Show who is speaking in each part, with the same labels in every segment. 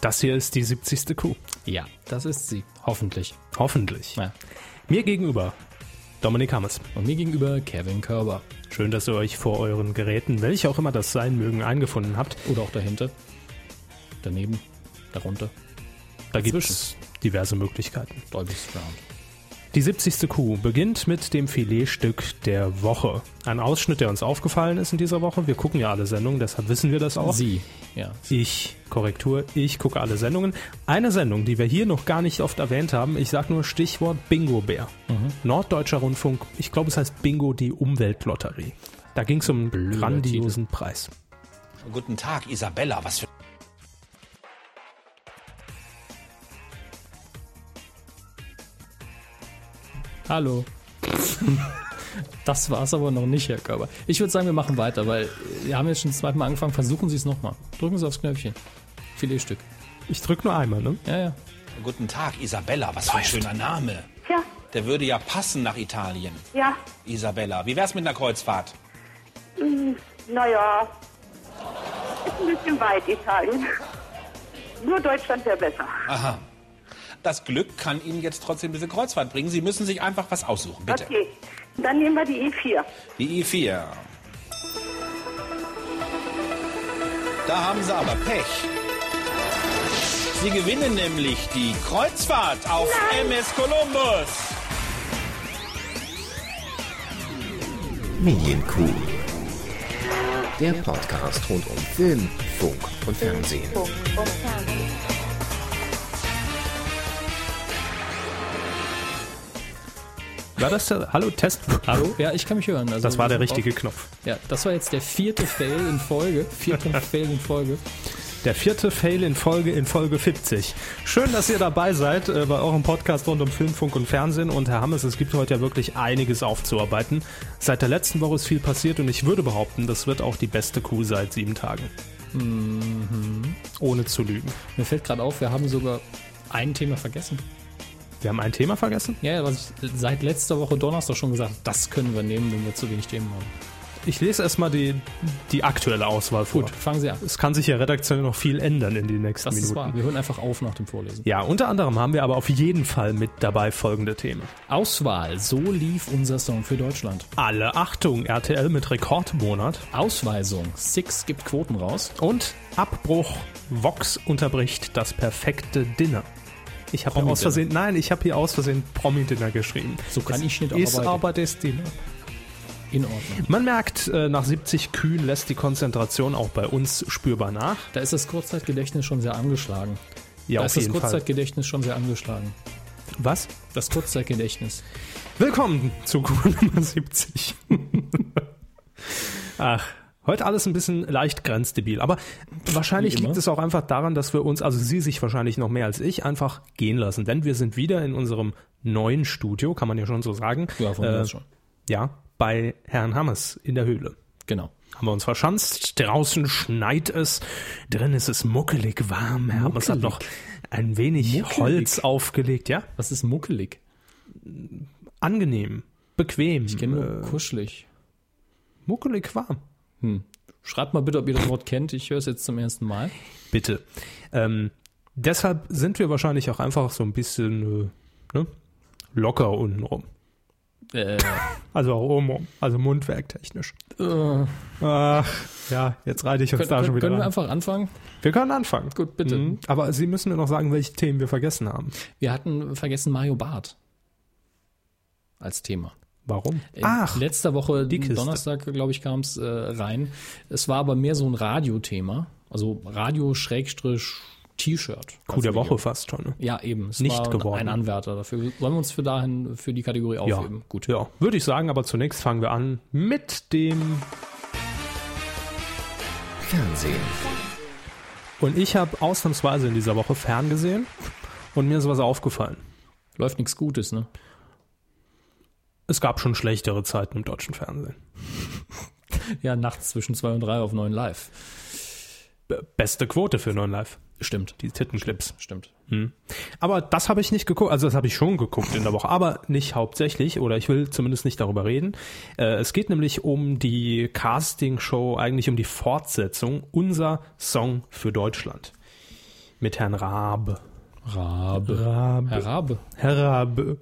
Speaker 1: Das hier ist die 70. Kuh.
Speaker 2: Ja, das ist sie. Hoffentlich.
Speaker 1: Hoffentlich.
Speaker 2: Ja.
Speaker 1: Mir gegenüber Dominik Hammers.
Speaker 2: Und mir gegenüber Kevin Körber.
Speaker 1: Schön, dass ihr euch vor euren Geräten, welche auch immer das sein mögen, eingefunden habt.
Speaker 2: Oder auch dahinter. Daneben. Darunter.
Speaker 1: Da gibt es
Speaker 2: Dazwischen.
Speaker 1: diverse Möglichkeiten.
Speaker 2: Dolby Surround.
Speaker 1: Die 70. Kuh beginnt mit dem Filetstück der Woche. Ein Ausschnitt, der uns aufgefallen ist in dieser Woche. Wir gucken ja alle Sendungen, deshalb wissen wir das auch.
Speaker 2: Sie. Ja.
Speaker 1: Ich, Korrektur, ich gucke alle Sendungen. Eine Sendung, die wir hier noch gar nicht oft erwähnt haben, ich sage nur Stichwort Bingo-Bär. Norddeutscher Rundfunk, ich glaube es heißt Bingo die Umweltlotterie. Da ging es um einen
Speaker 2: Blöder
Speaker 1: grandiosen Preis.
Speaker 3: Guten Tag, Isabella. Was für.
Speaker 2: Hallo. Das war's aber noch nicht, Herr Körber. Ich würde sagen, wir machen weiter, weil wir haben jetzt schon zweimal angefangen. Versuchen Sie es nochmal. Drücken Sie aufs Knöpfchen. Filetstück.
Speaker 1: Ich drück nur einmal, ne?
Speaker 2: Ja, ja.
Speaker 3: Guten Tag, Isabella. Was für ein schöner Name.
Speaker 4: Ja,
Speaker 3: Der würde ja passen nach Italien.
Speaker 4: ja,
Speaker 3: Isabella, wie wär's mit einer Kreuzfahrt?
Speaker 4: naja. Ist ein bisschen weit, Italien. Nur Deutschland wäre besser.
Speaker 3: Aha. Das Glück kann Ihnen jetzt trotzdem diese Kreuzfahrt bringen. Sie müssen sich einfach was aussuchen, bitte.
Speaker 4: Okay, dann nehmen wir die E E4.
Speaker 3: Die I4. Da haben sie aber Pech. Sie gewinnen nämlich die Kreuzfahrt auf MS Columbus.
Speaker 5: Medienkuh. Der Podcast rund um Film, Funk und Fernsehen.
Speaker 1: War das der Hallo Test?
Speaker 2: Hallo? Ja, ich kann mich hören. Also
Speaker 1: Das war der
Speaker 2: wir sind
Speaker 1: richtige Knopf.
Speaker 2: Auf. Ja, das war jetzt der vierte Fail in Folge. Vierter Fail in Folge.
Speaker 1: Der vierte Fail in Folge in Folge 50. Schön, dass ihr dabei seid äh, bei eurem Podcast rund um Film, Funk und Fernsehen. Und Herr Hammes, es gibt heute ja wirklich einiges aufzuarbeiten. Seit der letzten Woche ist viel passiert und ich würde behaupten, das wird auch die beste Kuh seit sieben Tagen.
Speaker 2: Mhm.
Speaker 1: Ohne zu lügen.
Speaker 2: Mir fällt gerade auf, wir haben sogar ein Thema vergessen.
Speaker 1: Wir haben ein Thema vergessen.
Speaker 2: Ja, ja, was ich seit letzter Woche Donnerstag schon gesagt habe, das können wir nehmen, wenn wir zu wenig Themen haben.
Speaker 1: Ich lese erstmal die, die aktuelle Auswahl vor.
Speaker 2: Gut, fangen Sie an.
Speaker 1: Es kann sich ja redaktionell noch viel ändern in den nächsten
Speaker 2: Das ist
Speaker 1: Minuten.
Speaker 2: wahr. Wir hören einfach auf nach dem Vorlesen.
Speaker 1: Ja, unter anderem haben wir aber auf jeden Fall mit dabei folgende Themen.
Speaker 2: Auswahl. So lief unser Song für Deutschland.
Speaker 1: Alle Achtung, RTL mit Rekordmonat.
Speaker 2: Ausweisung. Six gibt Quoten raus.
Speaker 1: Und Abbruch. Vox unterbricht das perfekte Dinner. Ich habe hier aus
Speaker 2: Promi-Dinner.
Speaker 1: Versehen, nein, ich habe hier aus Versehen Promi-Dinner geschrieben.
Speaker 2: So kann ich nicht
Speaker 1: Ist
Speaker 2: arbeiten.
Speaker 1: aber das Dinner.
Speaker 2: In Ordnung.
Speaker 1: Man merkt, äh, nach 70 Kühen lässt die Konzentration auch bei uns spürbar nach.
Speaker 2: Da ist das Kurzzeitgedächtnis schon sehr angeschlagen.
Speaker 1: Ja,
Speaker 2: da
Speaker 1: auf
Speaker 2: ist das
Speaker 1: jeden Fall.
Speaker 2: Kurzzeitgedächtnis schon sehr angeschlagen.
Speaker 1: Was?
Speaker 2: Das Kurzzeitgedächtnis.
Speaker 1: Willkommen zu Kuh Nummer 70. Ach, heute alles ein bisschen leicht grenzdebil. Aber wahrscheinlich
Speaker 2: Wie immer.
Speaker 1: liegt es auch einfach daran, dass wir uns, also Sie sich wahrscheinlich noch mehr als ich, einfach gehen lassen. Denn wir sind wieder in unserem neuen Studio, kann man ja schon so sagen. Äh,
Speaker 2: Ja, von mir aus schon.
Speaker 1: Ja, bei Herrn Hammers in der Höhle.
Speaker 2: Genau.
Speaker 1: Haben wir uns verschanzt, draußen schneit es, drin ist es muckelig warm. Herr Hammers hat noch
Speaker 2: Muckelig?
Speaker 1: ein wenig
Speaker 2: Muckelig?
Speaker 1: Holz aufgelegt, ja?
Speaker 2: Was ist muckelig?
Speaker 1: Angenehm, bequem,
Speaker 2: Ich kenne nur Genau, kuschelig.
Speaker 1: muckelig warm.
Speaker 2: Schreibt mal bitte, ob ihr das Wort kennt. Ich höre es jetzt zum ersten Mal.
Speaker 1: Bitte. Ähm, deshalb sind wir wahrscheinlich auch einfach so ein bisschen äh, ne? locker untenrum.
Speaker 2: Äh,
Speaker 1: Also auch obenrum, also mundwerktechnisch. Äh.
Speaker 2: können,
Speaker 1: Ach, ja, jetzt reite ich uns da schon
Speaker 2: können,
Speaker 1: wieder
Speaker 2: können wir
Speaker 1: rein.
Speaker 2: einfach anfangen?
Speaker 1: Wir können anfangen.
Speaker 2: Gut, bitte.
Speaker 1: Mhm. Aber Sie müssen mir noch sagen, welche Themen wir vergessen haben.
Speaker 2: Wir hatten vergessen Mario Barth als Thema.
Speaker 1: Warum?
Speaker 2: In letzter Woche,
Speaker 1: die Kiste.
Speaker 2: Donnerstag, glaube ich, kam es äh, rein. Es war aber mehr so ein Radiothema. Also Radio-T-Shirt.
Speaker 1: Kuh der
Speaker 2: Als Video.
Speaker 1: Woche fast schon. Ne?
Speaker 2: Ja, eben. Es
Speaker 1: Nicht
Speaker 2: war
Speaker 1: geworden.
Speaker 2: ein Anwärter dafür. Sollen wir uns für dahin für die Kategorie aufheben? Gut.
Speaker 1: Ja, würde ich sagen, aber zunächst fangen wir an mit dem
Speaker 5: Fernsehen.
Speaker 1: und ich habe ausnahmsweise in dieser Woche ferngesehen und mir ist was aufgefallen.
Speaker 2: Läuft nichts Gutes, ne?
Speaker 1: Es gab schon schlechtere Zeiten im deutschen Fernsehen.
Speaker 2: Ja, nachts zwischen zwei und drei auf 9 Live.
Speaker 1: B- beste Quote für 9 Live,
Speaker 2: Stimmt.
Speaker 1: die Tittenclips.
Speaker 2: Stimmt.
Speaker 1: Aber das habe ich nicht geguckt, also das habe ich schon geguckt in der Woche, aber nicht hauptsächlich oder ich will zumindest nicht darüber reden. Äh, es geht nämlich um die Casting-Show, eigentlich um die Fortsetzung Unser Song für Deutschland. Mit Herrn Rabe.
Speaker 2: Rabe.
Speaker 1: Rabe.
Speaker 2: Herr Rabe.
Speaker 1: Herr Rabe.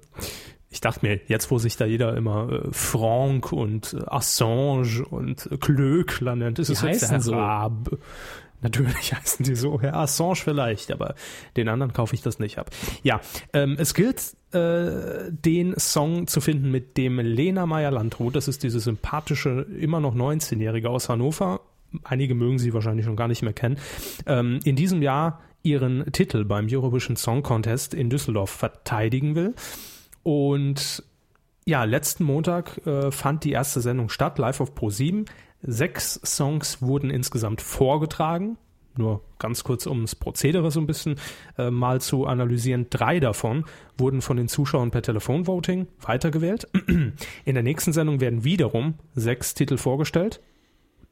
Speaker 1: Ich dachte mir, jetzt wo sich da jeder immer äh, Franck und äh, Assange und äh, Klöckler nennt, ist es jetzt der
Speaker 2: heißen
Speaker 1: Herr
Speaker 2: so.
Speaker 1: Rabe. Natürlich heißen die so, Herr Assange vielleicht, aber den anderen kaufe ich das nicht ab. Ja, ähm, es gilt, äh, den Song zu finden mit dem Lena Meyer-Landrut. Das ist diese sympathische, immer noch 19-Jährige aus Hannover. Einige mögen sie wahrscheinlich schon gar nicht mehr kennen. Ähm, in diesem Jahr ihren Titel beim Eurovision Song Contest in Düsseldorf verteidigen will. Und ja, letzten Montag äh, fand die erste Sendung statt, live auf Pro7. Sechs Songs wurden insgesamt vorgetragen. Nur ganz kurz, um das Prozedere so ein bisschen äh, mal zu analysieren. Drei davon wurden von den Zuschauern per Telefonvoting weitergewählt. In der nächsten Sendung werden wiederum sechs Titel vorgestellt.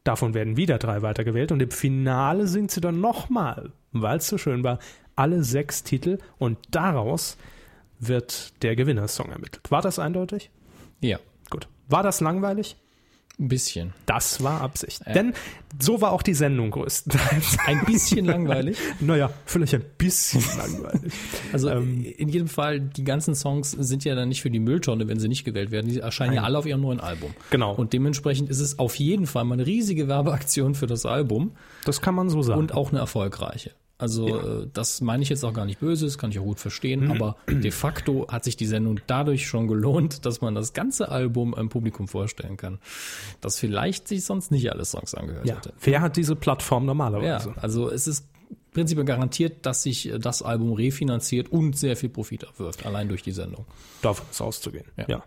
Speaker 1: Davon werden wieder drei weitergewählt und im Finale singt sie dann nochmal, weil es so schön war, alle sechs Titel und daraus wird der Gewinnersong ermittelt. War das eindeutig?
Speaker 2: Ja,
Speaker 1: Gut. War das langweilig?
Speaker 2: ein bisschen.
Speaker 1: Das war Absicht. Denn so war auch die Sendung größtenteils.
Speaker 2: Ein bisschen langweilig.
Speaker 1: naja, vielleicht ein bisschen langweilig.
Speaker 2: Also
Speaker 1: Ähm,
Speaker 2: in jedem Fall, die ganzen Songs sind ja dann nicht für die Mülltonne, wenn sie nicht gewählt werden. Die erscheinen ja alle auf ihrem neuen Album.
Speaker 1: Genau.
Speaker 2: Und dementsprechend ist es auf jeden Fall mal eine riesige Werbeaktion für das Album
Speaker 1: Das kann man so sagen.
Speaker 2: und auch eine erfolgreiche. Also äh, das meine ich jetzt auch gar nicht böse, das kann ich auch gut
Speaker 1: Mhm.
Speaker 2: verstehen, aber de facto hat sich die Sendung dadurch schon gelohnt, dass man das ganze Album einem Publikum vorstellen kann, das vielleicht sich sonst nicht alle Songs angehört
Speaker 1: ja.
Speaker 2: hätte.
Speaker 1: Wer hat diese Plattform normalerweise?
Speaker 2: Ja, also es ist prinzipiell garantiert, dass sich äh, das Album refinanziert und sehr viel Profit abwirft, allein durch die Sendung.
Speaker 1: davon ist auszugehen. Ja.
Speaker 2: Ja.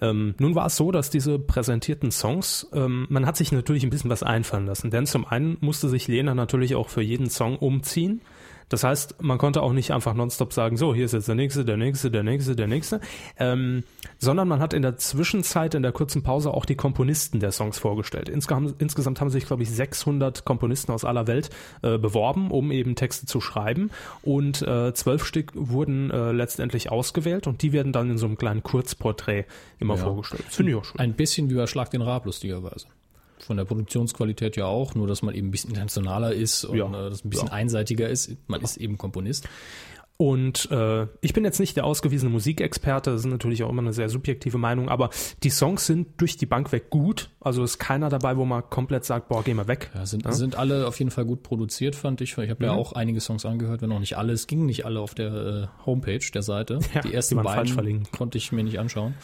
Speaker 1: Ähm, nun war es so, dass diese präsentierten Songs, ähm, man hat sich natürlich ein bisschen was einfallen lassen, denn zum einen musste sich Lena natürlich auch für jeden Song umziehen. Das heißt, man konnte auch nicht einfach nonstop sagen, so, hier ist jetzt der nächste, der nächste, der nächste, der nächste, ähm, sondern man hat in der Zwischenzeit, in der kurzen Pause auch die Komponisten der Songs vorgestellt. Insgesamt, insgesamt haben sich, glaube ich, 600 Komponisten aus aller Welt äh, beworben, um eben Texte zu schreiben. Und äh, zwölf Stück wurden äh, letztendlich ausgewählt und die werden dann in so einem kleinen Kurzporträt immer vorgestellt. Finde ich auch schön.
Speaker 2: Ein bisschen wie bei Schlag den Raab, lustigerweise. Von der Produktionsqualität ja auch, nur dass man eben ein bisschen internationaler ist und
Speaker 1: Ja.
Speaker 2: äh, das ein bisschen einseitiger ist. Man ist eben Komponist.
Speaker 1: Und äh, ich bin jetzt nicht der ausgewiesene Musikexperte, das ist natürlich auch immer eine sehr subjektive Meinung, aber die Songs sind durch die Bank weg gut. Also ist keiner dabei, wo man komplett sagt, boah, geh mal weg.
Speaker 2: Ja, sind, sind alle auf jeden Fall gut produziert, fand ich. Ich
Speaker 1: Mhm.
Speaker 2: habe ja auch einige Songs angehört, wenn auch nicht alle. Es gingen nicht alle auf der äh, Homepage der Seite.
Speaker 1: Ja,
Speaker 2: die
Speaker 1: die
Speaker 2: ersten
Speaker 1: man falsch
Speaker 2: beiden
Speaker 1: verlinkt.
Speaker 2: konnte ich mir nicht anschauen.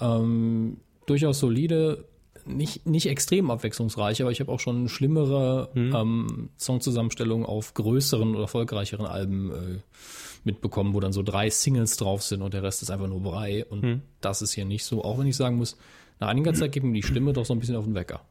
Speaker 2: Ähm, durchaus solide, nicht, nicht extrem abwechslungsreich, aber ich habe auch schon schlimmere
Speaker 1: Mhm.
Speaker 2: ähm, Songzusammenstellungen auf größeren oder erfolgreicheren Alben äh, mitbekommen, wo dann so drei Singles drauf sind und der Rest ist einfach nur Brei. Und
Speaker 1: Mhm.
Speaker 2: das ist hier nicht so. Auch wenn ich sagen muss, nach einiger Zeit geht mir die Stimme doch so ein bisschen auf den Wecker.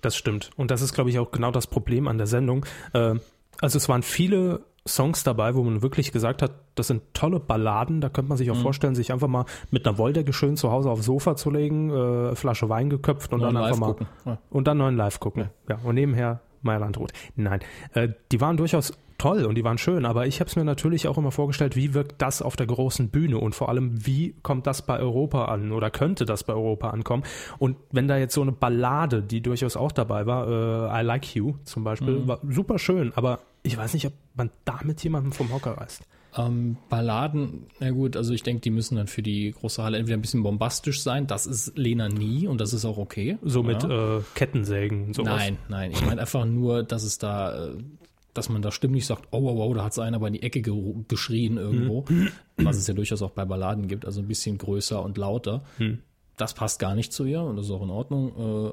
Speaker 1: Das stimmt. Und das ist, glaube ich, auch genau das Problem an der Sendung. Äh, also es waren viele Songs dabei, wo man wirklich gesagt hat, das sind tolle Balladen, da könnte man
Speaker 2: Mhm.
Speaker 1: sich auch vorstellen, sich einfach mal mit einer Woldecke schön zu Hause aufs Sofa zu legen, äh, Flasche Wein geköpft und
Speaker 2: Neuen
Speaker 1: dann einfach
Speaker 2: Live
Speaker 1: mal
Speaker 2: gucken. Ja.
Speaker 1: und dann neuen Live gucken. Ja, und nebenher Mailand Roth. Nein, äh, die waren durchaus toll und die waren schön, aber ich habe es mir natürlich auch immer vorgestellt, wie wirkt das auf der großen Bühne und vor allem, wie kommt das bei Europa an oder könnte das bei Europa ankommen? Und wenn da jetzt so eine Ballade, die durchaus auch dabei war, äh, I Like You zum Beispiel,
Speaker 2: Mhm.
Speaker 1: war super schön, aber ich weiß nicht, ob man damit jemanden vom Hocker reißt.
Speaker 2: Ähm, Balladen, na gut, also ich denke, die müssen dann für die große Halle entweder ein bisschen bombastisch sein. Das ist Lena nie und das ist auch okay.
Speaker 1: So mit
Speaker 2: Ja.
Speaker 1: äh, Kettensägen und sowas.
Speaker 2: Nein, nein. Ich meine einfach nur, dass es da, äh, dass man da stimmlich sagt, oh wow, wow, da hat es einer aber in die Ecke geru- geschrien irgendwo.
Speaker 1: Mhm.
Speaker 2: Was es ja durchaus auch bei Balladen gibt, also ein bisschen größer und lauter.
Speaker 1: Mhm.
Speaker 2: Das passt gar nicht zu ihr und das ist auch in Ordnung. Äh,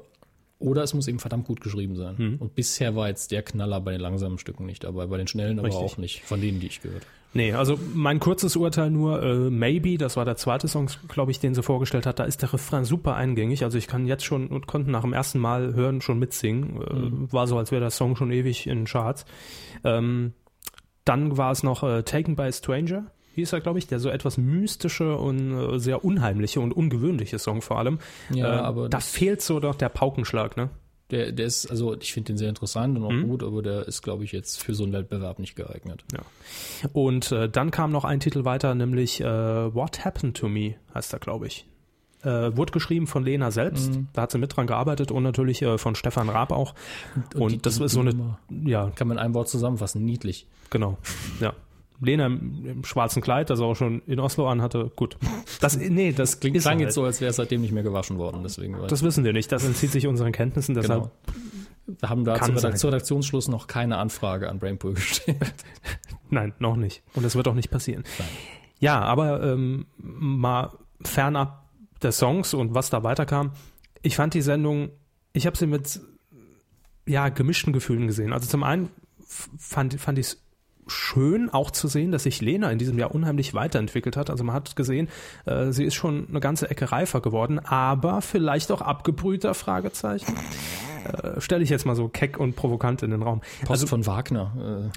Speaker 2: oder es muss eben verdammt gut geschrieben sein.
Speaker 1: Mhm.
Speaker 2: Und bisher war jetzt der Knaller bei den langsamen Stücken nicht dabei, bei den schnellen aber
Speaker 1: Richtig.
Speaker 2: auch nicht, von denen, die ich gehört habe.
Speaker 1: Nee, also mein kurzes Urteil nur, äh, Maybe, das war der zweite Song, glaube ich, den sie vorgestellt hat, da ist der Refrain super eingängig, also ich kann jetzt schon und konnte nach dem ersten Mal hören schon mitsingen, äh,
Speaker 2: Mhm.
Speaker 1: war so, als wäre der Song schon ewig in den Charts. Ähm, dann war es noch äh, Taken by a Stranger, hieß er, glaube ich, der so etwas mystische und äh, sehr unheimliche und ungewöhnliche Song vor allem.
Speaker 2: Ja,
Speaker 1: äh,
Speaker 2: aber
Speaker 1: da
Speaker 2: das-
Speaker 1: fehlt so doch der Paukenschlag, ne?
Speaker 2: Der, der ist, also ich finde den sehr interessant und auch
Speaker 1: Mhm.
Speaker 2: gut, aber der ist, glaube ich, jetzt für so einen Wettbewerb nicht geeignet.
Speaker 1: Und äh, dann kam noch ein Titel weiter, nämlich äh, What Happened to Me heißt er, glaube ich. Äh, wurde geschrieben von Lena selbst,
Speaker 2: Mhm.
Speaker 1: da hat sie mit dran gearbeitet und natürlich äh, von Stefan Raab auch. Und,
Speaker 2: die-
Speaker 1: das
Speaker 2: die-
Speaker 1: ist
Speaker 2: die
Speaker 1: so eine,
Speaker 2: Nummer.
Speaker 1: ja,
Speaker 2: Kann man in einem Wort zusammenfassen, niedlich.
Speaker 1: Genau, ja. Lena im, im schwarzen Kleid, das er auch schon in Oslo anhatte, gut. Das, nee, das klingt
Speaker 2: Klang jetzt so, als wäre es seitdem nicht mehr gewaschen worden. Deswegen war
Speaker 1: halt. Das wissen wir nicht, das entzieht sich unseren Kenntnissen, deshalb
Speaker 2: genau. Wir haben da
Speaker 1: Kann
Speaker 2: zum
Speaker 1: sein.
Speaker 2: Redakt- zu Redaktionsschluss noch keine Anfrage an Brainpool gestellt.
Speaker 1: Nein, noch nicht. Und das wird auch nicht passieren. Ja, aber ähm, mal fernab der Songs und was da weiterkam. Ich fand die Sendung, ich habe sie mit ja, gemischten Gefühlen gesehen. Also zum einen f- fand, fand ich es schön auch zu sehen, dass sich Lena in diesem Jahr unheimlich weiterentwickelt hat. Also man hat gesehen, äh, sie ist schon eine ganze Ecke reifer geworden, aber vielleicht auch abgebrühter, Fragezeichen. Äh, Stelle ich jetzt mal so keck und provokant in den Raum.
Speaker 2: Post von Wagner.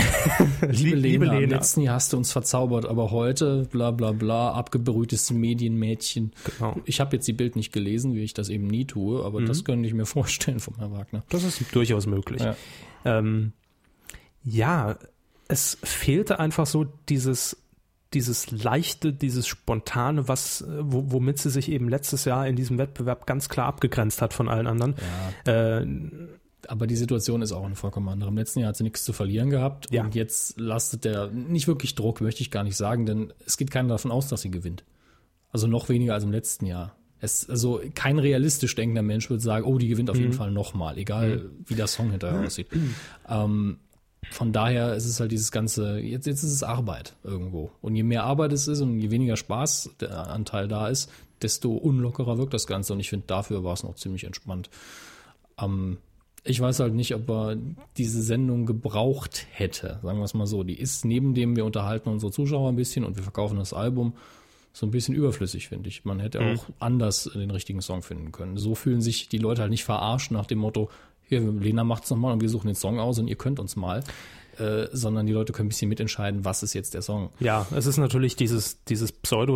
Speaker 2: Äh,
Speaker 1: Also Liebe,
Speaker 2: Lena, im letzten Jahr hast du uns verzaubert, aber heute, bla bla bla, abgebrühtes Medienmädchen.
Speaker 1: Genau. Mhm.
Speaker 2: Ich habe jetzt die Bild nicht gelesen, wie ich das eben nie tue, aber das könnte ich mir vorstellen vom Herrn Wagner.
Speaker 1: Das ist durchaus möglich. Ja,
Speaker 2: Ja.
Speaker 1: ähm, ja es fehlte einfach so dieses, dieses leichte, dieses spontane, was, äh, wo, womit sie sich eben letztes Jahr in diesem Wettbewerb ganz klar abgegrenzt hat von allen anderen. Äh,
Speaker 2: Aber die Situation ist auch eine vollkommen andere. Im letzten Jahr hat sie nichts zu verlieren gehabt
Speaker 1: Ja.
Speaker 2: und jetzt lastet der nicht wirklich Druck, möchte ich gar nicht sagen, denn es geht keiner davon aus, dass sie gewinnt. Also noch weniger als im letzten Jahr. Es, also kein realistisch denkender Mensch würde sagen, oh, die gewinnt auf jeden Fall nochmal, egal wie der Song hinterher aussieht. Ähm, von daher ist es halt dieses ganze, jetzt, jetzt ist es Arbeit irgendwo. Und je mehr Arbeit es ist und je weniger Spaß der Anteil da ist, desto unlockerer wirkt das Ganze. Und ich finde, dafür war es noch ziemlich entspannt. Ähm, ich weiß halt nicht, ob er diese Sendung gebraucht hätte, sagen wir es mal so. Die ist neben dem, wir unterhalten unsere Zuschauer ein bisschen und wir verkaufen das Album, so ein bisschen überflüssig, finde ich. Man hätte auch anders den richtigen Song finden können. So fühlen sich die Leute halt nicht verarscht nach dem Motto, hier, Lena macht's nochmal und wir suchen den Song aus und ihr könnt uns mal. Äh, sondern die Leute können ein bisschen mitentscheiden, was ist jetzt der Song.
Speaker 1: ja, es ist natürlich dieses, dieses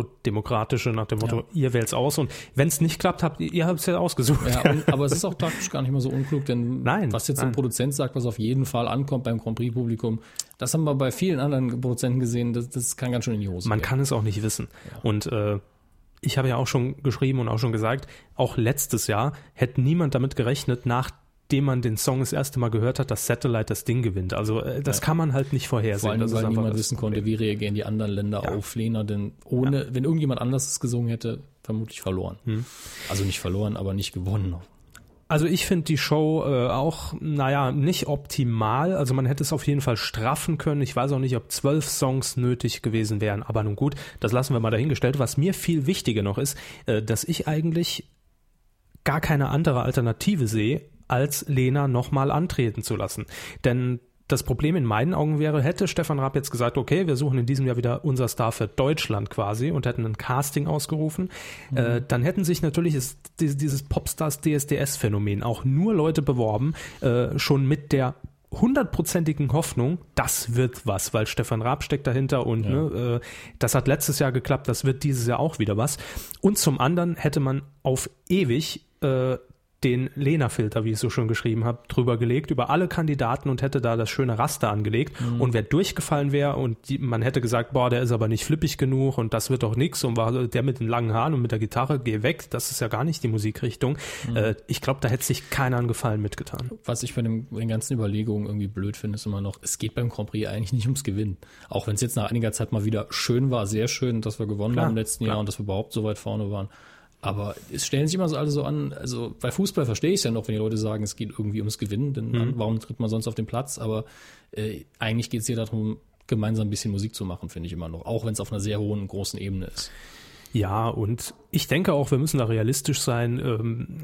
Speaker 1: pseudodemokratische nach dem Motto, ihr wählt's aus und wenn's nicht klappt, habt ihr, ihr habt's ja ausgesucht.
Speaker 2: Ja, und, aber es ist auch taktisch gar nicht mal so unklug, denn
Speaker 1: Nein,
Speaker 2: was jetzt
Speaker 1: nein.
Speaker 2: ein Produzent sagt, was auf jeden Fall ankommt beim Grand Prix-Publikum, das haben wir bei vielen anderen Produzenten gesehen, das, das kann ganz schön in die Hose
Speaker 1: Man
Speaker 2: gehen.
Speaker 1: kann es auch nicht wissen. Und äh, ich habe ja auch schon geschrieben und auch schon gesagt, auch letztes Jahr hätte niemand damit gerechnet, nachdem man den Song das erste Mal gehört hat, dass Satellite das Ding gewinnt. Also äh, das kann man halt nicht vorhersehen.
Speaker 2: Vor allem,
Speaker 1: das
Speaker 2: weil
Speaker 1: einfach
Speaker 2: niemand
Speaker 1: das
Speaker 2: wissen
Speaker 1: Problem.
Speaker 2: konnte, wie reagieren die anderen Länder auf Lena, denn ohne, wenn irgendjemand anders es gesungen hätte, vermutlich verloren.
Speaker 1: Hm.
Speaker 2: Also nicht verloren, aber nicht gewonnen.
Speaker 1: Also ich finde die Show äh, auch, naja, nicht optimal. Also man hätte es auf jeden Fall straffen können. Ich weiß auch nicht, ob zwölf Songs nötig gewesen wären. Aber nun gut, das lassen wir mal dahingestellt. Was mir viel wichtiger noch ist, äh, dass ich eigentlich gar keine andere Alternative sehe, als Lena nochmal antreten zu lassen. Denn das Problem in meinen Augen wäre, hätte Stefan Raab jetzt gesagt, okay, wir suchen in diesem Jahr wieder unser Star für Deutschland quasi und hätten ein Casting ausgerufen, äh, dann hätten sich natürlich es- dies- dieses Popstars-DSDS-Phänomen auch nur Leute beworben, äh, schon mit der hundertprozentigen Hoffnung, das wird was, weil Stefan Raab steckt dahinter und ne, äh, das hat letztes Jahr geklappt, das wird dieses Jahr auch wieder was. Und zum anderen hätte man auf ewig äh, den Lena-Filter, wie ich es so schon geschrieben habe, drüber gelegt, über alle Kandidaten und hätte da das schöne Raster angelegt. Und wer durchgefallen wäre und die, man hätte gesagt, boah, der ist aber nicht flippig genug und das wird doch nix und war der mit den langen Haaren und mit der Gitarre, geh weg, das ist ja gar nicht die Musikrichtung. Äh, ich glaube, da hätte sich keiner einen Gefallen mitgetan.
Speaker 2: Was ich bei, dem, bei den ganzen Überlegungen irgendwie blöd finde, ist immer noch, es geht beim Grand Prix eigentlich nicht ums Gewinnen. Auch wenn es jetzt nach einiger Zeit mal wieder schön war, sehr schön, dass wir gewonnen
Speaker 1: Klar,
Speaker 2: haben im letzten
Speaker 1: klar.
Speaker 2: Jahr und dass wir überhaupt so weit vorne waren. Aber es stellen sich immer so alle so an, also bei Fußball verstehe ich es ja noch, wenn die Leute sagen, es geht irgendwie ums Gewinnen,
Speaker 1: Mhm.
Speaker 2: denn warum tritt man sonst auf den Platz? Aber äh, eigentlich geht es hier darum, gemeinsam ein bisschen Musik zu machen, finde ich immer noch. Auch wenn es auf einer sehr hohen, großen Ebene ist.
Speaker 1: Ja, und ich denke auch, wir müssen da realistisch sein. Ähm,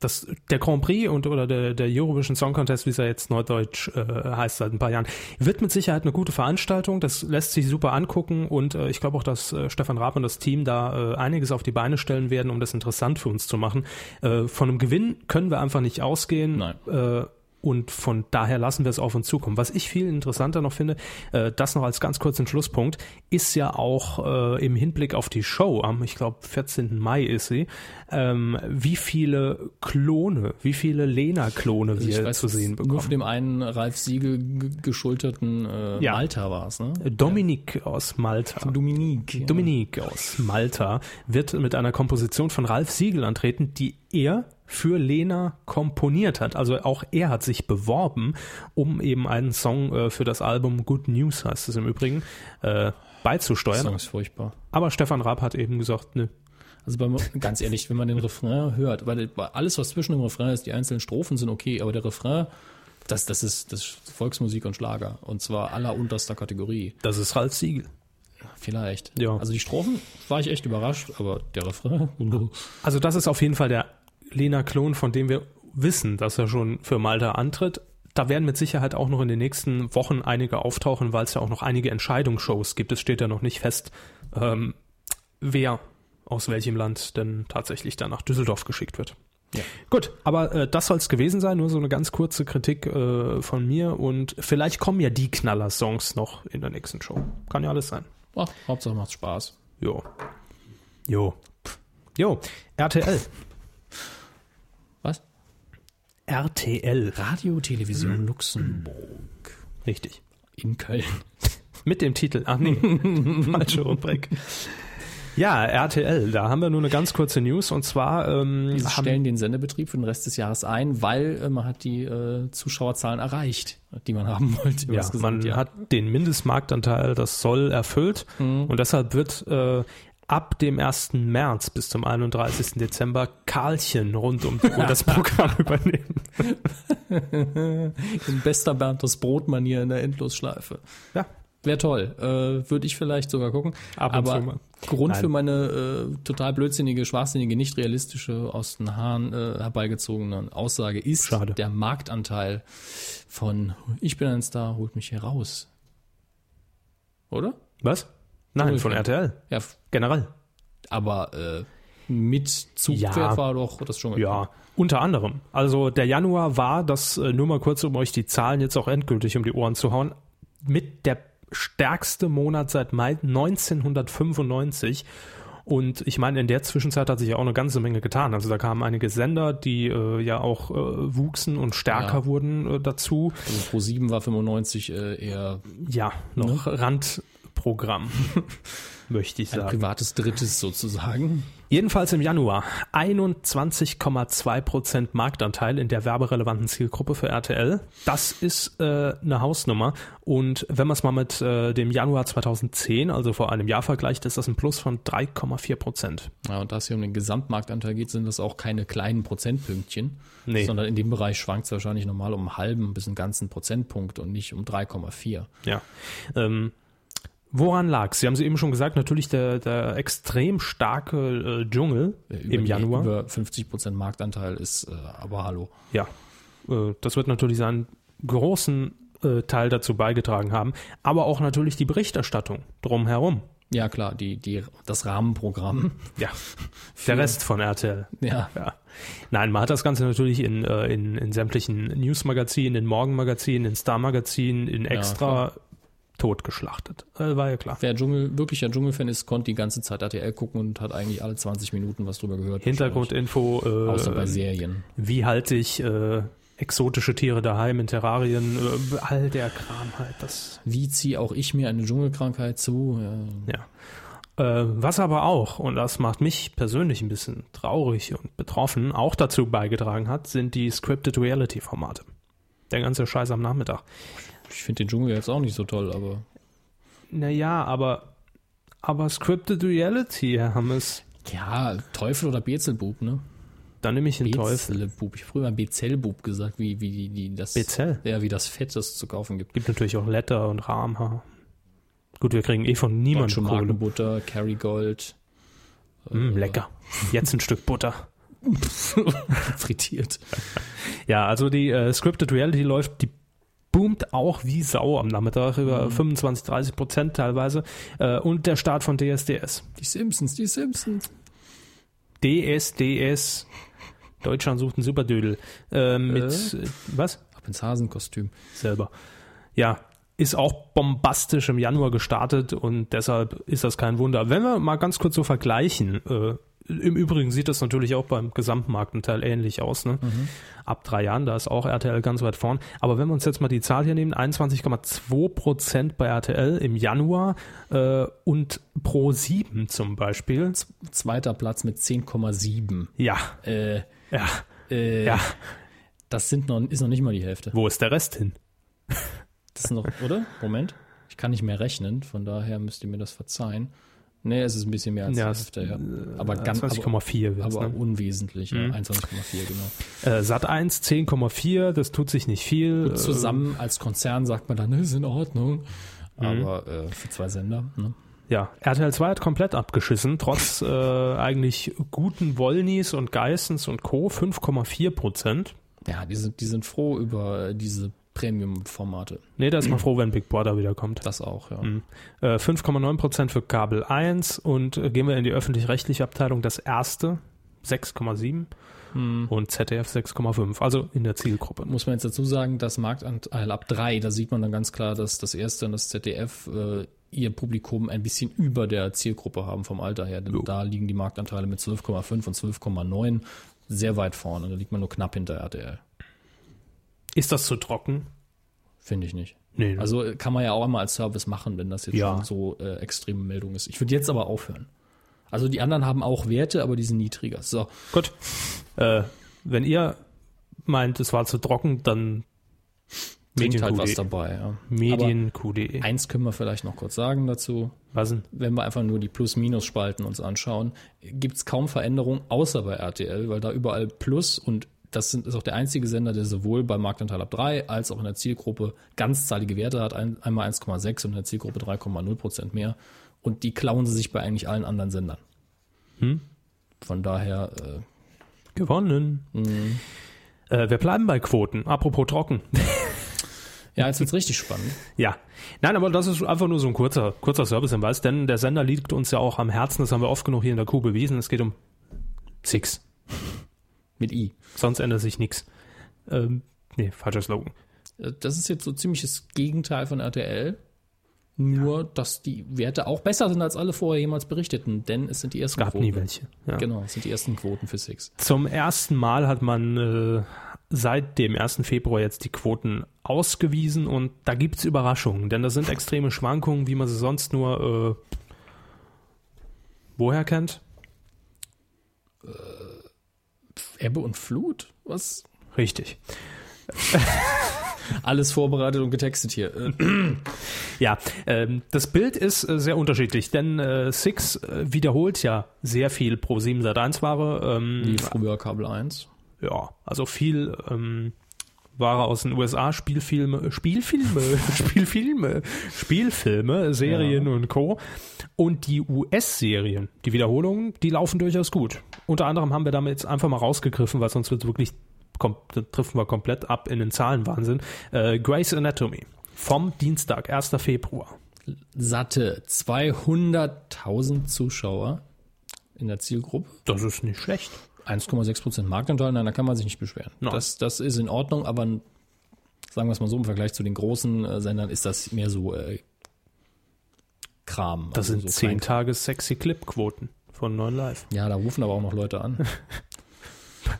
Speaker 1: das, der Grand Prix und oder der, der Eurovision Song Contest, wie es ja jetzt neudeutsch äh, heißt seit ein paar Jahren, wird mit Sicherheit eine gute Veranstaltung. Das lässt sich super angucken und äh, ich glaube auch, dass äh, Stefan Raab und das Team da äh, einiges auf die Beine stellen werden, um das interessant für uns zu machen. Äh, von einem Gewinn können wir einfach nicht ausgehen.
Speaker 2: Nein.
Speaker 1: Äh, Und von daher lassen wir es auf uns zukommen. Was ich viel interessanter noch finde, äh, das noch als ganz kurzen Schlusspunkt, ist ja auch äh, im Hinblick auf die Show am, ich glaube, 14. Mai ist sie, ähm, wie viele Klone, wie viele Lena-Klone
Speaker 2: Also
Speaker 1: wir
Speaker 2: weiß,
Speaker 1: zu sehen
Speaker 2: Nur von
Speaker 1: bekommen.
Speaker 2: dem einen Ralf Siegel g- geschulterten äh,
Speaker 1: Ja.
Speaker 2: Malta war es, ne?
Speaker 1: Dominik aus Malta.
Speaker 2: Dominique. ja.
Speaker 1: Dominique aus Malta wird mit einer Komposition von Ralf Siegel antreten, die er für Lena komponiert hat. Also auch er hat sich beworben, um eben einen Song äh, für das Album Good News heißt es im Übrigen, äh, beizusteuern.
Speaker 2: Der Song ist furchtbar.
Speaker 1: Aber Stefan Raab hat eben gesagt, ne,
Speaker 2: Also beim, ganz ehrlich, wenn man den Refrain hört, weil weil alles, was zwischen dem Refrain ist, die einzelnen Strophen sind okay, aber der Refrain, das, das, ist, das ist Volksmusik und Schlager. Und zwar aller unterster Kategorie.
Speaker 1: das ist Ralf Siegel.
Speaker 2: Vielleicht.
Speaker 1: Ja.
Speaker 2: Also die Strophen war ich echt überrascht, aber der Refrain.
Speaker 1: Also das ist auf jeden Fall der Lena-Klon, von dem wir wissen, dass er schon für Malta antritt. Da werden mit Sicherheit auch noch in den nächsten Wochen einige auftauchen, weil es ja auch noch einige Entscheidungsshows gibt. Es steht ja noch nicht fest, ähm, wer aus welchem Land denn tatsächlich dann nach Düsseldorf geschickt wird. Gut, aber äh, das soll es gewesen sein. Nur so eine ganz kurze Kritik äh, von mir. Und vielleicht kommen ja die Knaller-Songs noch in der nächsten Show. Kann ja alles sein.
Speaker 2: Ach, Hauptsache macht Spaß.
Speaker 1: Jo. Jo. Jo. RTL.
Speaker 2: Was?
Speaker 1: RTL.
Speaker 2: Radio,
Speaker 1: Mhm.
Speaker 2: Television Luxemburg
Speaker 1: Richtig.
Speaker 2: in Köln.
Speaker 1: Mit dem Titel. Ach nee, falsche Rubrik. Ja, RTL, da haben wir nur eine ganz kurze News und zwar ähm,
Speaker 2: Sie
Speaker 1: haben,
Speaker 2: stellen den Sendebetrieb für den Rest des Jahres ein, weil äh, man hat die äh, Zuschauerzahlen erreicht, die man haben wollte.
Speaker 1: ja,
Speaker 2: übers
Speaker 1: man
Speaker 2: Gesamtjahr.
Speaker 1: hat den Mindestmarktanteil, das soll erfüllt und deshalb wird äh, ab dem 1. März bis zum 31. Dezember Karlchen rund um, um das Programm übernehmen.
Speaker 2: in bester Berntes Brot-Manier in der Endlosschleife.
Speaker 1: Ja,
Speaker 2: Wäre toll. Äh, Würde ich vielleicht sogar gucken.
Speaker 1: Ab und
Speaker 2: Aber
Speaker 1: zu mal.
Speaker 2: Grund
Speaker 1: Nein.
Speaker 2: für meine äh, total blödsinnige, schwachsinnige, nicht realistische, aus den Haaren äh, herbeigezogene Aussage ist
Speaker 1: Schade.
Speaker 2: der Marktanteil von Ich bin ein Star, holt mich hier raus. Oder?
Speaker 1: was? Nein, von RTL.
Speaker 2: Ja, f-
Speaker 1: Generell.
Speaker 2: aber äh, mit Zugpferd
Speaker 1: Ja.
Speaker 2: war doch das schon
Speaker 1: Ja, unter anderem. Also der Januar war, das äh, nur mal kurz, um euch die Zahlen jetzt auch endgültig um die Ohren zu hauen, mit der stärkste Monat seit Mai 1995. Und ich meine, in der Zwischenzeit hat sich ja auch eine ganze Menge getan. Also da kamen einige Sender, die äh, ja auch äh, wuchsen und stärker
Speaker 2: Ja.
Speaker 1: wurden äh, dazu.
Speaker 2: Also Pro 7 war 95 äh, eher
Speaker 1: Ja, noch Randprogramm, möchte ich sagen.
Speaker 2: privates Drittes sozusagen.
Speaker 1: Jedenfalls im Januar 21,2% Marktanteil in der werberelevanten Zielgruppe für RTL. Das ist äh, eine Hausnummer. Und wenn man es mal mit äh, dem Januar 2010, also vor einem Jahr vergleicht, ist das ein Plus von 3,4%.
Speaker 2: Ja, und da es hier um den Gesamtmarktanteil geht, sind das auch keine kleinen Prozentpünktchen,
Speaker 1: Nee.
Speaker 2: sondern in dem Bereich schwankt es wahrscheinlich normal um einen halben bis einen ganzen Prozentpunkt und nicht um 3,4.
Speaker 1: Ja. Ähm, woran lag's? Sie haben sie eben schon gesagt, natürlich der, der extrem starke äh, Dschungel
Speaker 2: Äh, über
Speaker 1: im
Speaker 2: die-
Speaker 1: Januar.
Speaker 2: Über 50 Prozent Marktanteil ist, äh, aber hallo.
Speaker 1: Ja, äh, das wird natürlich seinen großen äh, Teil dazu beigetragen haben, aber auch natürlich die Berichterstattung drumherum.
Speaker 2: Ja, klar, die, die, das Rahmenprogramm.
Speaker 1: Ja, der Rest von RTL.
Speaker 2: Ja.
Speaker 1: Ja. Nein, man hat das Ganze natürlich in, äh, in, in sämtlichen Newsmagazinen, in Morgenmagazinen, in Star-Magazinen, in Extra totgeschlachtet. Äh, war ja klar.
Speaker 2: Wer Dschungel, wirklich ein Dschungelfan ist, konnte die ganze Zeit RTL gucken und hat eigentlich alle 20 Minuten was drüber gehört. wahrscheinlich.
Speaker 1: Hintergrundinfo,
Speaker 2: Außer bei
Speaker 1: äh,
Speaker 2: Serien.
Speaker 1: wie halte ich äh, exotische Tiere daheim in Terrarien, äh, all der Kram halt, das
Speaker 2: Wie ziehe auch ich mir eine Dschungelkrankheit zu? Ja.
Speaker 1: Ja. Äh, was aber auch, und das macht mich persönlich ein bisschen traurig und betroffen, auch dazu beigetragen hat, sind die Scripted Reality Formate. Der ganze Scheiß am Nachmittag.
Speaker 2: Ich finde den Dschungel jetzt auch nicht so toll, aber
Speaker 1: Naja, aber, aber Scripted Reality, Herr Hammes,
Speaker 2: ja, Teufel oder Bezelbub, ne?
Speaker 1: dann nehme ich den Teufel.
Speaker 2: Bezelbub. Ich habe früher Bezelbub gesagt, wie, wie die, die das.
Speaker 1: Bezel?
Speaker 2: Ja, wie das Fett, das es zu kaufen gibt.
Speaker 1: Gibt natürlich auch Letter und Rahmhaar. Gut, wir kriegen eh von
Speaker 2: Deutsche
Speaker 1: niemandem Kohle.
Speaker 2: Markenbutter, Kerrygold,
Speaker 1: Mm, lecker. Jetzt ein Stück Butter.
Speaker 2: frittiert.
Speaker 1: Ja, also die äh, Scripted Reality läuft, die boomt auch wie Sau am Nachmittag, über 25, 30 Prozent teilweise. Äh, und der Start von DSDS.
Speaker 2: Die Simpsons, die Simpsons.
Speaker 1: DSDS. Deutschland sucht einen Superdödel. Äh, mit, äh? was?
Speaker 2: Kompensasenkostüm.
Speaker 1: selber. Ja, ist auch bombastisch im Januar gestartet und deshalb ist das kein Wunder. Wenn wir mal ganz kurz so vergleichen, äh, im Übrigen sieht das natürlich auch beim Gesamtmarkt ein Teil ähnlich aus. Ne?
Speaker 2: Mhm.
Speaker 1: Ab drei Jahren, da ist auch RTL ganz weit vorn. Aber wenn wir uns jetzt mal die Zahl hier nehmen, 21,2 Prozent bei RTL im Januar äh, und pro 7 zum Beispiel.
Speaker 2: Zweiter Platz mit 10,7.
Speaker 1: Ja,
Speaker 2: Äh,
Speaker 1: ja,
Speaker 2: äh,
Speaker 1: ja.
Speaker 2: Das sind noch, ist noch nicht mal die Hälfte.
Speaker 1: Wo ist der Rest hin?
Speaker 2: Das ist noch, oder? Moment. Ich kann nicht mehr rechnen, von daher müsst ihr mir das verzeihen. Nee, es ist ein bisschen mehr als
Speaker 1: Ja,
Speaker 2: die
Speaker 1: es- äh,
Speaker 2: Hälfte, ja. Aber ganz, aber,
Speaker 1: 20,4 wird's,
Speaker 2: aber
Speaker 1: ne?
Speaker 2: unwesentlich, ja. 21,4, genau.
Speaker 1: Äh, Sat 1 10,4, das tut sich nicht viel. Äh,
Speaker 2: Zusammen als Konzern sagt man dann, ist in Ordnung. Aber äh, für zwei Sender, ne?
Speaker 1: Ja, RTL 2 hat komplett abgeschissen, trotz äh, eigentlich guten Wollnies und Geissens und Co. 5,4 Prozent.
Speaker 2: Ja, die sind, die sind froh über äh, diese Premium-Formate.
Speaker 1: Nee, da ist man froh, wenn Big Brother wiederkommt.
Speaker 2: Das auch, ja.
Speaker 1: Äh, 5,9 Prozent für Kabel 1 und äh, gehen wir in die öffentlich-rechtliche Abteilung, das erste 6,7
Speaker 2: Hm.
Speaker 1: und ZDF 6,5, also in der Zielgruppe.
Speaker 2: Muss man jetzt dazu sagen, das Marktanteil ab drei, da sieht man dann ganz klar, dass das Erste und das ZDF äh, ihr Publikum ein bisschen über der Zielgruppe haben vom Alter her. Denn da liegen die Marktanteile mit 12,5 und 12,9 sehr weit vorne. Da liegt man nur knapp hinter RTL.
Speaker 1: Ist das zu trocken?
Speaker 2: Finde ich nicht.
Speaker 1: Nee, ne?
Speaker 2: Also äh, kann man ja auch einmal als Service machen, wenn das jetzt
Speaker 1: Ja.
Speaker 2: schon so äh, extreme Meldung ist. Ich würde jetzt aber aufhören. Also die anderen haben auch Werte, aber die sind niedriger. So,
Speaker 1: Gut. Äh, wenn ihr meint, es war zu trocken, dann
Speaker 2: bringt halt was
Speaker 1: medien.q.de.
Speaker 2: dabei. Ja.
Speaker 1: Medien E. Medien
Speaker 2: Aber eins können wir vielleicht noch kurz sagen dazu.
Speaker 1: Was denn?
Speaker 2: wenn wir einfach nur die Plus-Minus-Spalten uns anschauen, gibt es kaum Veränderungen, außer bei RTL, weil da überall Plus und das sind, ist auch der einzige Sender, der sowohl bei Marktanteil ab 3 als auch in der Zielgruppe ganzzahlige Werte hat, ein, einmal 1,6 und in der Zielgruppe 3,0 Prozent mehr. Und die klauen sie sich bei eigentlich allen anderen Sendern.
Speaker 1: Hm?
Speaker 2: Von daher, äh,
Speaker 1: Gewonnen. Äh, wir bleiben bei Quoten. Apropos trocken.
Speaker 2: ja, jetzt wird's richtig spannend.
Speaker 1: ja. Nein, aber das ist einfach nur so ein kurzer, kurzer Servicehinweis, denn der Sender liegt uns ja auch am Herzen. Das haben wir oft genug hier in der Kuh bewiesen. Es geht um Six.
Speaker 2: Mit I.
Speaker 1: Sonst ändert sich nichts. Ähm, nee, falscher Slogan.
Speaker 2: Äh, Das ist jetzt so ziemlich das Gegenteil von RTL. Nur, dass die Werte auch besser sind als alle vorher jemals berichteten, denn es sind die ersten
Speaker 1: Gab
Speaker 2: Quoten.
Speaker 1: nie welche. Ja.
Speaker 2: Genau, das sind die ersten Quoten für Six.
Speaker 1: Zum ersten Mal hat man äh, seit dem 1. Februar jetzt die Quoten ausgewiesen und da gibt's Überraschungen, denn das sind extreme Schwankungen, wie man sie sonst nur äh, woher kennt.
Speaker 2: Ebbe und Flut? Was?
Speaker 1: Richtig.
Speaker 2: Alles vorbereitet und getextet hier. Äh,
Speaker 1: Ja, ähm, das Bild ist äh, sehr unterschiedlich, denn äh, Six äh, wiederholt ja sehr viel pro 7 Sat 1 Ware. Ähm,
Speaker 2: Wie früher Kabel 1.
Speaker 1: ja, also viel ähm, Ware aus den USA, Spielfilme, Spielfilme, Spielfilme, Spielfilme, Serien und Co. Und die US-Serien, die Wiederholungen, die laufen durchaus gut. Unter anderem haben wir damit jetzt einfach mal rausgegriffen, weil sonst wird wirklich kom treffen wir komplett ab in den Zahlenwahnsinn. Äh, Grace Anatomy vom Dienstag, 1. Februar.
Speaker 2: Satte 200.000 Zuschauer in der Zielgruppe.
Speaker 1: Das ist nicht schlecht.
Speaker 2: 1,6% Marktanteil, nein, da kann man sich nicht beschweren.
Speaker 1: Nein.
Speaker 2: Das, das ist in Ordnung, aber sagen wir es mal so, im Vergleich zu den großen äh, Sendern ist das mehr so äh, Kram.
Speaker 1: Das
Speaker 2: also
Speaker 1: sind
Speaker 2: so
Speaker 1: zehn
Speaker 2: Klein-
Speaker 1: Tage sexy Clip-Quoten von 9 Live.
Speaker 2: Ja, da rufen aber auch noch Leute an.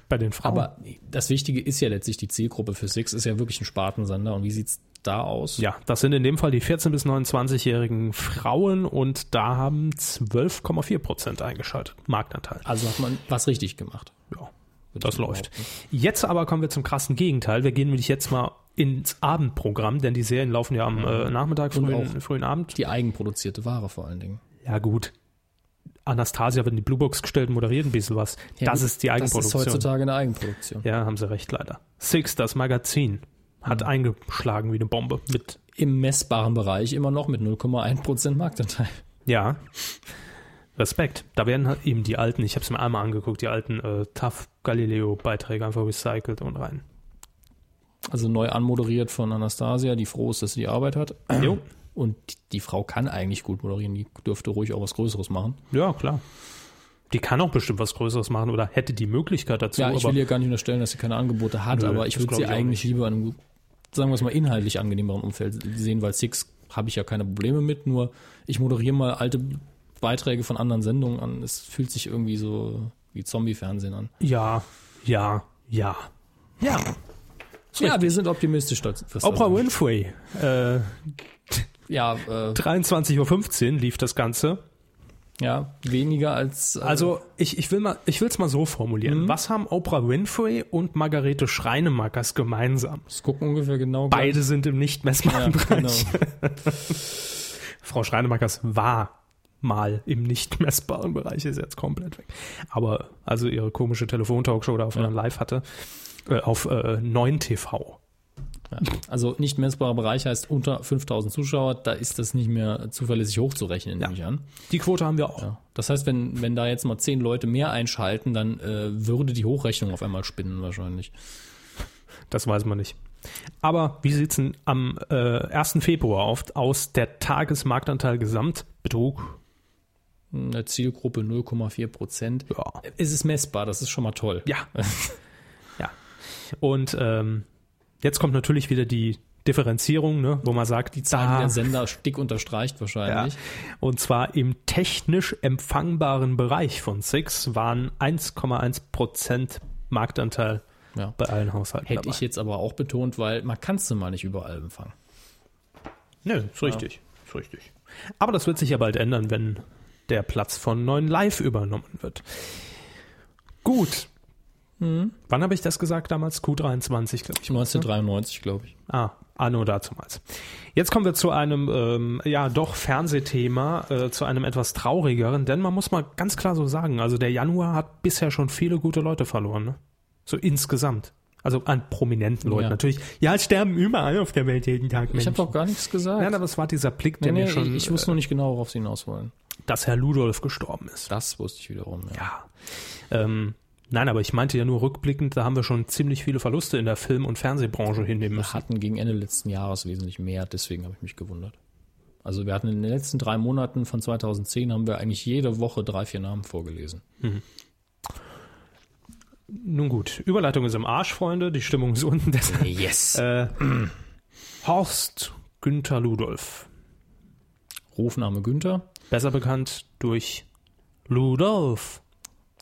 Speaker 1: Bei den Frauen.
Speaker 2: Aber das Wichtige ist ja letztlich die Zielgruppe für Six, ist ja wirklich ein Spartensender. Und wie sieht's da aus?
Speaker 1: Ja, das sind in dem Fall die 14- bis 29-jährigen Frauen und da haben 12,4 Prozent eingeschaltet. Marktanteil.
Speaker 2: Also hat man was richtig gemacht.
Speaker 1: Ja,
Speaker 2: Würde
Speaker 1: das
Speaker 2: ich
Speaker 1: läuft.
Speaker 2: behaupten.
Speaker 1: Jetzt aber kommen wir zum krassen Gegenteil. Wir gehen nämlich jetzt mal ins Abendprogramm, denn die Serien laufen ja am äh, Nachmittag,
Speaker 2: Und
Speaker 1: frühen,
Speaker 2: auch-
Speaker 1: frühen Abend.
Speaker 2: Die eigenproduzierte Ware vor allen Dingen.
Speaker 1: Ja, gut. Anastasia wird in die Bluebox gestellt und moderiert ein bisschen was.
Speaker 2: Ja,
Speaker 1: das
Speaker 2: gut,
Speaker 1: ist die Eigenproduktion.
Speaker 2: Das ist heutzutage eine Eigenproduktion.
Speaker 1: ja, haben sie recht, leider. Six, das Magazin, hat eingeschlagen wie eine Bombe mit
Speaker 2: Im messbaren Bereich immer noch mit 0,1% Marktanteil.
Speaker 1: Ja. Respekt. Da werden halt eben die alten, ich habe es mir einmal angeguckt, die alten äh, TAF Galileo-Beiträge einfach recycelt und rein.
Speaker 2: Also neu anmoderiert von Anastasia, die froh ist, dass sie die Arbeit hat.
Speaker 1: Jo.
Speaker 2: Und die Frau kann eigentlich gut moderieren, die dürfte ruhig auch was Größeres machen.
Speaker 1: Ja, klar. Die kann auch bestimmt was Größeres machen oder hätte die Möglichkeit dazu.
Speaker 2: Ja, ich
Speaker 1: aber
Speaker 2: will ihr gar nicht unterstellen, dass sie keine Angebote hat,
Speaker 1: Nö,
Speaker 2: aber ich
Speaker 1: das
Speaker 2: würde
Speaker 1: glaub
Speaker 2: sie
Speaker 1: ich auch
Speaker 2: eigentlich lieber in einem sagen wir es mal, inhaltlich angenehmeren Umfeld sehen, weil Six habe ich ja keine Probleme mit, nur ich moderiere mal alte Beiträge von anderen Sendungen an. Es fühlt sich irgendwie so wie Zombie-Fernsehen an.
Speaker 1: Ja, ja, ja. Ja.
Speaker 2: Ja, wir sind optimistisch. Dort,
Speaker 1: Oprah Winfrey. Äh,
Speaker 2: Ja, äh,
Speaker 1: 23.15 Uhr lief das Ganze.
Speaker 2: ja, weniger als. Äh,
Speaker 1: Also ich, ich will mal, ich will es mal so formulieren. Was haben Oprah Winfrey und Margarete Schreinemakers gemeinsam?
Speaker 2: es gucken ungefähr genau. gleich.
Speaker 1: Beide sind im nicht messbaren
Speaker 2: Ja, genau.
Speaker 1: Bereich. Frau Schreinemakers war mal im nicht messbaren Bereich, ist jetzt komplett weg. Aber also ihre komische Telefontalkshow da auf einer Live hatte, äh, auf äh, 9 TV.
Speaker 2: Also nicht messbarer Bereich heißt unter 5000 Zuschauer, da ist das nicht mehr zuverlässig hochzurechnen, nehme ich an.
Speaker 1: Die Quote haben wir auch.
Speaker 2: Ja. Das heißt, wenn, wenn da jetzt mal zehn Leute mehr einschalten, dann äh, würde die Hochrechnung auf einmal spinnen wahrscheinlich.
Speaker 1: Das weiß man nicht. Aber wie sieht es denn am äh, 1. Februar oft aus? Der Tagesmarktanteil Gesamt betrug
Speaker 2: In der Zielgruppe 0,4 Prozent.
Speaker 1: Ja.
Speaker 2: Ist es messbar, das ist schon mal toll.
Speaker 1: Ja. ja. Und ähm, jetzt kommt natürlich wieder die Differenzierung, ne, wo man sagt, die
Speaker 2: Hat
Speaker 1: Zahlen
Speaker 2: Der Sender dick unterstreicht
Speaker 1: ja.
Speaker 2: wahrscheinlich.
Speaker 1: Und zwar im technisch empfangbaren Bereich von Six waren 1,1 Prozent Marktanteil
Speaker 2: Ja.
Speaker 1: bei allen Haushalten.
Speaker 2: Hätte
Speaker 1: dabei.
Speaker 2: ich jetzt aber auch betont, weil man kann es nun mal nicht überall empfangen.
Speaker 1: Nö, ist richtig. Ist richtig. Aber das wird sich ja bald ändern, wenn der Platz von 9 Live übernommen wird. Gut.
Speaker 2: Hm.
Speaker 1: Wann habe ich das gesagt damals? Q23, glaube ich.
Speaker 2: 1993, glaube ich.
Speaker 1: Ah, Anno dazumals. Jetzt kommen wir zu einem, ähm, ja, doch Fernsehthema, äh, zu einem etwas traurigeren, denn man muss mal ganz klar so sagen, also der Januar hat bisher schon viele gute Leute verloren, ne? So insgesamt. Also an prominenten Leuten
Speaker 2: Ja.
Speaker 1: natürlich. Ja, es sterben überall auf der Welt jeden Tag
Speaker 2: Ich
Speaker 1: Menschen.
Speaker 2: habe doch gar nichts gesagt.
Speaker 1: Nein, aber es war dieser Blick,
Speaker 2: Nee,
Speaker 1: der
Speaker 2: nee,
Speaker 1: mir schon, äh,
Speaker 2: ich, ich wusste nur nicht genau, worauf sie hinaus wollen.
Speaker 1: dass Herr Ludolf gestorben ist.
Speaker 2: Das wusste ich wiederum. Ja.
Speaker 1: Ja. Ähm, nein, aber ich meinte ja nur rückblickend, da haben wir schon ziemlich viele Verluste in der Film- und Fernsehbranche hinnehmen müssen.
Speaker 2: hatten gegen Ende letzten Jahres wesentlich mehr, deswegen habe ich mich gewundert. Also wir hatten in den letzten drei Monaten von 2010 haben wir eigentlich jede Woche drei, vier Namen vorgelesen.
Speaker 1: Nun gut, Überleitung ist im Arsch, Freunde, die Stimmung ist unten. Deshalb
Speaker 2: Yes.
Speaker 1: Horst Günther Ludolf,
Speaker 2: Rufname Günther,
Speaker 1: besser bekannt durch Ludolf.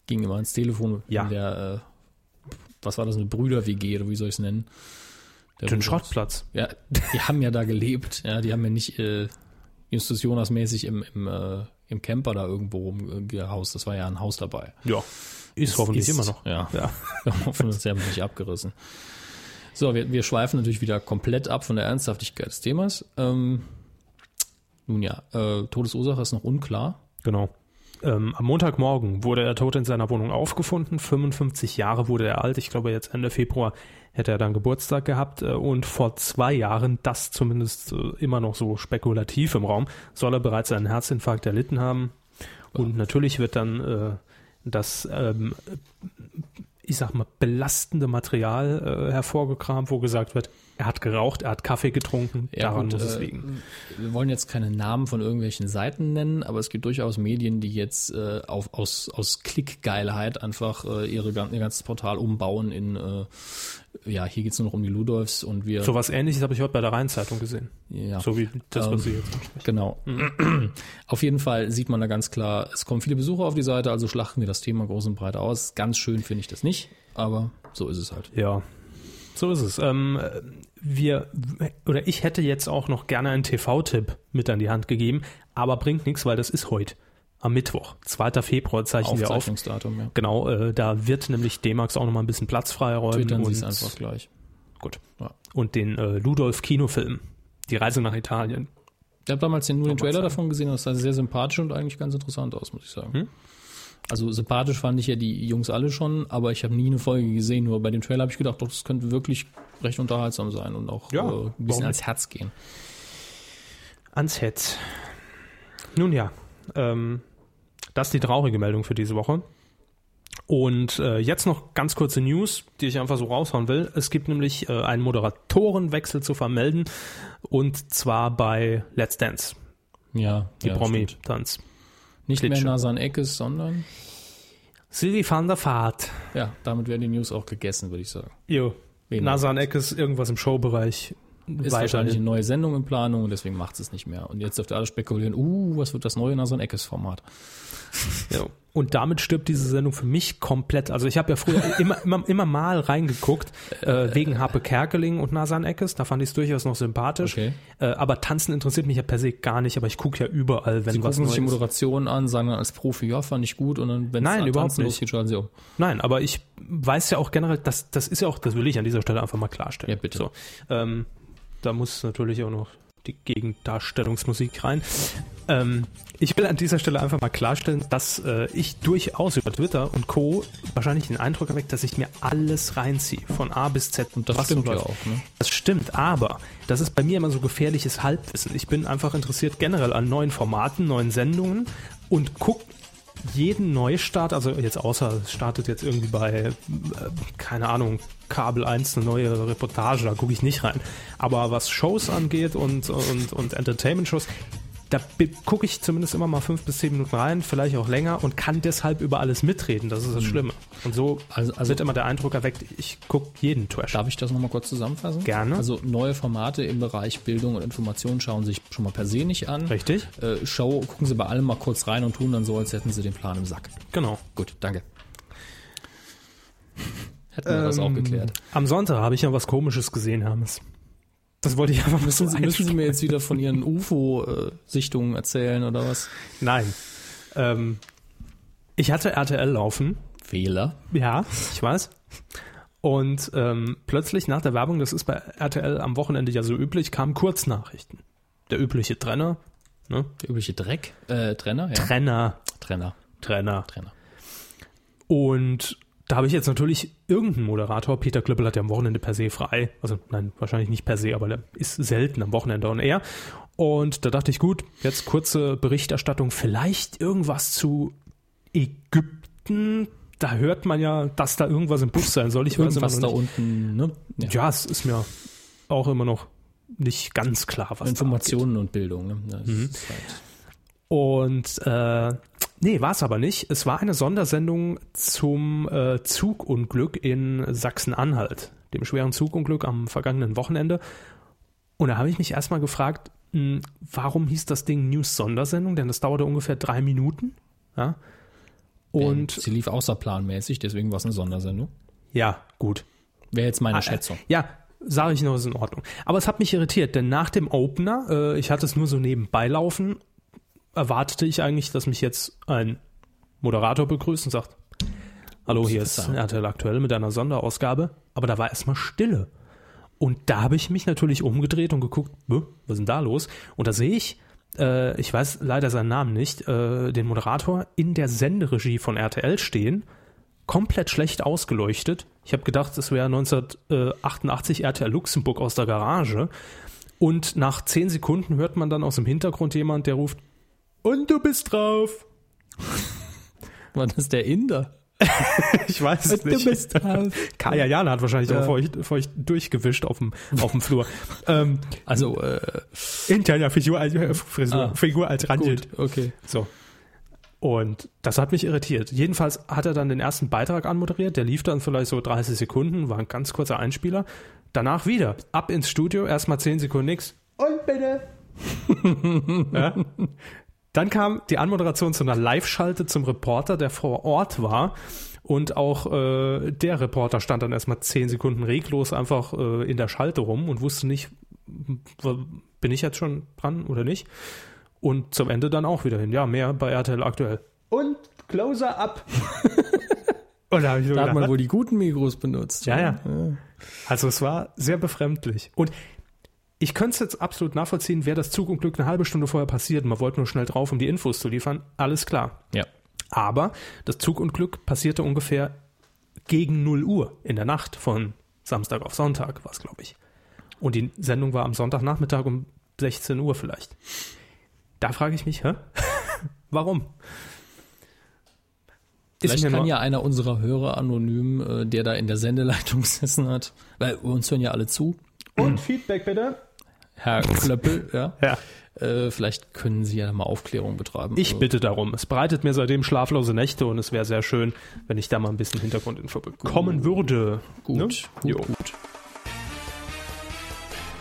Speaker 2: ging immer ans Telefon
Speaker 1: Ja.
Speaker 2: in der, äh, was war das, eine Brüder-WG oder wie soll ich es nennen? Der
Speaker 1: Den
Speaker 2: Rudolf.
Speaker 1: Schrottplatz.
Speaker 2: Ja, die haben ja da gelebt. Ja, die haben ja nicht äh, Justus Jonas-mäßig im, im, äh, im Camper da irgendwo rumgehaust. Das war ja ein Haus dabei.
Speaker 1: Ja. Ist hoffentlich immer noch.
Speaker 2: Ja.
Speaker 1: Ja.
Speaker 2: Hoffentlich sie haben es nicht abgerissen. So, wir, wir schweifen natürlich wieder komplett ab von der Ernsthaftigkeit des Themas. Ähm, nun ja, äh, Todesursache ist noch unklar.
Speaker 1: Genau. Ähm, am Montagmorgen wurde er tot in seiner Wohnung aufgefunden. 55 Jahre wurde er alt. Ich glaube, jetzt Ende Februar hätte er dann Geburtstag gehabt. Äh, Und vor zwei Jahren, das zumindest äh, immer noch so spekulativ im Raum, soll er bereits einen Herzinfarkt erlitten haben. Und natürlich wird dann äh, das, ähm, ich sag mal, belastende Material äh, hervorgekramt, wo gesagt wird, er hat geraucht, er hat Kaffee getrunken,
Speaker 2: Ja,
Speaker 1: daran
Speaker 2: gut,
Speaker 1: muss es
Speaker 2: äh,
Speaker 1: liegen.
Speaker 2: Wir wollen jetzt keine Namen von irgendwelchen Seiten nennen, aber es gibt durchaus Medien, die jetzt äh, auf, aus, aus Klickgeilheit einfach äh, ihre, gan- ihr ganzes Portal umbauen in, äh, ja, hier geht's nur noch um die Ludolfs und wir.
Speaker 1: Sowas ähnliches habe ich heute bei der Rheinzeitung gesehen.
Speaker 2: ja.
Speaker 1: So wie das, was Sie jetzt
Speaker 2: Ähm, Genau. Auf jeden Fall sieht man da ganz klar, es kommen viele Besucher auf die Seite, also schlachten wir das Thema groß und breit aus. Ganz schön finde ich das nicht, aber so ist es halt.
Speaker 1: Ja, so ist es. Ähm, wir oder ich hätte jetzt auch noch gerne einen TV-Tipp mit an die Hand gegeben, aber bringt nichts, weil das ist heute am Mittwoch, 2. Februar zeichnen wir auf.
Speaker 2: Aufzeichnungsdatum, ja.
Speaker 1: Genau, äh, da wird nämlich D-Max auch noch mal ein bisschen Platz freiräumen
Speaker 2: Twittern Sie es
Speaker 1: und,
Speaker 2: einfach gleich.
Speaker 1: gut.
Speaker 2: Ja.
Speaker 1: und den äh, Ludolf Kinofilm, die Reise nach Italien.
Speaker 2: Ich habe damals den, nur den Trailer davon gesehen, das sah sehr sympathisch und eigentlich ganz interessant aus, muss ich sagen. Also sympathisch fand ich ja die Jungs alle schon, aber ich habe nie eine Folge gesehen. Nur bei dem Trailer habe ich gedacht, doch, das könnte wirklich recht unterhaltsam sein und auch
Speaker 1: Ja,
Speaker 2: äh, ein
Speaker 1: warum
Speaker 2: bisschen
Speaker 1: nicht?
Speaker 2: ans Herz gehen.
Speaker 1: Ans Herz. Nun ja, ähm, das ist die traurige Meldung für diese Woche. Und äh, jetzt noch ganz kurze News, die ich einfach so raushauen will. Es gibt nämlich äh, einen Moderatorenwechsel zu vermelden und zwar bei Let's Dance,
Speaker 2: Ja,
Speaker 1: die
Speaker 2: ja, stimmt.
Speaker 1: Promi-Tanz.
Speaker 2: Nicht
Speaker 1: Klitsche.
Speaker 2: mehr Nasan Eckes, sondern
Speaker 1: Silvi van der Vaart.
Speaker 2: ja, damit werden die News auch gegessen, würde ich sagen.
Speaker 1: Jo.
Speaker 2: Wen
Speaker 1: Nasan Eckes, irgendwas im Showbereich.
Speaker 2: ist
Speaker 1: Weiterhin.
Speaker 2: wahrscheinlich eine neue Sendung in Planung und deswegen macht es nicht mehr. Und jetzt dürft ihr alle spekulieren, uh, was wird das neue nach so ein Eckes-Format?
Speaker 1: Ja. Und damit stirbt diese Sendung für mich komplett. Also ich habe ja früher immer, immer, immer mal reingeguckt, äh, wegen Harpe Kerkeling und Nasan Eckes. Da fand ich es durchaus noch sympathisch.
Speaker 2: Okay.
Speaker 1: Äh, aber Tanzen interessiert mich ja per se gar nicht, aber ich gucke ja überall, wenn
Speaker 2: Die
Speaker 1: was
Speaker 2: gucken sich die
Speaker 1: Neues.
Speaker 2: Moderation an, sagen dann als Profi, ja, fand ich gut und dann, wenn
Speaker 1: Nein, überhaupt nicht.
Speaker 2: losgeht, schalten sie um.
Speaker 1: Nein, aber ich weiß ja auch generell, das, das ist ja auch, das will ich an dieser Stelle einfach mal klarstellen.
Speaker 2: Ja, bitte.
Speaker 1: So, ähm, da muss natürlich auch noch die Gegendarstellungsmusik rein. Ähm, ich will an dieser Stelle einfach mal klarstellen, dass äh, ich durchaus über Twitter und Co. wahrscheinlich den Eindruck erweckt, dass ich mir alles reinziehe, von A bis Z.
Speaker 2: Und das
Speaker 1: was
Speaker 2: stimmt
Speaker 1: so
Speaker 2: ja
Speaker 1: läuft.
Speaker 2: auch, ne?
Speaker 1: Das stimmt, aber das ist bei mir immer so gefährliches Halbwissen. Ich bin einfach interessiert generell an neuen Formaten, neuen Sendungen und guck jeden Neustart, also jetzt außer es startet jetzt irgendwie bei, äh, keine Ahnung, Kabel 1 eine neue Reportage, da gucke ich nicht rein. Aber was Shows angeht und, und, und Entertainment-Shows, da gucke ich zumindest immer mal fünf bis zehn Minuten rein, vielleicht auch länger und kann deshalb über alles mitreden. Das ist das Schlimme. Und so
Speaker 2: Mhm. Also- also-
Speaker 1: wird immer der Eindruck erweckt, ich gucke jeden Trash.
Speaker 2: Darf ich das nochmal kurz zusammenfassen?
Speaker 1: Gerne.
Speaker 2: Also neue Formate im Bereich Bildung und Information schauen sich schon mal per se nicht an.
Speaker 1: Richtig?
Speaker 2: Äh, Show, gucken sie bei allem mal kurz rein und tun dann so, als hätten sie den Plan im Sack.
Speaker 1: Genau.
Speaker 2: Gut, danke. Hätten wir das auch geklärt.
Speaker 1: Ähm, Am Sonntag habe ich ja was Komisches gesehen, Hermes. Das wollte ich einfach mal
Speaker 2: Müssen
Speaker 1: so
Speaker 2: sie, müssen sie
Speaker 1: einstreuen.
Speaker 2: mir jetzt wieder von ihren UFO-Sichtungen äh, erzählen oder was?
Speaker 1: Nein. Ähm, ich hatte RTL laufen.
Speaker 2: Fehler.
Speaker 1: Ja, ich weiß. Und ähm, plötzlich nach der Werbung, das ist bei RTL am Wochenende ja so üblich, kamen Kurznachrichten. Der übliche Trenner. Ne?
Speaker 2: Der übliche Dreck. Äh, Trenner? Ja.
Speaker 1: Trenner.
Speaker 2: Trenner.
Speaker 1: Trenner.
Speaker 2: Trenner.
Speaker 1: Und da habe ich jetzt natürlich irgendeinen Moderator. Peter Klöppel hat ja am Wochenende per se frei. Also nein, wahrscheinlich nicht per se, aber der ist selten am Wochenende on air. Und da dachte ich, gut, jetzt kurze Berichterstattung, vielleicht irgendwas zu Ägypten. Da hört man ja, dass da irgendwas im Bus sein soll. Ich
Speaker 2: Irgendwas
Speaker 1: weiß
Speaker 2: da
Speaker 1: immer noch nicht.
Speaker 2: unten, ne? Ja.
Speaker 1: Ja, es ist mir auch immer noch nicht ganz klar, was da abgeht.
Speaker 2: Informationen und Bildung. Ne? Das
Speaker 1: Mhm.
Speaker 2: ist halt
Speaker 1: Und äh, nee, war es aber nicht. Es war eine Sondersendung zum äh, Zugunglück in Sachsen-Anhalt, dem schweren Zugunglück am vergangenen Wochenende. Und da habe ich mich erstmal gefragt, mh, warum hieß das Ding News-Sondersendung? Denn das dauerte ungefähr drei Minuten. Ja? Und
Speaker 2: sie lief außerplanmäßig, deswegen war es eine Sondersendung.
Speaker 1: ja, gut.
Speaker 2: Wäre jetzt meine
Speaker 1: Ah,
Speaker 2: Schätzung.
Speaker 1: äh, Ja, sage ich noch, ist in Ordnung. Aber es hat mich irritiert, denn nach dem Opener, äh, ich hatte es nur so nebenbei laufen, erwartete ich eigentlich, dass mich jetzt ein Moderator begrüßt und sagt, hallo, hier ist
Speaker 2: Verzeihung.
Speaker 1: RTL aktuell mit einer Sonderausgabe. Aber da war erstmal Stille. Und da habe ich mich natürlich umgedreht und geguckt, "Bö, was ist denn da los? Und da sehe ich, äh, ich weiß leider seinen Namen nicht, äh, den Moderator in der Senderegie von RTL stehen, komplett schlecht ausgeleuchtet. Ich habe gedacht, es äh, wäre 1988 RTL Luxemburg aus der Garage. Und nach zehn Sekunden hört man dann aus dem Hintergrund jemand, der ruft, und du bist drauf.
Speaker 2: War das der Inder?
Speaker 1: Ich weiß es
Speaker 2: Du bist
Speaker 1: halt
Speaker 2: drauf.
Speaker 1: Kaya Jana hat wahrscheinlich auch feucht, feucht durchgewischt auf dem, auf dem Flur. ähm,
Speaker 2: Also, äh,
Speaker 1: interner Figur, als- äh, Frisur,
Speaker 2: Ah,
Speaker 1: Figur als Randit.
Speaker 2: gut, okay.
Speaker 1: So. Und das hat mich irritiert. Jedenfalls hat er dann den ersten Beitrag anmoderiert. Der lief dann vielleicht so 30 Sekunden, war ein ganz kurzer Einspieler. Danach wieder. Ab ins Studio, erstmal 10 Sekunden nix. Und bitte. ja. Dann kam die Anmoderation zu einer Live-Schalte zum Reporter, der vor Ort war. Und auch äh, der Reporter stand dann erstmal 10 Sekunden reglos einfach äh, in der Schalte rum und wusste nicht, w- bin ich jetzt schon dran oder nicht. Und zum Ende dann auch wieder hin. Ja, mehr bei RTL aktuell. Und Closer up. und da habe ich so
Speaker 2: Da hat
Speaker 1: gedacht,
Speaker 2: man wohl die guten Mikros benutzt.
Speaker 1: ja, ja. Also es war sehr befremdlich. Und ich könnte es jetzt absolut nachvollziehen, wäre das Zugunglück eine halbe Stunde vorher passiert. Man wollte nur schnell drauf, um die Infos zu liefern. Alles klar.
Speaker 2: Ja.
Speaker 1: Aber das Zugunglück passierte ungefähr gegen 0 Uhr in der Nacht von Samstag auf Sonntag, war es, glaube ich. Und die Sendung war am Sonntagnachmittag um 16 Uhr vielleicht. Da frage ich mich, hä? Warum? Ist
Speaker 2: Vielleicht
Speaker 1: mir
Speaker 2: kann
Speaker 1: nur-
Speaker 2: ja einer unserer Hörer anonym, äh, der da in der Sendeleitung sitzen hat, weil uns hören ja alle zu,
Speaker 1: Und Feedback bitte.
Speaker 2: Herr Klöppel, ja,
Speaker 1: Ja.
Speaker 2: Äh, vielleicht können Sie ja mal Aufklärung betreiben.
Speaker 1: Ich bitte darum. Es bereitet mir seitdem schlaflose Nächte und es wäre sehr schön, wenn ich da mal ein bisschen Ne? Hintergrundinfo bekommen würde.
Speaker 2: Gut,
Speaker 1: Ne?
Speaker 2: gut,
Speaker 1: Jo.
Speaker 2: gut.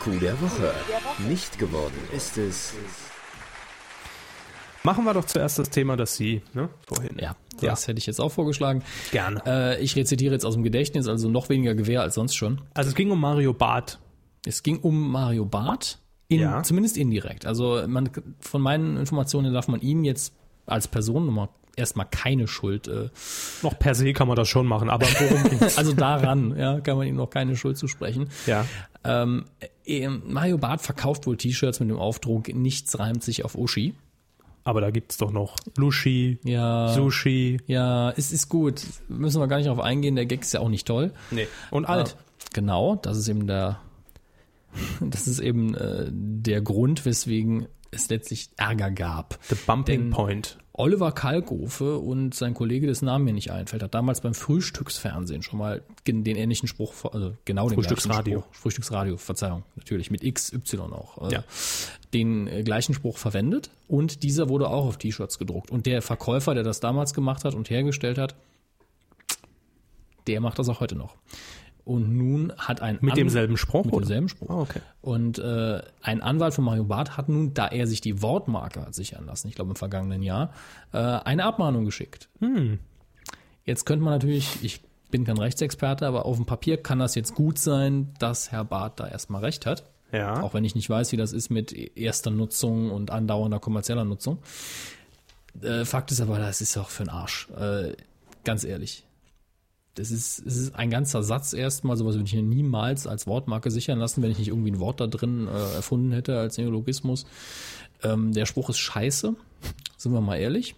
Speaker 5: Coup der Woche. Nicht geworden ist es.
Speaker 1: Machen wir doch zuerst das Thema, das Sie ne, vorhin.
Speaker 2: Ja,
Speaker 1: Ja.
Speaker 2: das hätte ich jetzt auch vorgeschlagen.
Speaker 1: Gerne.
Speaker 2: Äh, ich rezitiere jetzt aus dem Gedächtnis, also noch weniger Gewehr als sonst schon.
Speaker 1: Also es ging um Mario Barth.
Speaker 2: Es ging um Mario Barth, in,
Speaker 1: Ja.
Speaker 2: zumindest indirekt. Also man, von meinen Informationen darf man ihm jetzt als Person nochmal erstmal keine Schuld, äh,
Speaker 1: Noch per se kann man das schon machen, aber worum ging's?
Speaker 2: also daran, ja, kann man ihm noch keine Schuld zusprechen.
Speaker 1: ja.
Speaker 2: Ähm, äh, Mario Barth verkauft wohl T-Shirts mit dem Aufdruck, nichts reimt sich auf Uschi.
Speaker 1: Aber da gibt's doch noch Lushi,
Speaker 2: Ja.
Speaker 1: Sushi.
Speaker 2: Ja, es ist gut. Müssen wir gar nicht drauf eingehen, der Gag ist ja auch nicht toll.
Speaker 1: Nee. Und alt.
Speaker 2: Ja, genau, das ist eben der, das ist eben äh, der Grund, weswegen es letztlich Ärger gab.
Speaker 1: The Bumping
Speaker 2: Denn-
Speaker 1: Point.
Speaker 2: Oliver Kalkofe und sein Kollege, dessen Namen mir nicht einfällt, hat damals beim Frühstücksfernsehen schon mal gen- den ähnlichen Spruch, ver- also genau den
Speaker 1: Frühstücksradio.
Speaker 2: gleichen Spruch, Frühstücksradio, Verzeihung, natürlich, mit XY auch, äh,
Speaker 1: Ja.
Speaker 2: den äh, gleichen Spruch verwendet und dieser wurde auch auf T-Shirts gedruckt. Und der Verkäufer, der das damals gemacht hat und hergestellt hat, der macht das auch heute noch. Und nun hat ein
Speaker 1: Mit
Speaker 2: an-
Speaker 1: demselben Spruch?
Speaker 2: mit
Speaker 1: oder?
Speaker 2: demselben Spruch.
Speaker 1: Ah, okay.
Speaker 2: Und äh, ein Anwalt von Mario Barth hat nun, da er sich die Wortmarke hat sichern lassen, ich glaube im vergangenen Jahr, äh, eine Abmahnung geschickt. Jetzt könnte man natürlich, ich bin kein Rechtsexperte, aber auf dem Papier kann das jetzt gut sein, dass Herr Barth da erstmal recht hat.
Speaker 1: Ja.
Speaker 2: Auch wenn ich nicht weiß, wie das ist mit erster Nutzung und andauernder kommerzieller Nutzung. Äh, Fakt ist aber, das ist auch für den Arsch. Äh, ganz ehrlich. Das ist, es ist ein ganzer Satz erstmal, sowas würde ich mir niemals als Wortmarke sichern lassen, wenn ich nicht irgendwie ein Wort da drin äh, erfunden hätte als Neologismus. Ähm, der Spruch ist scheiße, sind wir mal ehrlich.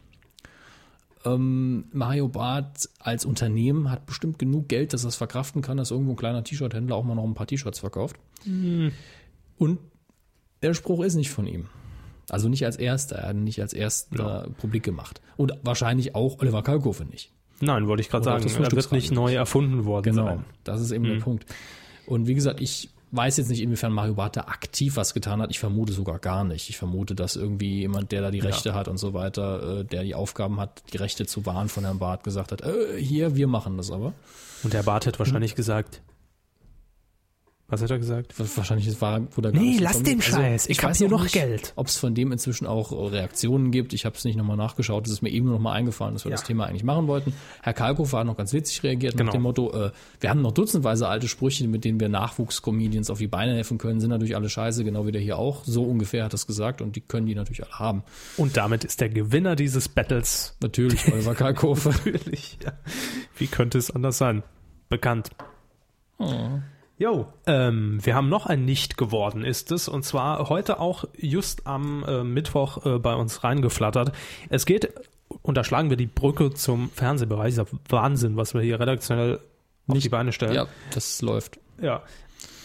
Speaker 2: Ähm, Mario Barth als Unternehmen hat bestimmt genug Geld, dass er es verkraften kann, dass irgendwo ein kleiner T-Shirt-Händler auch mal noch ein paar T-Shirts verkauft. Und der Spruch ist nicht von ihm. Also nicht als erster, er hat ihn nicht als erster publik gemacht. Und wahrscheinlich auch Oliver Kalkofe nicht.
Speaker 1: Nein, wollte ich gerade
Speaker 2: Oder auch
Speaker 1: sagen.
Speaker 2: das
Speaker 1: Er wird
Speaker 2: Frühstücksradio.
Speaker 1: nicht neu erfunden worden
Speaker 2: Genau.
Speaker 1: sein.
Speaker 2: Das ist eben der Punkt. Und wie gesagt, ich weiß jetzt nicht, inwiefern Mario Barth da aktiv was getan hat. Ich vermute sogar gar nicht. Ich vermute, dass irgendwie jemand, der da die Rechte hat und so weiter, äh, der die Aufgaben hat, die Rechte zu wahren von Herrn Barth, gesagt hat, äh, hier, wir machen das aber.
Speaker 1: Und der
Speaker 2: Hm.
Speaker 1: Barth hat wahrscheinlich gesagt. Was hat er gesagt?
Speaker 2: Wahrscheinlich ist- war, wurde er gar
Speaker 1: Nee,
Speaker 2: nicht
Speaker 1: lass
Speaker 2: gekommen.
Speaker 1: den Scheiß. Ich hab
Speaker 2: weiß
Speaker 1: hier
Speaker 2: auch
Speaker 1: noch
Speaker 2: nicht,
Speaker 1: Geld.
Speaker 2: Ob es von dem inzwischen auch äh, Reaktionen gibt. Ich habe es nicht nochmal nachgeschaut. Es ist mir eben nur nochmal eingefallen, dass wir das Thema eigentlich machen wollten. Herr Kalkofer hat noch ganz witzig reagiert
Speaker 1: Genau.
Speaker 2: nach dem Motto, äh, wir haben noch dutzendweise alte Sprüche, mit denen wir Nachwuchscomedians auf die Beine helfen können, sind natürlich alle scheiße, genau wie der hier auch. So ungefähr hat er es gesagt und die können die natürlich alle haben.
Speaker 1: Und damit ist der Gewinner dieses Battles.
Speaker 2: Natürlich, Oliver Kalkofer.
Speaker 1: Natürlich, ja. Wie könnte es anders sein? Bekannt. Jo, ähm, wir haben noch ein Nicht geworden, ist es. Und zwar heute auch just am äh, Mittwoch äh, bei uns reingeflattert. Es geht, und da schlagen wir die Brücke zum Fernsehbereich. Dieser Wahnsinn, was wir hier redaktionell auf die Beine stellen.
Speaker 2: ja, das läuft.
Speaker 1: Ja.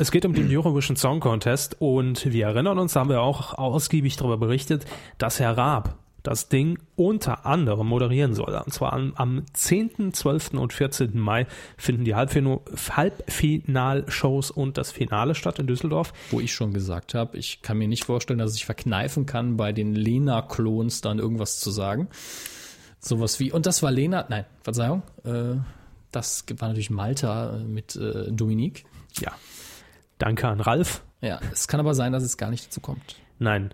Speaker 1: Es geht um den Eurovision Song Contest und wir erinnern uns, da haben wir auch ausgiebig darüber berichtet, dass Herr Raab das Ding unter anderem moderieren soll. Und zwar am, am 10., 12. und 14. Mai finden die Halbfino- Halbfinalshows und das Finale statt in Düsseldorf.
Speaker 2: Wo ich schon gesagt habe, ich kann mir nicht vorstellen, dass ich verkneifen kann, bei den Lena-Klons dann irgendwas zu sagen. Sowas wie, und das war Lena, nein, Verzeihung, äh, das war natürlich Malta äh, mit äh, Dominique.
Speaker 1: Ja. Danke an Ralf.
Speaker 2: Ja, es kann aber sein, dass es gar nicht dazu kommt.
Speaker 1: Nein.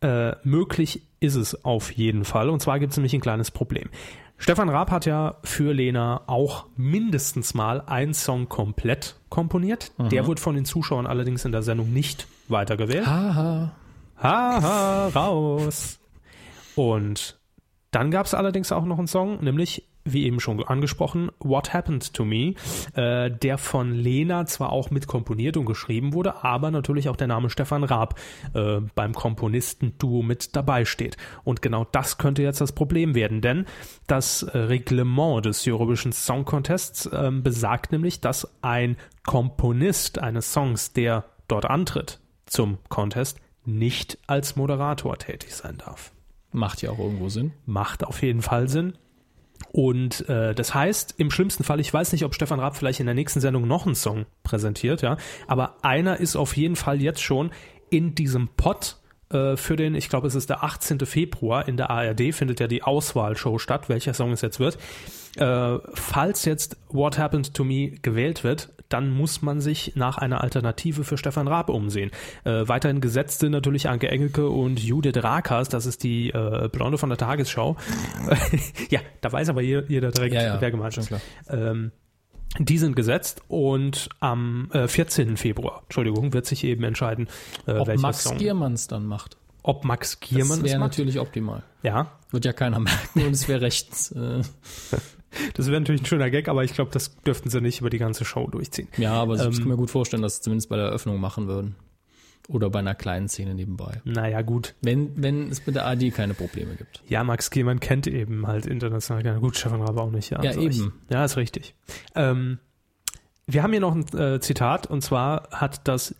Speaker 1: Äh, möglich ist es auf jeden Fall. Und zwar gibt es nämlich ein kleines Problem. Stefan Raab hat ja für Lena auch mindestens mal einen Song komplett komponiert. Der wurde von den Zuschauern allerdings in der Sendung nicht weitergewählt.
Speaker 2: Haha,
Speaker 1: Haha, raus. Und dann gab es allerdings auch noch einen Song, nämlich, wie eben schon angesprochen, What Happened to Me, äh, der von Lena zwar auch mit komponiert und geschrieben wurde, aber natürlich auch der Name Stefan Raab äh, beim Komponistenduo mit dabei steht. Und genau das könnte jetzt das Problem werden, denn das äh, Reglement des Eurovision Song Contests ähm, besagt nämlich, dass ein Komponist eines Songs, der dort antritt zum Contest, nicht als Moderator tätig sein darf
Speaker 2: macht ja auch irgendwo Sinn.
Speaker 1: macht auf jeden Fall Sinn. Und äh, das heißt, im schlimmsten Fall, ich weiß nicht, ob Stefan Raab vielleicht in der nächsten Sendung noch einen Song präsentiert, ja, aber einer ist auf jeden Fall jetzt schon in diesem Pot äh, für den, ich glaube, es ist der 18. Februar in der ARD, findet ja die Auswahlshow statt, welcher Song es jetzt wird. Äh, falls jetzt What Happened to Me gewählt wird, dann muss man sich nach einer Alternative für Stefan Raab umsehen. Äh, weiterhin gesetzt sind natürlich Anke Engelke und Judith Rakas, das ist die äh, Blonde von der Tagesschau. ja, da weiß aber jeder, jeder direkt,
Speaker 2: Ja, ja,
Speaker 1: wer gemeint
Speaker 2: schon
Speaker 1: ist.
Speaker 2: klar.
Speaker 1: Ähm, die sind gesetzt und am äh, 14. Februar, Entschuldigung, wird sich eben entscheiden, äh,
Speaker 2: Ob
Speaker 1: welcher
Speaker 2: Max
Speaker 1: Song,
Speaker 2: Giermanns dann macht.
Speaker 1: ob Max Giermann
Speaker 2: Das
Speaker 1: es
Speaker 2: wäre
Speaker 1: macht.
Speaker 2: natürlich optimal.
Speaker 1: Ja,
Speaker 2: Wird ja keiner merken und es wäre recht. Äh,
Speaker 1: das wäre natürlich ein schöner Gag, aber ich glaube, das dürften sie nicht über die ganze Show durchziehen.
Speaker 2: ja, aber
Speaker 1: Ähm.
Speaker 2: ich kann mir gut vorstellen, dass sie zumindest bei der Eröffnung machen würden. Oder bei einer kleinen Szene nebenbei.
Speaker 1: Naja, gut.
Speaker 2: Wenn, wenn es mit der AD keine Probleme gibt.
Speaker 1: Ja, Max Gehmann kennt eben halt international gerne. Gut, Stefan Rabe auch nicht. Ja,
Speaker 2: Ja,
Speaker 1: hast recht.
Speaker 2: eben.
Speaker 1: Ja, ist richtig. Ähm, wir haben hier noch ein äh, Zitat und zwar hat das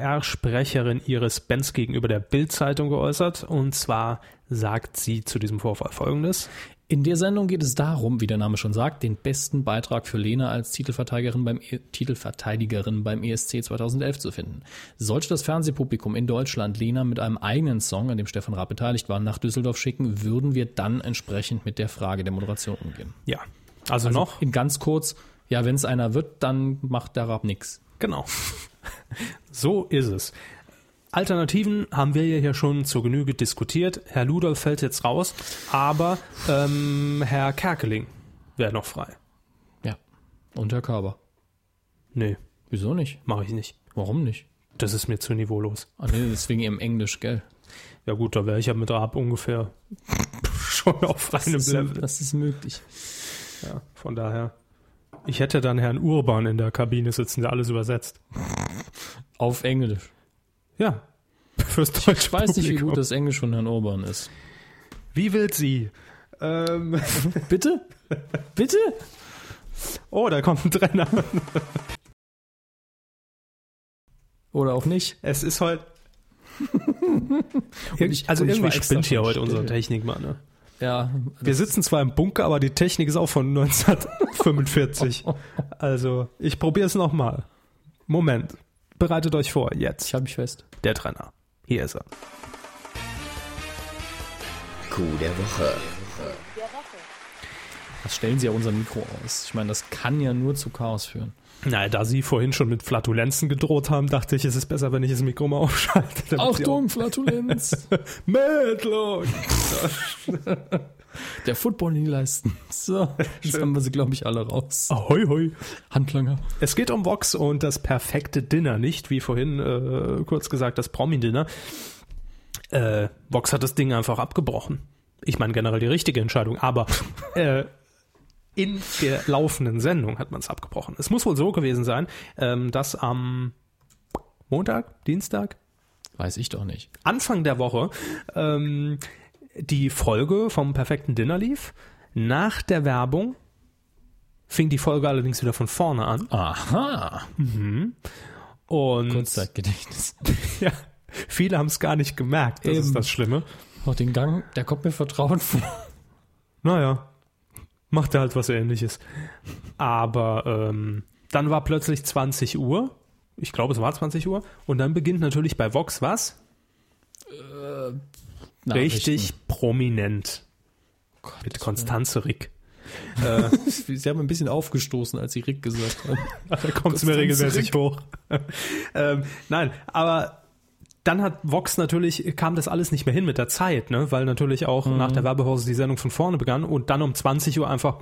Speaker 1: NDR-Sprecherin Iris Benz gegenüber der Bild-Zeitung geäußert und zwar sagt sie zu diesem Vorfall folgendes.
Speaker 2: In der Sendung geht es darum, wie der Name schon sagt, den besten Beitrag für Lena als Titelverteidigerin beim, E- Titelverteidigerin beim E ESC 2011 zu finden. Sollte das Fernsehpublikum in Deutschland Lena mit einem eigenen Song, an dem Stefan Raab beteiligt war, nach Düsseldorf schicken, würden wir dann entsprechend mit der Frage der Moderation umgehen.
Speaker 1: Ja, also, noch,
Speaker 2: In ganz kurz, ja, wenn es einer wird, dann macht der Raab nix.
Speaker 1: genau. so ist es. Alternativen haben wir ja hier schon zur Genüge diskutiert. Herr Ludolf fällt jetzt raus, aber ähm, Herr Kerkeling wäre noch frei.
Speaker 2: Ja. Und Herr Körber.
Speaker 1: Nee,
Speaker 2: Wieso nicht?
Speaker 1: mache ich nicht.
Speaker 2: Warum nicht?
Speaker 1: Das ist mir zu niveaulos.
Speaker 2: Ah nee, deswegen im Englisch, gell?
Speaker 1: Ja gut, da wäre ich ja mit Raab ungefähr schon auf einem
Speaker 2: Das ist,
Speaker 1: Level.
Speaker 2: das ist möglich.
Speaker 1: Ja, von daher. Ich hätte dann Herrn Urban in der Kabine sitzen, der alles übersetzt.
Speaker 2: Auf Englisch.
Speaker 1: Ja. Fürs deutsche
Speaker 2: Ich weiß nicht, wie
Speaker 1: Publikum.
Speaker 2: gut das Englisch von Herrn Orban ist.
Speaker 1: Wie will sie? Ähm,
Speaker 2: Bitte? Bitte?
Speaker 1: oh, da kommt ein Trainer.
Speaker 2: Oder auch nicht?
Speaker 1: Es ist heute.
Speaker 2: ich-
Speaker 1: also
Speaker 2: und ich
Speaker 1: irgendwie
Speaker 2: war extra
Speaker 1: spinnt hier
Speaker 2: schon
Speaker 1: heute unsere
Speaker 2: still.
Speaker 1: Technik mal. Ne?
Speaker 2: Ja,
Speaker 1: Wir sitzen zwar im Bunker, aber die Technik ist auch von 1945. Also ich probiere es nochmal. Moment. Bereitet euch vor, jetzt.
Speaker 2: ich habe mich fest.
Speaker 1: Der Trainer. Hier ist er.
Speaker 5: Coup der Woche.
Speaker 2: Das stellen sie ja unser Mikro aus. Ich meine, das kann ja nur zu Chaos führen.
Speaker 1: Na, da Sie vorhin schon mit Flatulenzen gedroht haben, dachte ich, es ist besser, wenn ich das Mikro mal aufschalte. damit Sie
Speaker 2: Achtung, Flatulenz!
Speaker 1: auch- Matlock!
Speaker 2: Der Football in die Leisten. So, jetzt haben wir sie, glaube ich, alle raus.
Speaker 1: Ahoi, hoi.
Speaker 2: Handlanger.
Speaker 1: Es geht um Vox und das perfekte Dinner, nicht wie vorhin äh, kurz gesagt das Promi-Dinner. Äh, Vox hat das Ding einfach abgebrochen. Ich meine generell die richtige Entscheidung, aber äh, in der laufenden Sendung hat man es abgebrochen. Es muss wohl so gewesen sein, ähm, dass am Montag, Dienstag,
Speaker 2: Weiß ich doch nicht.
Speaker 1: Anfang der Woche ähm, die Folge vom perfekten Dinner lief. Nach der Werbung fing die Folge allerdings wieder von vorne an.
Speaker 2: Aha.
Speaker 1: Und
Speaker 2: Kurzzeitgedächtnis.
Speaker 1: ja, viele haben es gar nicht gemerkt. Das ist
Speaker 2: Eben.
Speaker 1: das Schlimme.
Speaker 2: Auch den Gang, der kommt mir vertraut vor.
Speaker 1: Naja, macht er halt was ähnliches. Aber ähm, dann war plötzlich 20 Uhr. Ich glaube, es war 20 Uhr. Und dann beginnt natürlich bei Vox was? Richtig prominent. Mit Konstanze Rick.
Speaker 2: Sie haben ein bisschen aufgestoßen, als sie Rick gesagt haben.
Speaker 1: Da kommt es mir regelmäßig hoch. ähm, nein, aber dann hat Vox natürlich, kam das alles nicht mehr hin mit der Zeit, ne? weil natürlich auch nach der Werbepause die Sendung von vorne begann und dann um 20 Uhr einfach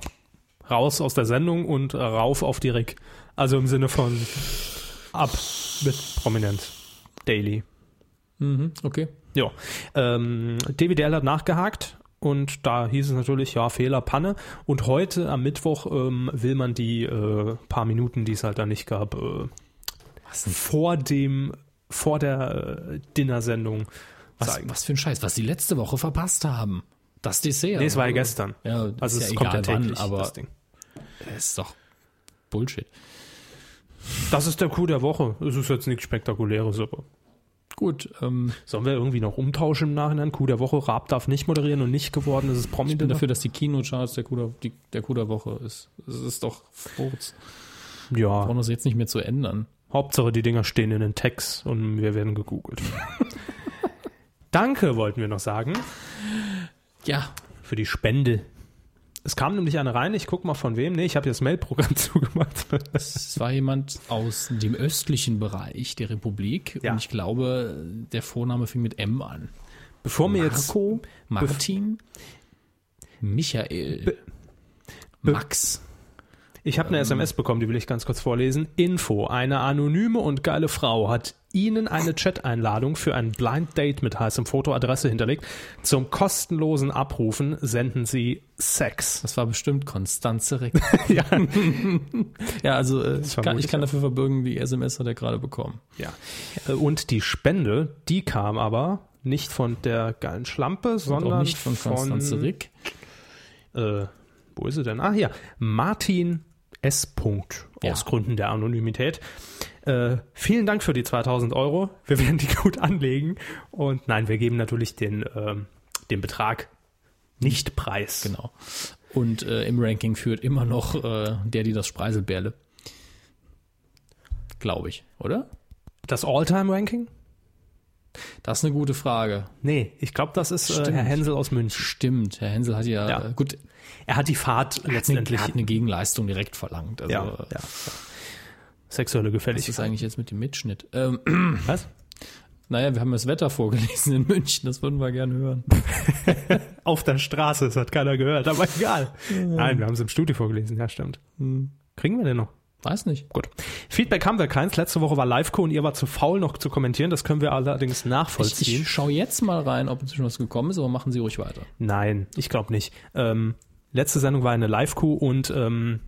Speaker 1: raus aus der Sendung und rauf auf die Rick. Also im Sinne von ab mit prominent. Daily.
Speaker 2: Mhm, okay.
Speaker 1: Ja, ähm, DWDL hat nachgehakt und da hieß es natürlich, ja, Fehler, Panne. Und heute am Mittwoch ähm, will man die äh, paar Minuten, die es halt da nicht gab, äh, vor dem, vor der äh, Dinnersendung
Speaker 2: Was,
Speaker 1: zeigen.
Speaker 2: was für ein Scheiß, was sie letzte Woche verpasst haben. Das Dessert.
Speaker 1: Nee, es war ja gestern.
Speaker 2: Ja,
Speaker 1: Also
Speaker 2: ist
Speaker 1: es
Speaker 2: ja
Speaker 1: kommt ja
Speaker 2: egal
Speaker 1: täglich,
Speaker 2: wann, aber
Speaker 1: das Ding.
Speaker 2: ist doch Bullshit.
Speaker 1: Das ist der Coup der Woche. Es ist jetzt nichts Spektakuläres, aber
Speaker 2: Gut, ähm,
Speaker 1: sollen wir irgendwie noch umtauschen im Nachhinein? Coup der Woche, Raab darf nicht moderieren und nicht geworden, ist es Promi
Speaker 2: ich bin dafür, dass die Kinocharts der Kuder, die, der Kuder Woche ist. Es ist doch Furz.
Speaker 1: Ja.
Speaker 2: Brauchen das jetzt nicht mehr zu ändern.
Speaker 1: Hauptsache, die Dinger stehen in den Tags und wir werden gegoogelt. Danke wollten wir noch sagen
Speaker 2: Ja,
Speaker 1: für die Spende. Es kam nämlich eine rein, ich guck mal von wem. Nee, ich habe jetzt Mailprogramm zugemacht.
Speaker 2: Es war jemand aus dem östlichen Bereich der Republik
Speaker 1: Ja.
Speaker 2: und ich glaube, der Vorname fing mit M an.
Speaker 1: Bevor mir jetzt
Speaker 2: Marco, Martin, Michael, Max.
Speaker 1: Ich habe eine SMS bekommen, die will ich ganz kurz vorlesen. Info. Eine anonyme und geile Frau hat Ihnen eine Chat-Einladung für ein Blind Date mit heißem Foto Adresse hinterlegt. Zum kostenlosen Abrufen senden Sie Sex.
Speaker 2: Das war bestimmt Konstanze Reck. ja. ja, also äh, ich, kann,
Speaker 1: vermute
Speaker 2: ich kann dafür verbürgen, die SMS hat er gerade bekommen.
Speaker 1: Ja. Äh, Und die Spende, die kam aber nicht von der geilen Schlampe,
Speaker 2: Und
Speaker 1: sondern
Speaker 2: auch nicht von Konstanze Rick.
Speaker 1: äh, wo ist sie denn? Ah, hier. Martin S. Punkt.
Speaker 2: Ja.
Speaker 1: Aus Gründen der Anonymität. Äh, vielen Dank für die 2000 Euro. Wir werden die gut anlegen. Und nein, wir geben natürlich den, ähm, den Betrag nicht preis.
Speaker 2: Genau. Und äh, im Ranking führt immer noch äh, der, die das Spreiselbärle. Glaube ich, oder?
Speaker 1: Das All-Time-Ranking?
Speaker 2: Das ist eine gute Frage.
Speaker 1: Nee, ich glaube, das ist äh,
Speaker 2: Stimmt.
Speaker 1: Herr Hensel aus München.
Speaker 2: Stimmt, Herr Hensel hat ja,
Speaker 1: Ja.
Speaker 2: Äh, gut,
Speaker 1: Er hat die Fahrt letztendlich.
Speaker 2: er hat eine Gegenleistung direkt verlangt. Also,
Speaker 1: ja,
Speaker 2: äh,
Speaker 1: ja, ja. Sexuelle
Speaker 2: Was ist
Speaker 1: Gefälligkeit.
Speaker 2: eigentlich jetzt mit dem Mitschnitt? Ähm,
Speaker 1: Was?
Speaker 2: naja, wir haben das Wetter vorgelesen in München, das würden wir gerne hören.
Speaker 1: Auf der Straße, das hat keiner gehört, aber egal. Hm. Nein, wir haben es im Studio vorgelesen, ja, stimmt. Kriegen wir den noch?
Speaker 2: Weiß nicht.
Speaker 1: Gut. Feedback haben wir keins. Letzte Woche war Liveco und ihr war zu faul noch zu kommentieren. Das können wir allerdings
Speaker 2: Ich,
Speaker 1: nachvollziehen.
Speaker 2: ich schaue jetzt mal rein, ob inzwischen was gekommen ist, aber machen Sie ruhig weiter.
Speaker 1: Nein, ich glaube nicht. Ähm, letzte Sendung war eine Live-Coup und ähm,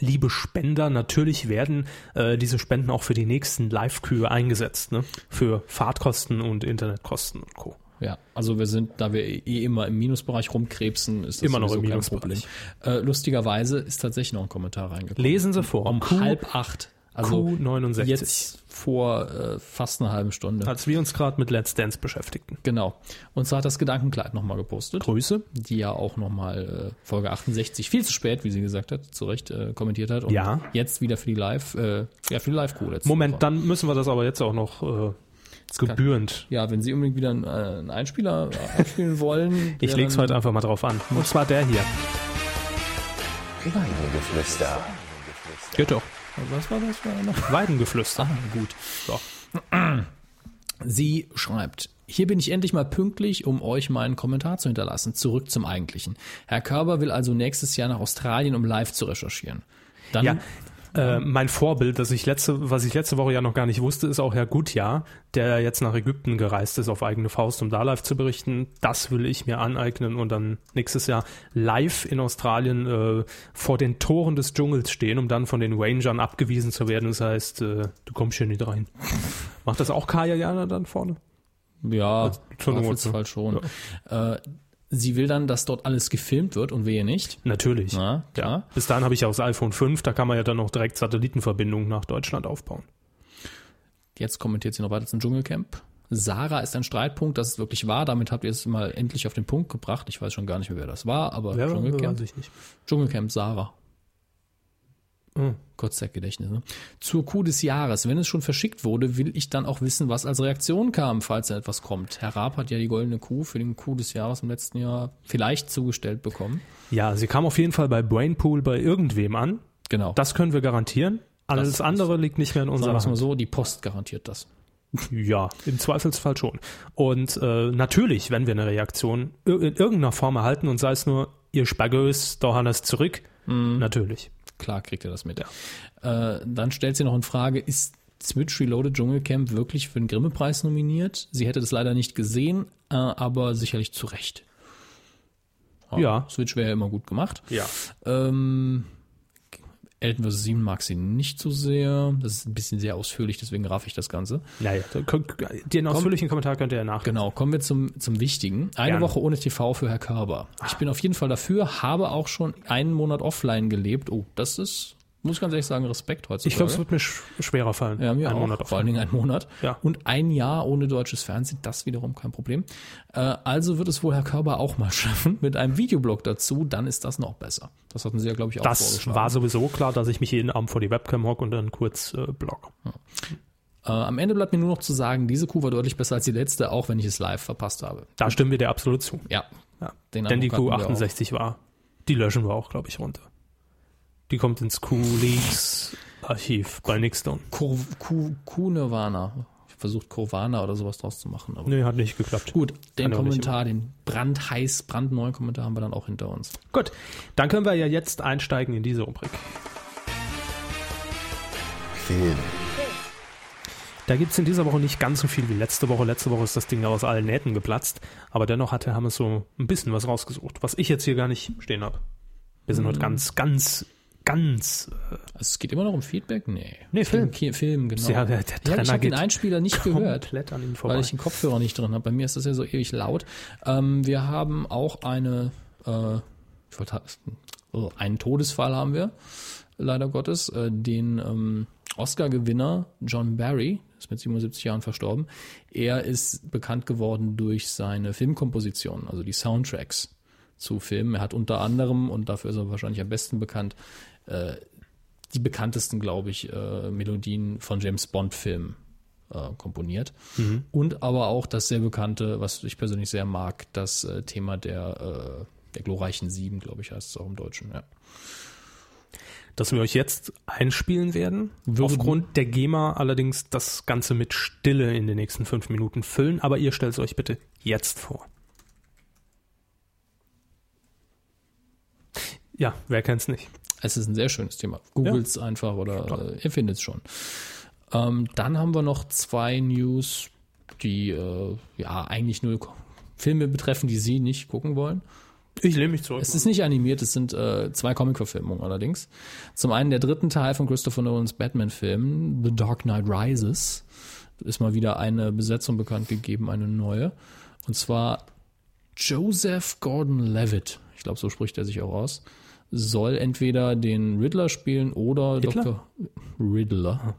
Speaker 1: liebe Spender, natürlich werden äh, diese Spenden auch für die nächsten Live-Kühe eingesetzt. Ne? Für Fahrtkosten und Internetkosten und Co.
Speaker 2: Ja, also wir sind, da wir eh immer im Minusbereich rumkrebsen, ist das
Speaker 1: Immer noch
Speaker 2: sowieso
Speaker 1: im
Speaker 2: kein
Speaker 1: Minusbereich.
Speaker 2: Problem. Äh, lustigerweise ist tatsächlich noch ein Kommentar reingekommen.
Speaker 1: Lesen Sie vor.
Speaker 2: um
Speaker 1: Q-
Speaker 2: halb acht. Also
Speaker 1: Q69.
Speaker 2: jetzt vor äh, fast einer halben Stunde.
Speaker 1: Als wir uns gerade mit Let's Dance beschäftigten.
Speaker 2: Genau. Und zwar hat das Gedankenkleid nochmal gepostet.
Speaker 1: Grüße.
Speaker 2: die ja auch nochmal äh, Folge 68 viel zu spät, wie sie gesagt hat, zu Recht äh, kommentiert hat. Und
Speaker 1: Ja.
Speaker 2: jetzt wieder für die Live, äh, ja, für die Live-Crew letzte
Speaker 1: Moment,
Speaker 2: Woche.
Speaker 1: dann müssen wir das aber jetzt auch noch äh, gebührend.
Speaker 2: Ja, wenn sie unbedingt wieder einen, äh, einen Einspieler äh, einspielen wollen.
Speaker 1: Ich
Speaker 2: der
Speaker 1: leg's
Speaker 2: dann-
Speaker 1: heute einfach mal drauf an. Und zwar der hier.
Speaker 5: Weidengeflüster.
Speaker 1: Geht doch.
Speaker 2: Was war das für einer?
Speaker 1: Weidengeflüster.
Speaker 2: Ah, gut. So. Sie schreibt, hier bin ich endlich mal pünktlich, um euch meinen Kommentar zu hinterlassen. Zurück zum Eigentlichen. Herr Körber will also nächstes Jahr nach Australien, um live zu recherchieren. Dann
Speaker 1: Ja. Äh, mein Vorbild, das ich letzte, was ich letzte Woche ja noch gar nicht wusste, ist auch Herr Gutjahr, der jetzt nach Ägypten gereist ist auf eigene Faust, um da live zu berichten. Das will ich mir aneignen und dann nächstes Jahr live in Australien äh, vor den Toren des Dschungels stehen, um dann von den Rangern abgewiesen zu werden. Das heißt, äh, du kommst hier nicht rein. Macht das auch Kaya Jana dann vorne?
Speaker 2: Ja,
Speaker 1: zur
Speaker 2: im
Speaker 1: Not,
Speaker 2: Zweifelsfall schon. Äh, sie will dann, dass dort alles gefilmt wird und wehe nicht.
Speaker 1: Natürlich.
Speaker 2: Na, klar.
Speaker 1: Bis dahin habe ich ja das iPhone 5, da kann man ja dann auch direkt Satellitenverbindungen nach Deutschland aufbauen.
Speaker 2: Jetzt kommentiert sie noch weiter zum Dschungelcamp. Sarah ist ein Streitpunkt, das ist wirklich wahr. Damit habt ihr es mal endlich auf den Punkt gebracht. Ich weiß schon gar nicht mehr, wer das war, aber Dschungelcamp,
Speaker 1: ich nicht.
Speaker 2: Dschungelcamp Sarah.
Speaker 1: Hm.
Speaker 2: Kurzzeitgedächtnis. Ne? Zur Kuh des Jahres. Wenn es schon verschickt wurde, will ich dann auch wissen, was als Reaktion kam, falls da etwas kommt. Herr Raab hat ja die goldene Kuh für den Kuh des Jahres im letzten Jahr vielleicht zugestellt bekommen.
Speaker 1: Ja, sie kam auf jeden Fall bei Brainpool bei irgendwem an.
Speaker 2: Genau.
Speaker 1: Das können wir garantieren. Alles andere liegt nicht mehr in
Speaker 2: Sagen
Speaker 1: unserer
Speaker 2: wir es mal
Speaker 1: Hand.
Speaker 2: so, die Post garantiert das.
Speaker 1: Ja, im Zweifelsfall schon. Und äh, natürlich, wenn wir eine Reaktion ir- in irgendeiner Form erhalten und sei es nur, ihr Spagös, da haben das zurück,
Speaker 2: Mhm.
Speaker 1: natürlich.
Speaker 2: Klar kriegt er das mit. Äh, dann stellt sie noch in Frage, ist Switch Reloaded Dschungelcamp wirklich für den Grimme-Preis nominiert? Sie hätte das leider nicht gesehen, äh, aber sicherlich zu Recht.
Speaker 1: Ja.
Speaker 2: Switch wäre ja immer gut gemacht.
Speaker 1: Ja.
Speaker 2: Ähm, Elton vs. 7 mag sie nicht so sehr. Das ist ein bisschen sehr ausführlich, deswegen raff ich das Ganze.
Speaker 1: Naja, da könnt- den ausführlichen Kommentar könnt ihr ja nachgehen.
Speaker 2: Genau, kommen wir zum, zum Wichtigen. Eine
Speaker 1: Gerne.
Speaker 2: Woche ohne TV für Herr Körber. Ich bin auf jeden Fall dafür, habe auch schon einen Monat offline gelebt. Oh, das ist, muss ich ganz ehrlich sagen, Respekt heutzutage.
Speaker 1: Ich glaube, es wird mir sch schwerer fallen.
Speaker 2: ja, mir
Speaker 1: Einen
Speaker 2: auch.
Speaker 1: Monat auf.
Speaker 2: Vor allen Dingen einen Monat.
Speaker 1: Ja.
Speaker 2: Und ein Jahr ohne deutsches Fernsehen, das wiederum kein Problem. Äh, also wird es wohl Herr Körber auch mal schaffen mit einem Videoblog dazu, dann ist das noch besser. Das hatten Sie ja, glaube ich, auch
Speaker 1: Das
Speaker 2: vorgeschlagen.
Speaker 1: war sowieso klar, dass ich mich jeden Abend vor die Webcam hocke und dann kurz äh, blog.
Speaker 2: Äh, am Ende bleibt mir nur noch zu sagen, diese Kuh war deutlich besser als die letzte, auch wenn ich es live verpasst habe.
Speaker 1: Da stimmen wir dir absolut zu.
Speaker 2: Ja.
Speaker 1: Ja.
Speaker 2: Den
Speaker 1: Denn die
Speaker 2: Eindruck hatten wir auch.
Speaker 1: Q68 war Die löschen wir auch, glaube ich, runter. Die kommt ins Q-Leaks-Archiv bei Nixdown.
Speaker 2: Kur- Ku- Kunirvana. Ich habe versucht, Kurvana oder sowas draus zu machen. Aber
Speaker 1: Nee, hat nicht geklappt.
Speaker 2: Gut, den
Speaker 1: Kann auch nicht
Speaker 2: Kommentar, den brandheiß, brandneuen Kommentar haben wir dann auch hinter uns.
Speaker 1: Gut, dann können wir ja jetzt einsteigen in diese Rubrik.
Speaker 5: Film.
Speaker 1: Da gibt's in dieser Woche nicht ganz so viel wie letzte Woche. Letzte Woche ist das Ding aus allen Nähten geplatzt. Aber dennoch hat der Hammes so ein bisschen was rausgesucht, was ich jetzt hier gar nicht stehen hab. Wir sind
Speaker 2: Mhm.
Speaker 1: heute ganz, ganz, ganz.
Speaker 2: Also es geht immer noch um Feedback? Nee.
Speaker 1: Nee,
Speaker 2: Es geht
Speaker 1: Film.
Speaker 2: um Ki- Film, genau.
Speaker 1: Ja, der- der
Speaker 2: ja, ich
Speaker 1: Trenner
Speaker 2: habe den
Speaker 1: geht
Speaker 2: Einspieler nicht gehört.
Speaker 1: komplett an ihm vorbei.
Speaker 2: Weil ich den Kopfhörer nicht drin habe. Bei mir ist das ja so ewig laut. Ähm, wir haben auch eine, äh, ich wollte, oh, einen Todesfall haben wir, leider Gottes. Äh, den ähm, Oscar-Gewinner John Barry, ist mit 77 Jahren verstorben. Er ist bekannt geworden durch seine Filmkompositionen, also die Soundtracks zu Filmen. Er hat unter anderem, und dafür ist er wahrscheinlich am besten bekannt, äh, die bekanntesten, glaube ich, äh, Melodien von James Bond-Filmen äh, komponiert. Und aber auch das sehr bekannte, was ich persönlich sehr mag, das äh, Thema der, äh, der glorreichen Sieben, glaube ich, heißt es auch im Deutschen. Ja.
Speaker 1: dass wir euch jetzt einspielen werden. Aufgrund der GEMA allerdings das Ganze mit Stille in den nächsten fünf Minuten füllen. Aber ihr stellt es euch bitte jetzt vor. Ja, wer kennt's nicht?
Speaker 2: Es ist ein sehr schönes Thema. Googles einfach oder äh, ihr findet es schon. Ähm, dann haben wir noch zwei News, die äh, ja eigentlich nur Ko- Filme betreffen, die Sie nicht gucken wollen.
Speaker 1: Ich lehne mich zurück.
Speaker 2: Es ist nicht animiert, es sind äh, zwei Comic-Verfilmungen allerdings. Zum einen der dritten Teil von Christopher Nolans Batman-Film, The Dark Knight Rises. Ist mal wieder eine Besetzung bekannt gegeben, eine neue. Und zwar Joseph Gordon-Levitt, ich glaube, so spricht er sich auch aus, soll entweder den Riddler spielen oder
Speaker 1: Hitler?
Speaker 2: Dr. Riddler.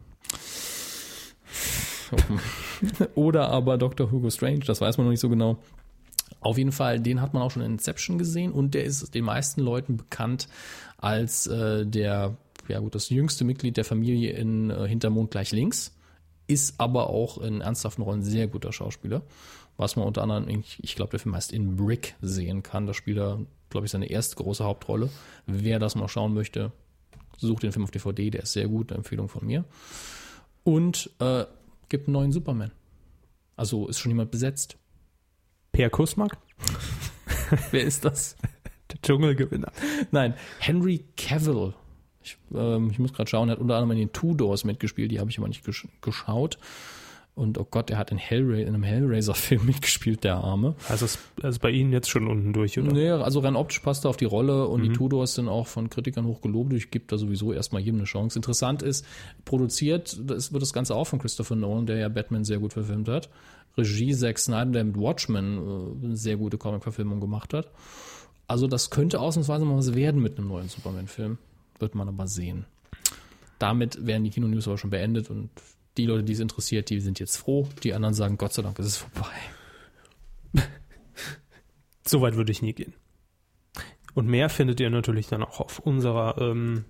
Speaker 2: oder aber Dr. Hugo Strange, das weiß man noch nicht so genau. Auf jeden Fall, den hat man auch schon in Inception gesehen und der ist den meisten Leuten bekannt als äh, der, ja gut, das jüngste Mitglied der Familie in äh, Hintermond gleich links, ist aber auch in ernsthaften Rollen sehr guter Schauspieler, was man unter anderem, ich, ich glaube, der Film heißt In Brick sehen kann. Da spielt er, glaube ich, seine erste große Hauptrolle. Wer das mal schauen möchte, sucht den Film auf DVD, der ist sehr gut, eine Empfehlung von mir. Und äh, gibt einen neuen Superman. Also ist schon jemand besetzt.
Speaker 1: Per Kussmark,
Speaker 2: Wer ist das?
Speaker 1: der Dschungelgewinner.
Speaker 2: Nein, Henry Cavill. Ich, ähm, ich muss gerade schauen, er hat unter anderem in den Tudors mitgespielt, die habe ich aber nicht gesch geschaut. Und oh Gott, er hat in, Hellra in einem Hellraiser-Film mitgespielt, der Arme.
Speaker 1: Also ist also bei Ihnen jetzt schon unten durch, oder?
Speaker 2: Nee, also rein optisch passt er auf die Rolle und die Tudors sind auch von Kritikern hoch gelobt. Ich gebe da sowieso erstmal jedem eine Chance. Interessant ist, produziert das wird das Ganze auch von Christopher Nolan, der ja Batman sehr gut verfilmt hat. Regie Zack Snyder, der mit Watchmen äh, eine sehr gute Comic-Verfilmung gemacht hat. Also das könnte ausnahmsweise mal was werden mit einem neuen Superman-Film. Wird man aber sehen. Damit wären die Kino-News aber schon beendet und die Leute, die es interessiert, die sind jetzt froh. Die anderen sagen, Gott sei Dank, ist es ist vorbei.
Speaker 1: So weit würde ich nie gehen. Und mehr findet ihr natürlich dann auch auf unserer ähm,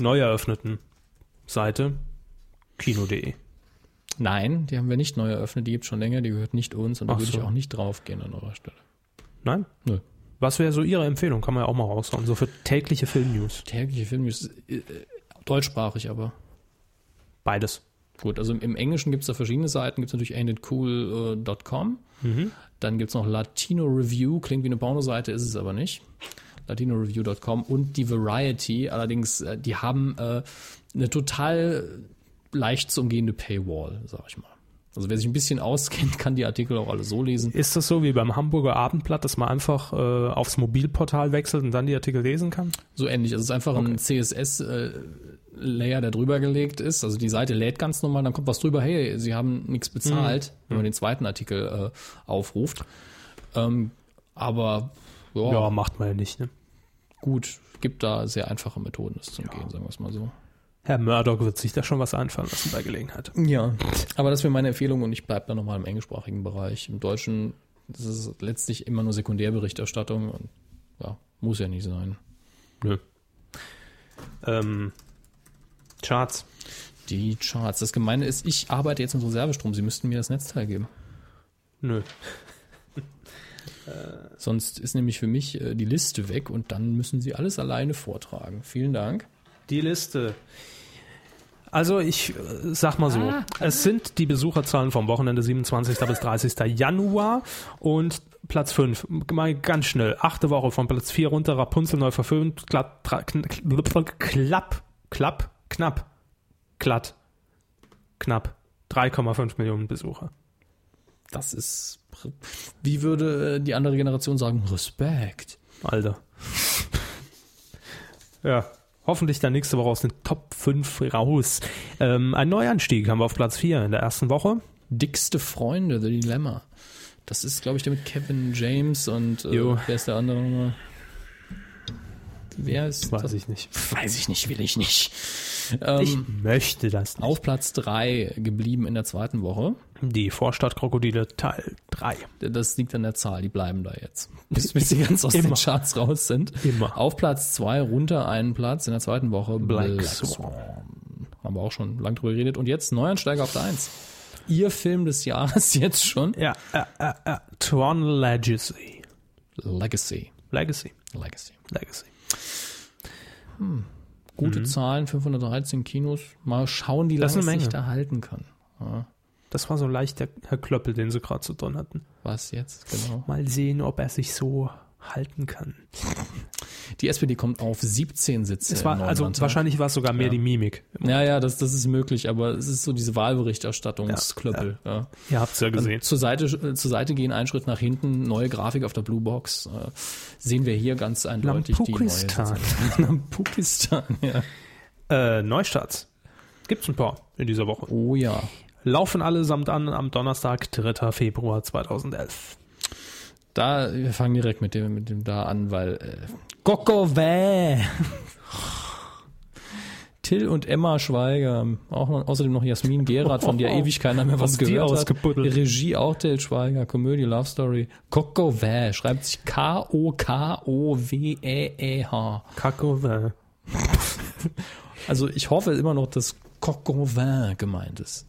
Speaker 1: neu eröffneten Seite kino.de.
Speaker 2: Nein, die haben wir nicht neu eröffnet, die gibt schon länger, die gehört nicht uns und da
Speaker 1: Ach
Speaker 2: würde
Speaker 1: so.
Speaker 2: ich auch nicht draufgehen an eurer Stelle.
Speaker 1: Nein?
Speaker 2: Nö.
Speaker 1: Was wäre so Ihre Empfehlung? Kann man ja auch mal raushauen. So für tägliche Filmnews.
Speaker 2: Tägliche Filmnews, äh, äh, deutschsprachig aber.
Speaker 1: Beides.
Speaker 2: Gut, also im, im Englischen gibt es da verschiedene Seiten, gibt es natürlich endedcool.com, äh,
Speaker 1: Mhm.
Speaker 2: dann gibt es noch Latino Review, klingt wie eine Pornoseite, ist es aber nicht. latinoreview.com und die Variety, allerdings, äh, die haben äh, eine total leicht zu umgehende Paywall, sag ich mal. Also wer sich ein bisschen auskennt, kann die Artikel auch alle so lesen.
Speaker 1: Ist das so wie beim Hamburger Abendblatt, dass man einfach äh, aufs Mobilportal wechselt und dann die Artikel lesen kann?
Speaker 2: So ähnlich. Also es ist einfach ein CSS-Layer, äh, der drüber gelegt ist. Also die Seite lädt ganz normal, dann kommt was drüber, hey, sie haben nichts bezahlt, wenn man den zweiten Artikel äh, aufruft. Ähm, aber ja,
Speaker 1: Ja, macht man ja nicht, ne?
Speaker 2: gut, gibt da sehr einfache Methoden, das zu umgehen, sagen wir es mal so.
Speaker 1: Herr Murdoch wird sich da schon was einfallen lassen bei Gelegenheit.
Speaker 2: Ja. Aber das wäre meine Empfehlung und ich bleibe da nochmal im englischsprachigen Bereich. Im Deutschen das ist letztlich immer nur Sekundärberichterstattung und ja, muss ja nicht sein.
Speaker 1: Nö. Ähm, Charts.
Speaker 2: Die Charts. Das Gemeine ist, ich arbeite jetzt mit Reservestrom. Sie müssten mir das Netzteil geben.
Speaker 1: Nö.
Speaker 2: Sonst ist nämlich für mich äh, die Liste weg und dann müssen Sie alles alleine vortragen. Vielen Dank.
Speaker 1: Die Liste. Also ich äh, sag mal so, es sind die Besucherzahlen vom Wochenende 27. bis 30. Januar und Platz 5, mal ganz schnell, achte Woche von Platz 4 runter, Rapunzel neu verfilmt, klapp, tra- kn- kn- klapp, klapp, knapp, glatt, knapp, 3,5 Millionen Besucher.
Speaker 2: Das ist, wie würde äh, die andere Generation sagen, Respekt.
Speaker 1: Alter. ja. Hoffentlich dann nächste Woche aus den Top 5 raus. Ähm, ein Neuanstieg haben wir auf Platz 4 in der ersten Woche.
Speaker 2: Dickste Freunde, The Dilemma. Das ist, glaube ich, der mit Kevin James und äh,
Speaker 1: Jo.
Speaker 2: wer ist der andere nochmal? Wer ist das?
Speaker 1: ich nicht.
Speaker 2: Weiß ich nicht, will ich nicht. Ähm,
Speaker 1: Ich möchte das nicht.
Speaker 2: Auf Platz 3 geblieben in der zweiten Woche.
Speaker 1: Die Vorstadtkrokodile Teil 3.
Speaker 2: Das liegt an der Zahl, die bleiben da jetzt. Bis, bis sie ganz aus den
Speaker 1: Immer.
Speaker 2: Charts raus sind.
Speaker 1: Immer.
Speaker 2: Auf Platz 2 runter einen Platz in der zweiten Woche.
Speaker 1: Black Swan.
Speaker 2: Haben wir auch schon lang drüber geredet. Und jetzt Neuansteiger auf der 1. Ihr Film des Jahres jetzt schon.
Speaker 1: Ja, äh, äh, äh, Tron Legacy.
Speaker 2: Legacy.
Speaker 1: Legacy.
Speaker 2: Legacy.
Speaker 1: Legacy.
Speaker 2: Gute Zahlen, 513 Kinos. Mal schauen, wie
Speaker 1: Mhm. Das
Speaker 2: lange
Speaker 1: ist
Speaker 2: es
Speaker 1: eine
Speaker 2: sich
Speaker 1: Menge.
Speaker 2: da halten kann.
Speaker 1: Das war so leicht der Herr Klöppel, den sie gerade so drin hatten.
Speaker 2: Was jetzt, genau.
Speaker 1: Mal sehen, ob er sich so halten kann.
Speaker 2: Die SPD kommt auf 17 Sitze.
Speaker 1: Es war,
Speaker 2: im neuen
Speaker 1: also
Speaker 2: Landtag.
Speaker 1: wahrscheinlich war es sogar mehr die Mimik.
Speaker 2: Ja, ja, das, das ist möglich, aber es ist so diese Wahlberichterstattungsklöppel. Ja,
Speaker 1: Ihr habt es ja gesehen.
Speaker 2: Zur, Seite, äh, zur Seite gehen, einen Schritt nach hinten, neue Grafik auf der Blue Box. Äh, sehen wir hier ganz eindeutig die neue.
Speaker 1: Lampukistan.
Speaker 2: Sitzung. Lampukistan, ja.
Speaker 1: Äh, Neustarts. Gibt's ein paar in dieser Woche.
Speaker 2: Oh ja.
Speaker 1: Laufen allesamt an am Donnerstag, 3. Februar 2011.
Speaker 2: Da, wir fangen direkt mit dem, mit dem da an, weil äh, Gokowä! Till und Emma Schweiger, auch noch, außerdem noch Jasmin Gerard, von der ewig keiner mehr was
Speaker 1: Haben die
Speaker 2: gehört hat.
Speaker 1: ausgebuddelt.
Speaker 2: Regie auch Till Schweiger, Komödie, Love Story. Gokowä schreibt sich E K-O-K-O-W-E-E-H.
Speaker 1: Kacke.
Speaker 2: Also ich hoffe immer noch, dass Gokowä gemeint ist.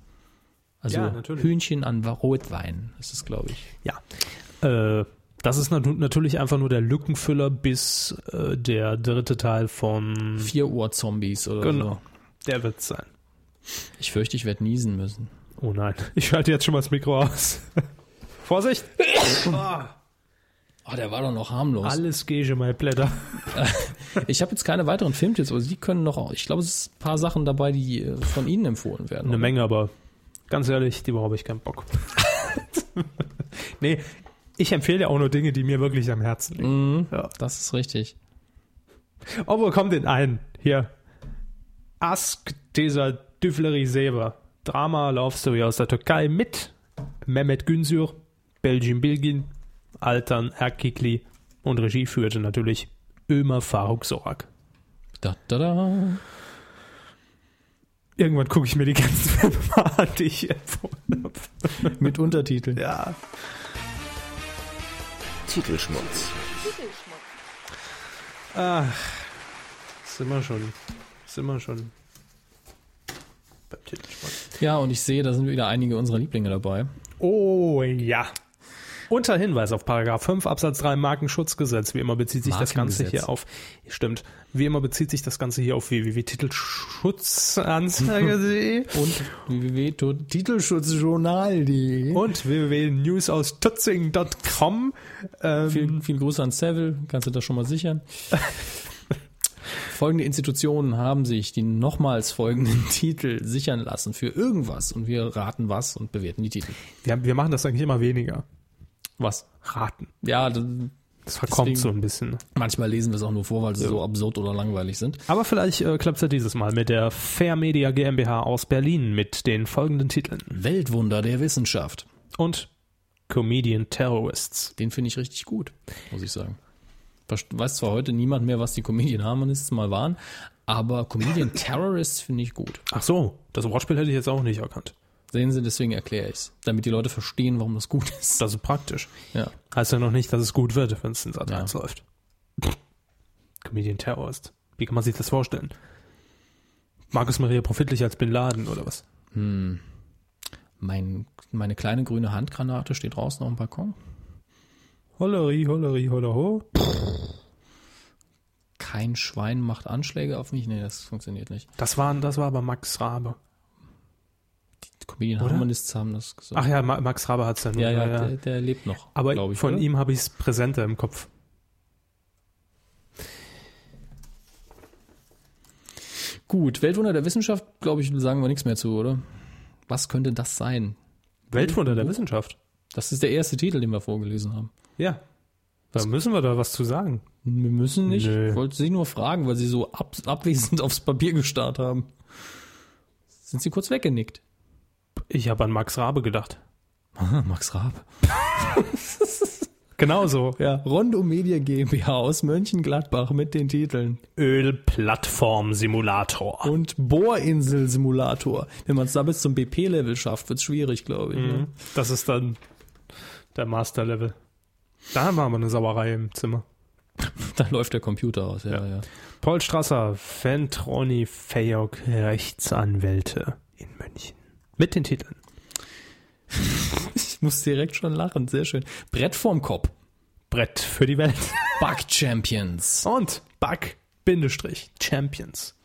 Speaker 2: Also
Speaker 1: Ja, natürlich.
Speaker 2: Hühnchen an Rotwein ist es, glaube ich.
Speaker 1: Ja. Äh, das ist natu- natürlich einfach nur der Lückenfüller bis äh, der dritte Teil von
Speaker 2: 4 Uhr Zombies oder so.
Speaker 1: Genau. Der wird sein.
Speaker 2: Ich fürchte, ich werde niesen müssen.
Speaker 1: Oh nein, ich schalte jetzt schon mal das Mikro aus. Vorsicht!
Speaker 2: Ah, der war doch noch harmlos.
Speaker 1: Alles gege, mein Blätter.
Speaker 2: Ich habe jetzt keine weiteren Filmtipps, aber Sie können noch, auch- ich glaube, es sind ein paar Sachen dabei, die äh, von Ihnen empfohlen werden.
Speaker 1: Eine Menge, aber ganz ehrlich, die Woche habe ich keinen Bock. nee, ich empfehle ja auch nur Dinge, die mir wirklich am Herzen liegen.
Speaker 2: Das ist richtig.
Speaker 1: Oh, wo kommt denn ein? Hier. Ask dieser Düfleri Seber. Drama Love Story aus der Türkei mit Mehmet Günsür, Belgin Bilgin, Altan Erkikli und Regie führte natürlich Ömer Faruk Sorak.
Speaker 2: Da, da, da.
Speaker 1: Irgendwann gucke ich mir die ganzen Filme mal an, die ich empfohlen habe.
Speaker 2: Mit Untertiteln.
Speaker 1: Ja.
Speaker 5: Titelschmutz.
Speaker 1: Sind wir schon. Sind wir schon. Beim Titelsport.
Speaker 2: Ja, und ich sehe, da sind wieder einige unserer Lieblinge dabei.
Speaker 1: Oh ja. Unter Hinweis auf Paragraph 5 Absatz 3 Markenschutzgesetz. Wie immer bezieht sich das Ganze
Speaker 2: Markengesetz.
Speaker 1: hier auf. Stimmt. Wie immer bezieht sich das Ganze hier auf www.titelschutzanzeige.de
Speaker 2: Und www.titelschutzjournal.de.
Speaker 1: und www.newsausstutzing.com. Ähm,
Speaker 2: Viel, viel Grüße an Seville, kannst du das schon mal sichern. Folgende Institutionen haben sich die nochmals folgenden Titel sichern lassen für irgendwas und wir raten was und bewerten die Titel.
Speaker 1: Wir, haben- wir machen das eigentlich immer weniger.
Speaker 2: Was?
Speaker 1: Raten.
Speaker 2: Ja, das,
Speaker 1: Das verkommt
Speaker 2: Deswegen-
Speaker 1: so ein bisschen.
Speaker 2: manchmal lesen wir es auch nur vor, weil sie so absurd oder langweilig sind.
Speaker 1: Aber vielleicht äh, klappt es ja dieses Mal mit der Fair Media GmbH aus Berlin mit den folgenden Titeln.
Speaker 2: Weltwunder der Wissenschaft.
Speaker 1: und Comedian Terrorists.
Speaker 2: Den finde ich richtig gut, muss ich sagen. Verst- Weiß zwar heute niemand mehr, was die Comedian Harmonists mal waren, aber Comedian Terrorists finde ich gut.
Speaker 1: Ach so, das Wortspiel hätte ich jetzt auch nicht erkannt.
Speaker 2: Sehen Sie, deswegen erkläre ich es, damit die Leute verstehen, warum das gut ist.
Speaker 1: Das ist praktisch.
Speaker 2: Ja.
Speaker 1: Heißt ja noch nicht, dass es gut wird, wenn es in Sat
Speaker 2: Ja.
Speaker 1: 1 läuft. Comedian Terrorist. Wie kann man sich das vorstellen? Markus Maria Profitlich als Bin Laden oder was?
Speaker 2: Mein, meine kleine grüne Handgranate steht draußen auf dem Balkon.
Speaker 1: Holleri, holleri, hollerho.
Speaker 2: Kein Schwein macht Anschläge auf mich. Nee, das funktioniert nicht.
Speaker 1: Das war, das war aber Max Rabe.
Speaker 2: Die Comedian
Speaker 1: Oder?
Speaker 2: Harmonists haben das gesagt.
Speaker 1: Ach ja, Ma- Max Rabe hat's dann.
Speaker 2: ja, ja, Der, der lebt noch.
Speaker 1: Aber
Speaker 2: glaub ich,
Speaker 1: von
Speaker 2: oder?
Speaker 1: ihm habe ich es präsenter im Kopf.
Speaker 2: Gut, Weltwunder der Wissenschaft, glaube ich, sagen wir nichts mehr zu, oder? Was könnte das sein?
Speaker 1: Weltwunder
Speaker 2: Mhm.
Speaker 1: der Wissenschaft.
Speaker 2: Das ist der erste Titel, den wir vorgelesen haben.
Speaker 1: Ja. Da müssen wir da was zu sagen.
Speaker 2: Wir müssen nicht.
Speaker 1: Nö.
Speaker 2: Ich wollte Sie nur fragen, weil Sie so ab, abwesend aufs Papier gestarrt haben. Sind Sie kurz weggenickt?
Speaker 1: Ich habe an Max Rabe gedacht.
Speaker 2: Max Raab.
Speaker 1: Genauso.
Speaker 2: Ja, Rondo Media GmbH aus Mönchengladbach mit den Titeln
Speaker 1: Ölplattform-Simulator.
Speaker 2: und Bohrinsel Simulator. Wenn man es da bis zum BP-Level schafft, wird es schwierig, glaube ich. ne?
Speaker 1: Das ist dann der Master-Level. Da haben wir aber eine Sauerei im Zimmer.
Speaker 2: Dann läuft der Computer aus, ja, ja.
Speaker 1: Paul Strasser, Fentroni Fayok, Rechtsanwälte in München. Mit den Titeln.
Speaker 2: Ich muss direkt schon lachen, sehr schön. Brett vorm Kopf.
Speaker 1: Brett für die Welt.
Speaker 2: Bug Champions.
Speaker 1: Und Bug-Champions.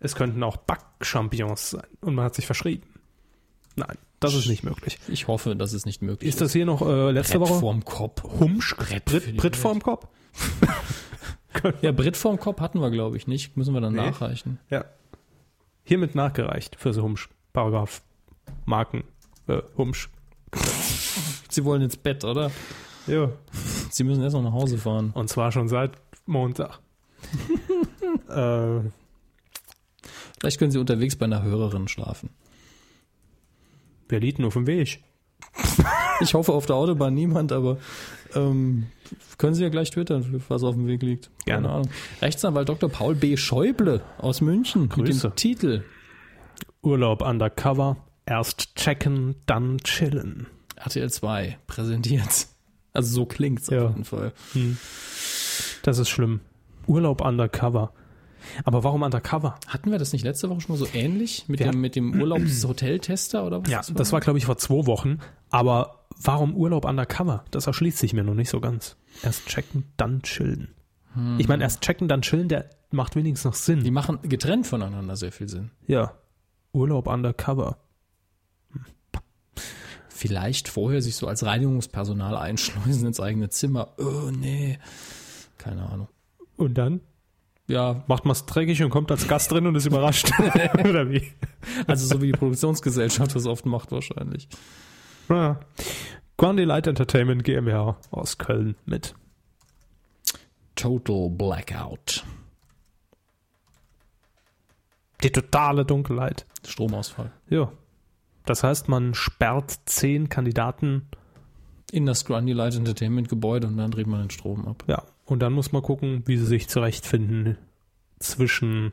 Speaker 1: Es könnten auch Bug-Champions sein. Und man hat sich verschrieben. Nein, das ist nicht möglich.
Speaker 2: Ich hoffe, das ist nicht möglich.
Speaker 1: Ist das hier noch äh, letzte
Speaker 2: Brett
Speaker 1: Woche?
Speaker 2: vorm Kopf?
Speaker 1: Humsch?
Speaker 2: Brett für die
Speaker 1: Brit, Brit vorm Kopf?
Speaker 2: Ja, Brett vorm Kopf hatten wir, glaube ich, nicht. Müssen wir dann nachreichen.
Speaker 1: Ja. Hiermit nachgereicht fürs Humsch. Paragraph. Marken. Äh, Humsch.
Speaker 2: Sie wollen ins Bett, oder?
Speaker 1: Ja.
Speaker 2: Sie müssen erst noch nach Hause fahren.
Speaker 1: Und zwar schon seit Montag. äh,
Speaker 2: Vielleicht können Sie unterwegs bei einer Hörerin schlafen.
Speaker 1: wir lieten auf dem Weg.
Speaker 2: Ich hoffe auf der Autobahn niemand, aber ähm, können Sie ja gleich twittern, was auf dem Weg liegt.
Speaker 1: Gerne.
Speaker 2: Ahnung. Rechtsanwalt Dr. Paul B. Schäuble aus München mit
Speaker 1: Grüße.
Speaker 2: dem Titel
Speaker 1: Urlaub undercover. Erst checken, dann chillen.
Speaker 2: RTL 2 präsentiert. Also so klingt's
Speaker 1: Ja.
Speaker 2: auf jeden Fall.
Speaker 1: Das ist schlimm. Urlaub undercover. Aber warum undercover?
Speaker 2: Hatten wir das nicht letzte Woche schon mal so ähnlich mit
Speaker 1: Wir
Speaker 2: dem, mit dem Urlaubshoteltester oder was?
Speaker 1: Ja, das war, glaube ich, vor zwei Wochen. Aber warum Urlaub undercover? Das erschließt sich mir noch nicht so ganz. Erst checken, dann chillen. Ich meine, erst checken, dann chillen, der macht wenigstens noch Sinn.
Speaker 2: Die machen getrennt voneinander sehr viel Sinn.
Speaker 1: Ja. Urlaub undercover.
Speaker 2: Vielleicht vorher sich so als Reinigungspersonal einschleusen ins eigene Zimmer. Oh, nee. Keine Ahnung.
Speaker 1: Und dann?
Speaker 2: Ja,
Speaker 1: Macht man's dreckig und kommt als Gast drin und ist überrascht. Oder wie?
Speaker 2: also so wie die Produktionsgesellschaft das oft macht wahrscheinlich.
Speaker 1: Ja. Grundy Light Entertainment GmbH aus Köln mit.
Speaker 2: Total Blackout.
Speaker 1: Die totale Dunkelheit.
Speaker 2: Stromausfall.
Speaker 1: Ja. Das heißt, man sperrt zehn Kandidaten.
Speaker 2: In das Grundy Light Entertainment Gebäude und dann dreht man den Strom ab.
Speaker 1: Ja. Und dann muss man gucken, wie sie sich zurechtfinden zwischen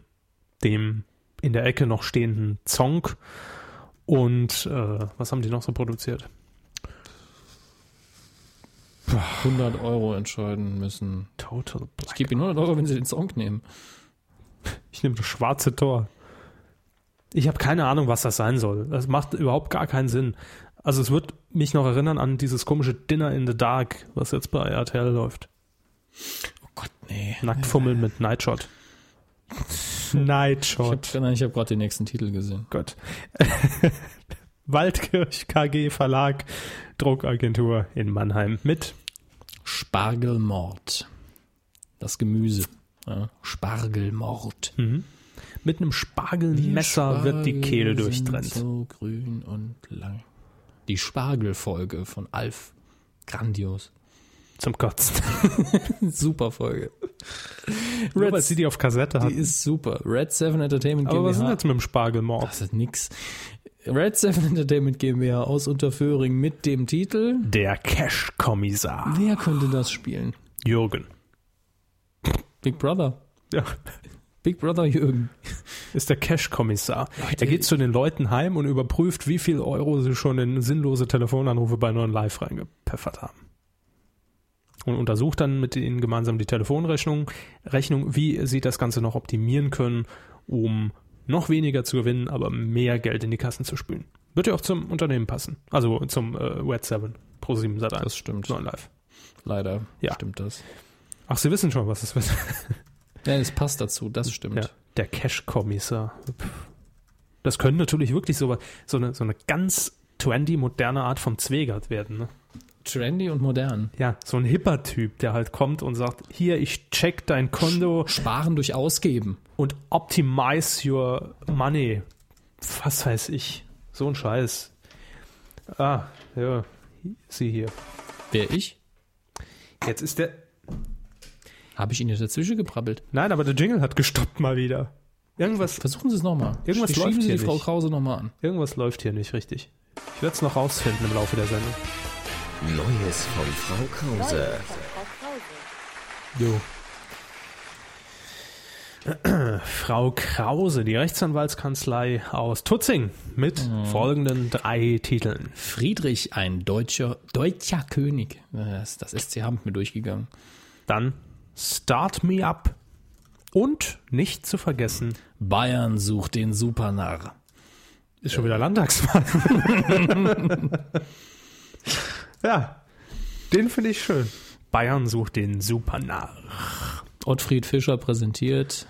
Speaker 1: dem in der Ecke noch stehenden Zong und äh, was haben die noch so produziert?
Speaker 2: 100 Euro entscheiden müssen.
Speaker 1: Total
Speaker 2: Ich
Speaker 1: Black.
Speaker 2: gebe Ihnen 100 Euro, wenn Sie den Song nehmen.
Speaker 1: Ich nehme das schwarze Tor. Ich habe keine Ahnung, was das sein soll. Das macht überhaupt gar keinen Sinn. Also es wird mich noch erinnern an dieses komische Dinner in the Dark, was jetzt bei RTL läuft.
Speaker 2: Oh Gott, nee.
Speaker 1: Nacktfummeln mit Nightshot.
Speaker 2: Ich
Speaker 1: Nightshot.
Speaker 2: habe hab gerade den nächsten Titel gesehen.
Speaker 1: Gott. Waldkirch KG Verlag, Druckagentur in Mannheim mit.
Speaker 2: Spargelmord. Das Gemüse. Ja, Spargelmord.
Speaker 1: Mit einem Spargelmesser wird die Kehle
Speaker 2: Spargel sind
Speaker 1: durchtrennt.
Speaker 2: So grün und lang. Die Spargelfolge von Alf. Grandios.
Speaker 1: Zum Kotzen.
Speaker 2: Super Folge.
Speaker 1: Nur weil sie die auf Kassette
Speaker 2: Die
Speaker 1: hat.
Speaker 2: ist super. Red 7 Entertainment
Speaker 1: Aber was ist denn
Speaker 2: GmbH.
Speaker 1: jetzt mit dem Spargelmord?
Speaker 2: Das ist nix. Red 7 Entertainment GmbH aus Unterföhring mit dem Titel.
Speaker 1: Der Cash-Kommissar.
Speaker 2: Wer könnte das spielen?
Speaker 1: Jürgen.
Speaker 2: Big Brother.
Speaker 1: Ja.
Speaker 2: Big Brother Jürgen.
Speaker 1: Ist der Cash-Kommissar. Er geht zu den Leuten heim und überprüft, wie viel Euro sie schon in sinnlose Telefonanrufe bei neuen Live reingepfeffert haben. Und untersucht dann mit ihnen gemeinsam die Telefonrechnung, Rechnung, wie sie das Ganze noch optimieren können, um noch weniger zu gewinnen, aber mehr Geld in die Kassen zu spülen. Wird ja auch zum Unternehmen passen. Also zum äh, Wet 7. Pro 7 Sat 1.
Speaker 2: Das stimmt.
Speaker 1: 9 live.
Speaker 2: Leider
Speaker 1: Ja.
Speaker 2: stimmt das.
Speaker 1: Ach, Sie wissen schon, was es wird.
Speaker 2: Ja, es passt dazu, das stimmt.
Speaker 1: Ja, der Cash-Kommissar. Pff. Das können natürlich wirklich so, so, eine, so eine ganz trendy, moderne Art vom Zwegert werden. Ne?
Speaker 2: Trendy und modern.
Speaker 1: Ja, so ein hipper Typ, der halt kommt und sagt, hier, ich check dein Konto
Speaker 2: Sparen durch Ausgeben.
Speaker 1: und optimize your money. Was weiß ich. So ein Scheiß. Ah, ja. Sieh hier.
Speaker 2: Wer ich?
Speaker 1: Jetzt ist der...
Speaker 2: Habe ich Ihnen dazwischen gebrabbelt.
Speaker 1: Nein, aber der Jingle hat gestoppt mal wieder. Irgendwas,
Speaker 2: Versuchen Sie es nochmal.
Speaker 1: Irgendwas
Speaker 2: Schieben
Speaker 1: läuft
Speaker 2: Sie
Speaker 1: hier
Speaker 2: die Frau
Speaker 1: nicht.
Speaker 2: Krause nochmal an.
Speaker 1: irgendwas läuft hier nicht richtig. Ich werde es noch rausfinden im Laufe der Sendung.
Speaker 5: Neues von Frau Krause.
Speaker 1: Jo. Frau Krause, die Rechtsanwaltskanzlei aus Tutzing mit folgenden drei Titeln.
Speaker 2: Friedrich, ein deutscher, deutscher König. Das, das SC Hamp mir durchgegangen.
Speaker 1: Dann Start Me Up und nicht zu vergessen,
Speaker 2: Bayern sucht den Supernarr.
Speaker 1: ist schon wieder Landtagswahl. ja, den finde ich schön. Bayern sucht den Supernarr.
Speaker 2: Ottfried Fischer präsentiert.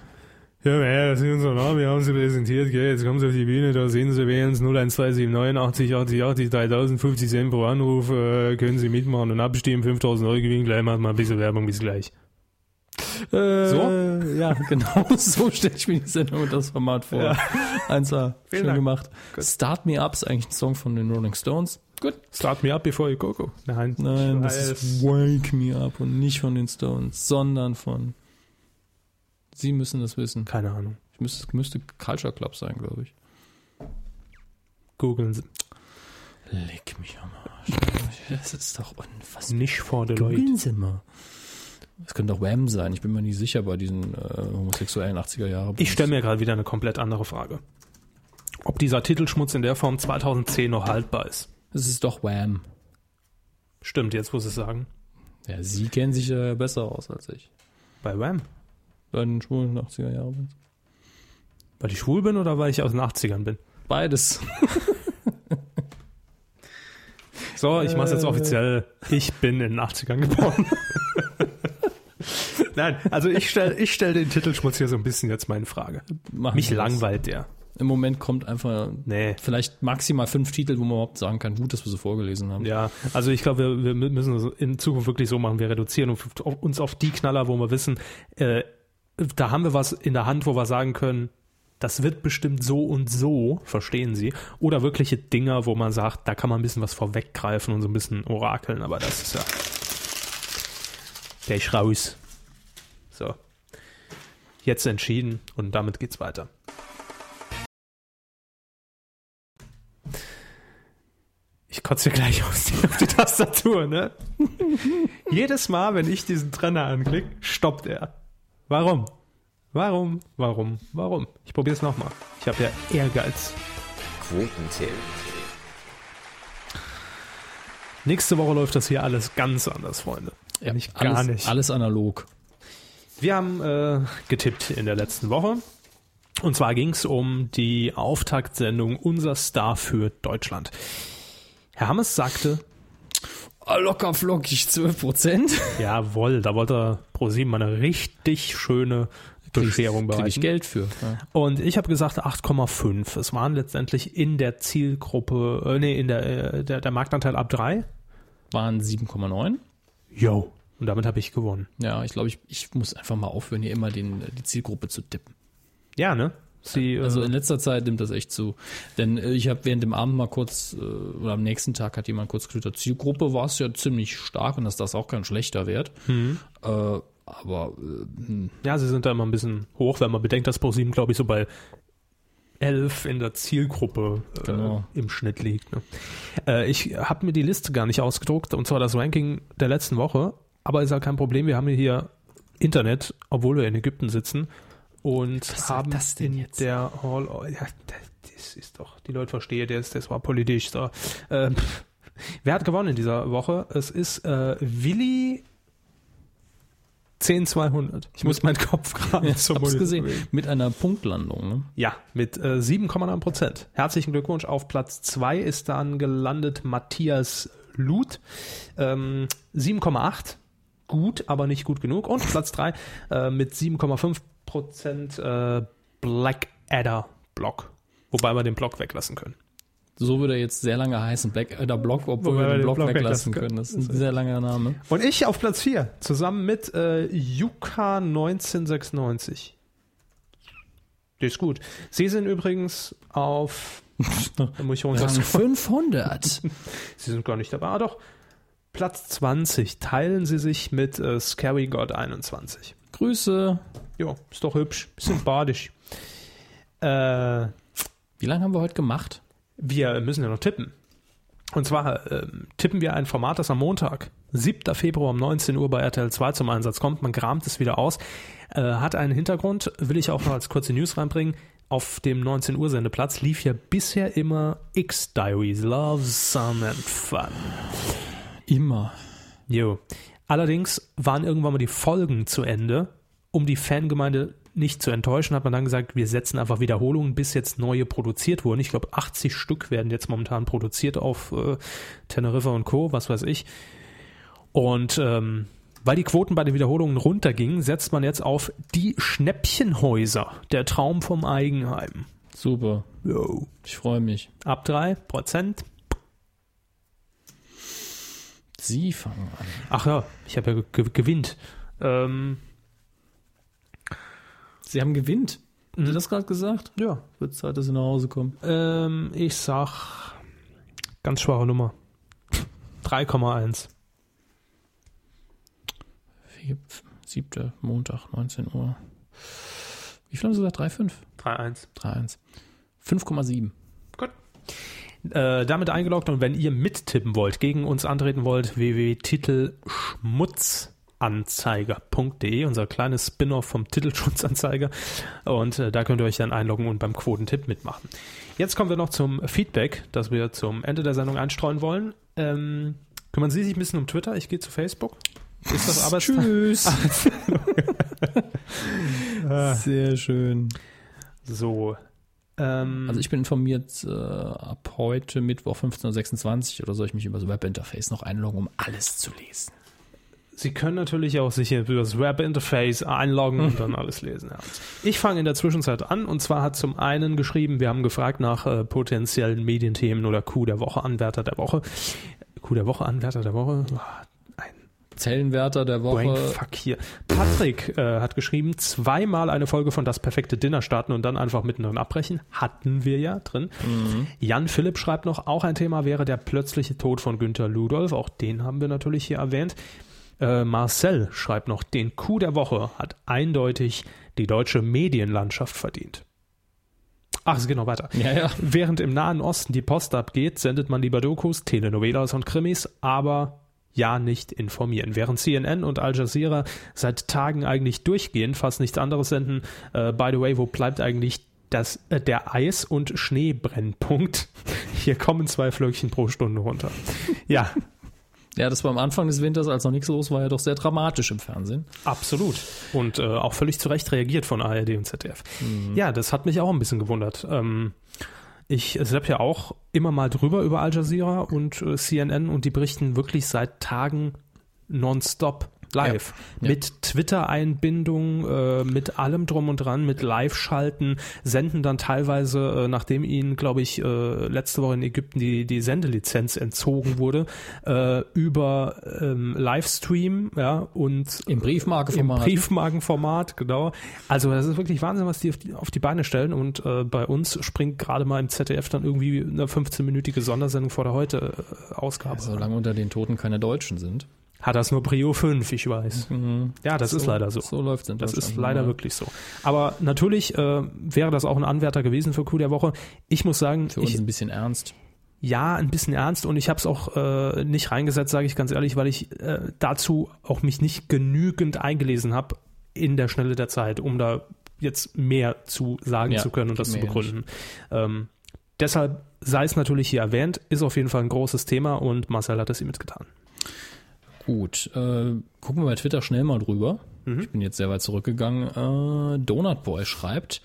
Speaker 1: Ja, naja, das ist unser Name, wir haben sie präsentiert, gell. Jetzt kommen sie auf die Bühne, da sehen sie wählen sie 01279 80 80 80 3000, 50 Cent pro Anruf, äh, können sie mitmachen und abstimmen, 5000 Euro gewinnen, gleich machen wir ein bisschen Werbung, bis gleich. Äh,
Speaker 2: so? Ja, genau so stelle ich mir die Sendung und das Format vor. Ja. Eins A, schön
Speaker 1: Dank.
Speaker 2: gemacht. Start Me Up ist eigentlich ein Song von den Rolling Stones. Gut.
Speaker 1: Start me up before you go, go. Nein,
Speaker 2: Nein, das
Speaker 1: Scheiß.
Speaker 2: ist Wake Me Up und nicht von den Stones, sondern von. Sie müssen das wissen.
Speaker 1: keine Ahnung.
Speaker 2: Ich müsste, müsste Culture Club sein, glaube ich.
Speaker 1: Googeln sie.
Speaker 2: Leck mich am Arsch. Das ist doch unfassbar.
Speaker 1: Nicht vor der Leute.
Speaker 2: Googeln Sie mal. Es könnte auch Wham sein. Ich bin mir nicht sicher bei diesen äh, homosexuellen 80er Jahre.
Speaker 1: Ich stelle mir gerade wieder eine komplett andere Frage. Ob dieser Titelschmutz in der Form 2010 noch haltbar ist.
Speaker 2: Es ist doch Wham.
Speaker 1: Stimmt, jetzt muss ich sagen.
Speaker 2: Ja, Sie kennen sich ja besser aus als ich.
Speaker 1: Bei Wham.
Speaker 2: Bei den schwulen 80er Jahren.
Speaker 1: Weil ich schwul bin oder weil ich aus den 80ern bin?
Speaker 2: Beides.
Speaker 1: So, ich mach's jetzt offiziell. Äh. Ich bin in den 80ern geboren. Nein, also ich stelle ich stell den Titelschmutz hier so ein bisschen jetzt meine Frage.
Speaker 2: Machen
Speaker 1: Mich
Speaker 2: wir das.
Speaker 1: langweilt der.
Speaker 2: Im Moment kommt einfach
Speaker 1: Nee.
Speaker 2: vielleicht maximal fünf Titel, wo man überhaupt sagen kann, gut, dass wir sie vorgelesen haben.
Speaker 1: Ja, also ich glaube, wir, wir müssen es in Zukunft wirklich so machen. Wir reduzieren auf- auf- uns auf die Knaller, wo wir wissen, äh, da haben wir was in der Hand, wo wir sagen können, das wird bestimmt so und so, verstehen Sie. Oder wirkliche Dinger, wo man sagt, da kann man ein bisschen was vorweggreifen und so ein bisschen orakeln, aber das ist ja. Der ich raus. So. Jetzt entschieden und damit geht's weiter. Ich kotze gleich auf die, auf die Tastatur, ne? Jedes Mal, wenn ich diesen Trenner anklicke, stoppt er. Warum? Warum? Warum? Warum? Ich probiere es nochmal. Ich habe ja Ehrgeiz.
Speaker 5: Quotentipp.
Speaker 1: Nächste Woche läuft das hier alles ganz anders, Freunde.
Speaker 2: Ja,
Speaker 1: nicht
Speaker 2: alles,
Speaker 1: gar nicht.
Speaker 2: Alles analog.
Speaker 1: Wir haben äh, getippt in der letzten Woche. Und zwar ging es um die Auftaktsendung Unser Star für Deutschland. Herr Hammes sagte,
Speaker 2: Ah, Locker flockig 12 Prozent.
Speaker 1: jawohl, da wollte er ProSieben mal eine richtig schöne Bescherung
Speaker 2: Krieg ich
Speaker 1: bereiten.
Speaker 2: Geld für. Ja.
Speaker 1: Und ich habe gesagt 8,5. Es waren letztendlich in der Zielgruppe, äh, nee, in der, äh, der, der Marktanteil ab 3.
Speaker 2: Waren 7,9.
Speaker 1: Yo. Und damit habe ich gewonnen.
Speaker 2: Ja, ich glaube, ich, ich muss einfach mal aufhören, hier immer den, äh, die Zielgruppe zu tippen.
Speaker 1: Ja, ne? Sie, äh,
Speaker 2: Also in letzter Zeit nimmt das echt zu. Denn äh, ich habe während dem Abend mal kurz, äh, oder am nächsten Tag hat jemand kurz getwittert, Zielgruppe war es ja ziemlich stark und dass das auch kein schlechter Wert. Äh, aber äh,
Speaker 1: ja, sie sind da immer ein bisschen hoch, wenn man bedenkt, dass ProSieben, glaube ich, so bei 11 in der Zielgruppe äh,
Speaker 2: Genau.
Speaker 1: im Schnitt liegt. Ne? Äh, ich habe mir die Liste gar nicht ausgedruckt, und zwar das Ranking der letzten Woche. Aber ist ja kein Problem, wir haben hier Internet, obwohl wir in Ägypten sitzen. Und
Speaker 2: Was soll
Speaker 1: haben
Speaker 2: das denn
Speaker 1: in
Speaker 2: jetzt?
Speaker 1: der Hall. Oh, ja, das ist doch, die Leute verstehen, das, das war politisch. So. Ähm, pff. wer hat gewonnen in dieser Woche? Es ist äh, Willi 10200. Ich muss meinen Kopf gerade
Speaker 2: ich hab's gesehen, mit einer Punktlandung. Ne?
Speaker 1: ja, mit äh, 7,9 Prozent. Herzlichen Glückwunsch. Auf Platz 2 ist dann gelandet Matthias Loot. Ähm, 7,8. Gut, aber nicht gut genug. Und Platz 3 äh, mit 7,5% äh, Blackadder Block. Wobei wir den Block weglassen können.
Speaker 2: So würde er jetzt sehr lange heißen, Black Adder Block, obwohl wir den Block, weglassen können. Das ist ein sehr langer Name.
Speaker 1: Und ich auf Platz 4, zusammen mit äh, Yuka 1996. Die ist gut. Sie sind übrigens auf. da muss ich
Speaker 2: Wir
Speaker 1: irgendwas
Speaker 2: haben 500.
Speaker 1: Sie sind gar nicht dabei. Ah, doch. Platz 20 teilen sie sich mit äh, Scary God 21.
Speaker 2: Grüße.
Speaker 1: Jo, ist doch hübsch. Bisschen badisch. Äh,
Speaker 2: Wie lange haben wir heute gemacht?
Speaker 1: wir müssen ja noch tippen. Und zwar ähm, tippen wir ein Format, das am Montag, 7. Februar um 19 Uhr bei RTL 2 zum Einsatz kommt. Man gramt es wieder aus. Äh, hat einen Hintergrund, will ich auch noch als kurze News reinbringen. Auf dem 19 Uhr Sendeplatz lief ja bisher immer X-Diaries, Love, Sun and Fun.
Speaker 2: Immer.
Speaker 1: Jo. Allerdings waren irgendwann mal die Folgen zu Ende. Um die Fangemeinde nicht zu enttäuschen, hat man dann gesagt, wir setzen einfach Wiederholungen, bis jetzt neue produziert wurden. Ich glaube, 80 Stück werden jetzt momentan produziert auf äh, Teneriffa und Co., was weiß ich. Und ähm, weil die Quoten bei den Wiederholungen runtergingen, setzt man jetzt auf die Schnäppchenhäuser, der Traum vom Eigenheim.
Speaker 2: Super.
Speaker 1: Jo.
Speaker 2: Ich freue mich.
Speaker 1: Ab 3%.
Speaker 2: Sie fangen an.
Speaker 1: Ach ja, ich habe ja ge ge gewinnt. Ähm,
Speaker 2: Sie haben gewinnt. Haben Sie das gerade gesagt?
Speaker 1: ja,
Speaker 2: Wird Zeit, dass Sie nach Hause kommen.
Speaker 1: Ähm, ich sag ganz schwache Nummer. 3,1.
Speaker 2: Siebter Montag, 19 Uhr. Wie viel haben Sie gesagt? 3,5?
Speaker 1: 3,1.
Speaker 2: 3,1. 5,7.
Speaker 1: Äh, damit eingeloggt und wenn ihr mittippen wollt, gegen uns antreten wollt, www.titelschmutzanzeiger.de, unser kleines Spin-off vom Titelschutzanzeiger. Und äh, da könnt ihr euch dann einloggen und beim Quotentipp mitmachen. Jetzt kommen wir noch zum Feedback, das wir zum Ende der Sendung einstreuen wollen. Ähm, kümmern Sie sich ein bisschen um Twitter, ich gehe zu Facebook. Ist das Arbeitstag?
Speaker 2: Tschüss.
Speaker 1: Ah.
Speaker 2: Sehr schön.
Speaker 1: So. Ähm,
Speaker 2: Also ich bin informiert, äh, ab heute Mittwoch 15.26 Uhr oder soll ich mich über das Webinterface noch einloggen, um alles zu lesen.
Speaker 1: Sie können natürlich auch sich hier über das Web-Interface einloggen und dann alles lesen. Ja. Ich fange in der Zwischenzeit an und zwar hat zum einen geschrieben, wir haben gefragt nach äh, potenziellen Medienthemen oder Coup der Woche, Anwärter der Woche. Coup der Woche, Anwärter der Woche. Ah,
Speaker 2: Zellenwärter der Woche.
Speaker 1: Brainfuck hier. Patrick äh, hat geschrieben, zweimal eine Folge von Das perfekte Dinner starten und dann einfach mittendrin abbrechen. Hatten wir ja drin. Jan Philipp schreibt noch, auch ein Thema wäre der plötzliche Tod von Günter Ludolf. Auch den haben wir natürlich hier erwähnt. Äh, Marcel schreibt noch, den Coup der Woche hat eindeutig die deutsche Medienlandschaft verdient. Ach, es geht noch weiter.
Speaker 2: Ja, ja.
Speaker 1: Während im Nahen Osten die Post abgeht, sendet man lieber Dokus, Telenovelas und Krimis, aber ja nicht informieren. Während CNN und Al Jazeera seit Tagen eigentlich durchgehend fast nichts anderes senden. Äh, by the way, wo bleibt eigentlich das, äh, der Eis- und Schneebrennpunkt? Hier kommen zwei Flöckchen pro Stunde runter. Ja,
Speaker 2: Ja, das war am Anfang des Winters, als noch nichts los war, ja doch sehr dramatisch im Fernsehen.
Speaker 1: Absolut. Und äh, auch völlig zu Recht reagiert von ARD und ZDF.
Speaker 2: Mhm.
Speaker 1: Ja, das hat mich auch ein bisschen gewundert. Ähm, ich sepp ja auch immer mal drüber über Al Jazeera und äh, CNN und die berichten wirklich seit Tagen nonstop live.
Speaker 2: Ja. Ja.
Speaker 1: Mit Twitter-Einbindung, äh, mit allem drum und dran, mit Live-Schalten, senden dann teilweise, äh, nachdem ihnen, glaube ich, äh, letzte Woche in Ägypten die, die Sendelizenz entzogen wurde, äh, über ähm, Livestream ja, und
Speaker 2: Im ne? Briefmarkeformat.
Speaker 1: im Briefmarkenformat, genau. Also das ist wirklich Wahnsinn, was die auf die, auf die Beine stellen. Und äh, bei uns springt gerade mal im ZDF dann irgendwie eine 15-minütige Sondersendung vor der Heute-Ausgabe.
Speaker 2: Solange unter den Toten keine Deutschen sind.
Speaker 1: Hat das nur Prio 5, ich weiß. Ja, das ist leider so.
Speaker 2: Mhm. So läuft's in
Speaker 1: Das ist
Speaker 2: Deutschland
Speaker 1: leider
Speaker 2: nun mal.
Speaker 1: wirklich so. Aber natürlich äh, wäre das auch ein Anwärter gewesen für Coup der Woche. Ich muss sagen,
Speaker 2: Für uns
Speaker 1: ich,
Speaker 2: ein bisschen ernst.
Speaker 1: ja, ein bisschen ernst und ich habe es auch äh, nicht reingesetzt, sage ich ganz ehrlich, weil ich äh, dazu auch mich nicht genügend eingelesen habe in der Schnelle der Zeit, um da jetzt mehr zu sagen
Speaker 2: Ja,
Speaker 1: zu können und
Speaker 2: geht
Speaker 1: das zu
Speaker 2: mir ähnlich.
Speaker 1: begründen. Ähm, deshalb sei es natürlich hier erwähnt, ist auf jeden Fall ein großes Thema und Marcel hat es ihm mitgetan.
Speaker 2: Gut, äh, gucken wir bei Twitter schnell mal drüber.
Speaker 1: Mhm.
Speaker 2: Ich bin jetzt sehr weit zurückgegangen. Äh, Donut Boy schreibt,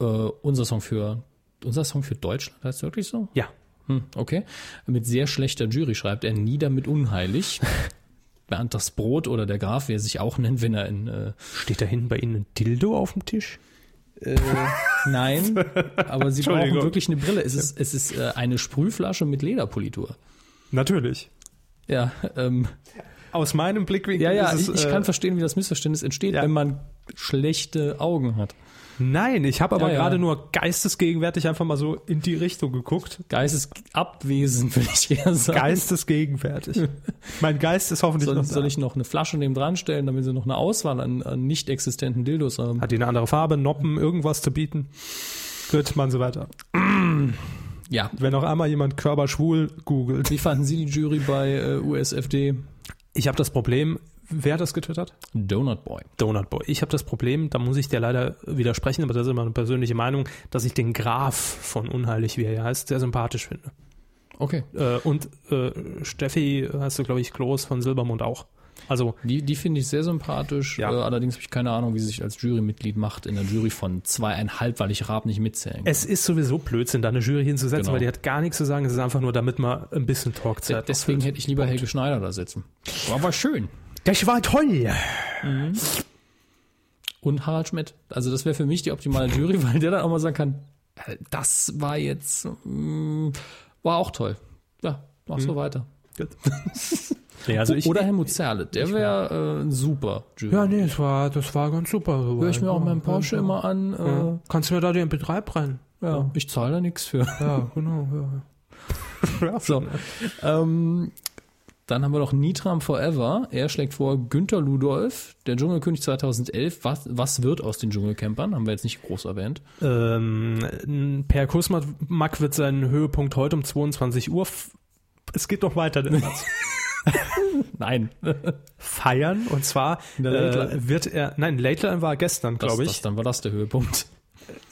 Speaker 2: äh, unser Song für unser Song für Deutschland heißt wirklich so?
Speaker 1: Ja,
Speaker 2: Hm, okay. Mit sehr schlechter Jury schreibt er nieder mit unheilig. Bernd das Brot oder der Graf, wie er sich auch nennt, wenn er in. Äh,
Speaker 1: Steht da hinten bei Ihnen ein Dildo auf dem Tisch?
Speaker 2: Nein, aber sie brauchen
Speaker 1: Entschuldigung.
Speaker 2: wirklich eine Brille. Es ist, es ist äh, eine Sprühflasche mit Lederpolitur.
Speaker 1: Natürlich.
Speaker 2: Ja, ähm,
Speaker 1: Aus meinem Blickwinkel
Speaker 2: ja, ja,
Speaker 1: ist
Speaker 2: ich,
Speaker 1: es,
Speaker 2: ich
Speaker 1: äh,
Speaker 2: kann verstehen, wie das Missverständnis entsteht,
Speaker 1: ja.
Speaker 2: wenn man schlechte Augen hat.
Speaker 1: Nein, ich habe aber
Speaker 2: Ja, ja.
Speaker 1: gerade nur geistesgegenwärtig einfach mal so in die Richtung geguckt.
Speaker 2: Geistesabwesend, würde ich eher sagen.
Speaker 1: Geistesgegenwärtig. mein Geist ist hoffentlich
Speaker 2: soll,
Speaker 1: noch da.
Speaker 2: soll ich noch eine Flasche neben dran stellen, damit sie noch eine Auswahl an, an nicht existenten Dildos haben?
Speaker 1: Hat die eine andere Farbe, Noppen, irgendwas zu bieten? Gut, machen Sie weiter.
Speaker 2: Ja.
Speaker 1: Wenn noch einmal jemand Körper schwul googelt.
Speaker 2: Wie fanden Sie die Jury bei äh, USFD?
Speaker 1: Ich habe das Problem, wer hat das getwittert?
Speaker 2: Donut Boy.
Speaker 1: Donut Boy. Ich habe das Problem, da muss ich dir leider widersprechen, aber das ist immer eine persönliche Meinung, dass ich den Graf von Unheilig, wie er ja heißt, sehr sympathisch finde.
Speaker 2: Okay.
Speaker 1: Äh, und äh, Steffi heißt du, glaube ich, Klos von Silbermond auch. Also,
Speaker 2: Die, die finde ich sehr sympathisch.
Speaker 1: Ja.
Speaker 2: Äh, allerdings habe ich keine Ahnung, wie sie sich als Jurymitglied macht in der Jury von zweieinhalb, weil ich Raab nicht mitzählen kann.
Speaker 1: es ist sowieso Blödsinn, da eine Jury hinzusetzen,
Speaker 2: Genau.
Speaker 1: weil die hat gar nichts zu sagen. Es ist einfach nur, damit man ein bisschen
Speaker 2: De-
Speaker 1: Talkzeit
Speaker 2: Deswegen hätte ich lieber Helge Schneider da sitzen. War aber schön. Mhm.
Speaker 1: Das war toll.
Speaker 2: Und Harald Schmidt. Also das wäre für mich die optimale Jury, weil der dann auch mal sagen kann, äh, das war jetzt, mm, war auch toll. Ja, mach so weiter.
Speaker 1: Nee, also ich,
Speaker 2: Oder Helmut Zerle, der wäre äh, super Jury.
Speaker 1: ja, nee, das war, das war ganz super.
Speaker 2: Höre ich mir auch meinen Porsche immer an. Äh,
Speaker 1: Kannst du mir da den Betreib rein?
Speaker 2: ja, ich zahle da nichts für.
Speaker 1: Ja, genau. Ja.
Speaker 2: So. ähm, dann haben wir noch Nitram Forever. Er schlägt vor Günter Ludolf, der Dschungelkönig 2011. Was, was wird aus den Dschungelcampern? Haben wir jetzt nicht groß erwähnt.
Speaker 1: Ähm, per Kussmack wird seinen Höhepunkt heute um 22 Uhr. f- Es geht noch weiter. der Satz.
Speaker 2: Nein.
Speaker 1: Feiern und zwar
Speaker 2: Late
Speaker 1: äh, wird er. Nein, Late Line war gestern,
Speaker 2: Das,
Speaker 1: glaube
Speaker 2: Das,
Speaker 1: ich.
Speaker 2: dann war das der Höhepunkt.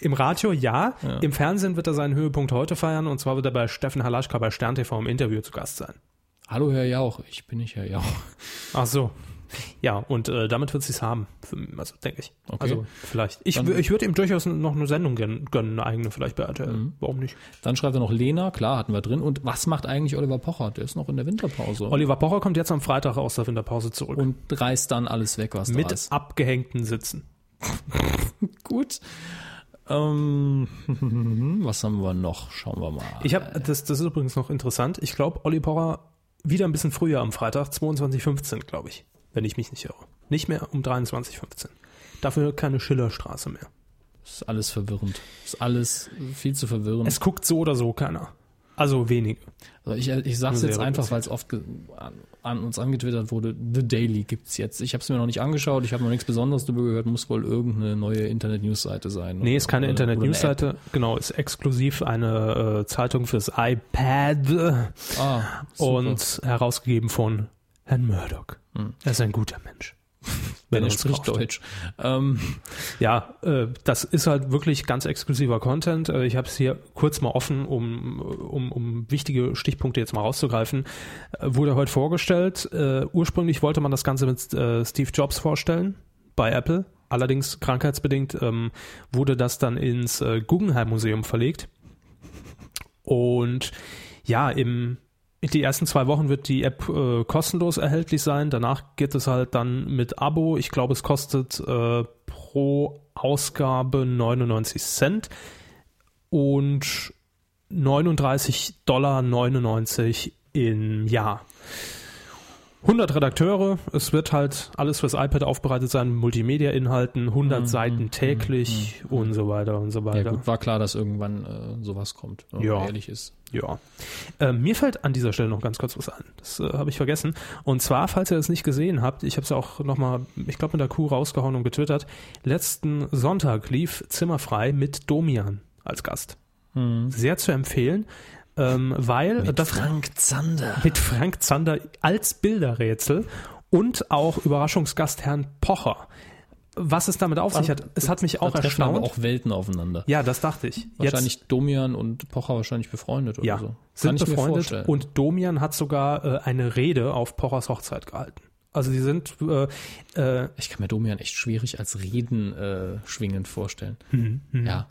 Speaker 1: Im Radio ja. Im Fernsehen wird er seinen Höhepunkt heute feiern und zwar wird er bei Steffen Halaschka bei Stern TV im Interview zu Gast sein.
Speaker 2: Hallo, Herr Jauch. Ich bin nicht Herr Jauch.
Speaker 1: Ach so. Ja, und äh, damit wird sie es haben. Für- Also, denke ich.
Speaker 2: Okay.
Speaker 1: Also, vielleicht. Ich,
Speaker 2: Dann-
Speaker 1: wür- ich würde ihm durchaus noch eine Sendung gön- gönnen, eine eigene vielleicht bei RTL.
Speaker 2: Mhm.
Speaker 1: Warum nicht?
Speaker 2: Dann schreibt er noch Lena. Klar, hatten wir drin. Und was macht eigentlich Oliver Pocher? Der ist noch in der Winterpause.
Speaker 1: Oliver Pocher kommt jetzt am Freitag aus der Winterpause zurück.
Speaker 2: und reißt dann alles weg, was da
Speaker 1: mit
Speaker 2: ist.
Speaker 1: abgehängten Sitzen.
Speaker 2: Gut. Ähm, was haben wir noch? Schauen wir mal.
Speaker 1: Ich habe, das, das ist übrigens noch interessant. Ich glaube, Olli Pocher wieder ein bisschen früher am Freitag, 22.15, glaube ich, wenn ich mich nicht irre. Nicht mehr um 23.15. Dafür keine Schillerstraße mehr.
Speaker 2: Ist alles verwirrend. Ist alles viel zu verwirrend.
Speaker 1: Es guckt so oder so keiner. Also wenige.
Speaker 2: Also ich ich sage es
Speaker 1: Sehr
Speaker 2: jetzt
Speaker 1: gut.
Speaker 2: einfach, weil es oft ge- an, an uns angetwittert wurde. The Daily gibt's jetzt. Ich habe es mir noch nicht angeschaut. Ich habe noch nichts Besonderes darüber gehört. Muss wohl irgendeine neue Internet-News-Seite sein.
Speaker 1: Nee, ist keine
Speaker 2: Oder- Äh, oder eine
Speaker 1: Internet-Newsseite. Genau, ist exklusiv eine äh, Zeitung fürs iPad
Speaker 2: App. Ah, super.
Speaker 1: und herausgegeben von Herrn Murdoch. Er ist ein guter Mensch.
Speaker 2: Hm. wenn
Speaker 1: er
Speaker 2: er
Speaker 1: uns
Speaker 2: spricht
Speaker 1: braucht.
Speaker 2: Deutsch. Ähm,
Speaker 1: Ja, äh, das ist halt wirklich ganz exklusiver Content. Äh, ich habe es hier kurz mal offen, um, um, um wichtige Stichpunkte jetzt mal rauszugreifen. Äh, wurde heute vorgestellt. Äh, ursprünglich wollte man das Ganze mit äh, Steve Jobs vorstellen bei Apple. Allerdings krankheitsbedingt ähm, wurde das dann ins äh, Guggenheim Museum verlegt. Und ja, im die ersten zwei Wochen wird die App äh, kostenlos erhältlich sein. Danach geht es halt dann mit Abo. Ich glaube, es kostet äh, pro Ausgabe 99 Cent und 39,99 Dollar im Jahr. 100 Redakteure, es wird halt alles fürs iPad aufbereitet sein, Multimedia-Inhalten,
Speaker 2: Mhm,
Speaker 1: 100 Seiten täglich und so weiter und so
Speaker 2: ja
Speaker 1: weiter.
Speaker 2: gut, war klar, dass irgendwann äh, sowas kommt. Wenn man
Speaker 1: Ja.
Speaker 2: Ehrlich ist.
Speaker 1: Ja. Äh, mir fällt an dieser Stelle noch ganz kurz was ein. Das äh, habe ich vergessen. Und zwar, falls ihr das nicht gesehen habt, ich habe es auch nochmal, ich glaube, mit der Kuh rausgehauen und getwittert. Letzten Sonntag lief Zimmerfrei mit Domian als Gast.
Speaker 2: Hm.
Speaker 1: Sehr zu empfehlen, ähm, weil mit
Speaker 2: Frank Zander.
Speaker 1: mit Frank Zander als Bilderrätsel und auch Überraschungsgast Herrn Pocher. Was es damit auf sich hat, es hat mich auch
Speaker 2: Da treffen aber
Speaker 1: erstaunt.
Speaker 2: auch Welten aufeinander.
Speaker 1: ja, das dachte ich. Jetzt-
Speaker 2: Wahrscheinlich Domian und Pocher wahrscheinlich befreundet oder
Speaker 1: Ja,
Speaker 2: so. Also, Kann
Speaker 1: sind
Speaker 2: ich mir
Speaker 1: befreundet
Speaker 2: vorstellen.
Speaker 1: und Domian hat sogar äh, eine Rede auf Pochers Hochzeit gehalten. Also die sind, äh, äh,
Speaker 2: Ich kann mir Domian echt schwierig als Reden äh, schwingend vorstellen. Ja.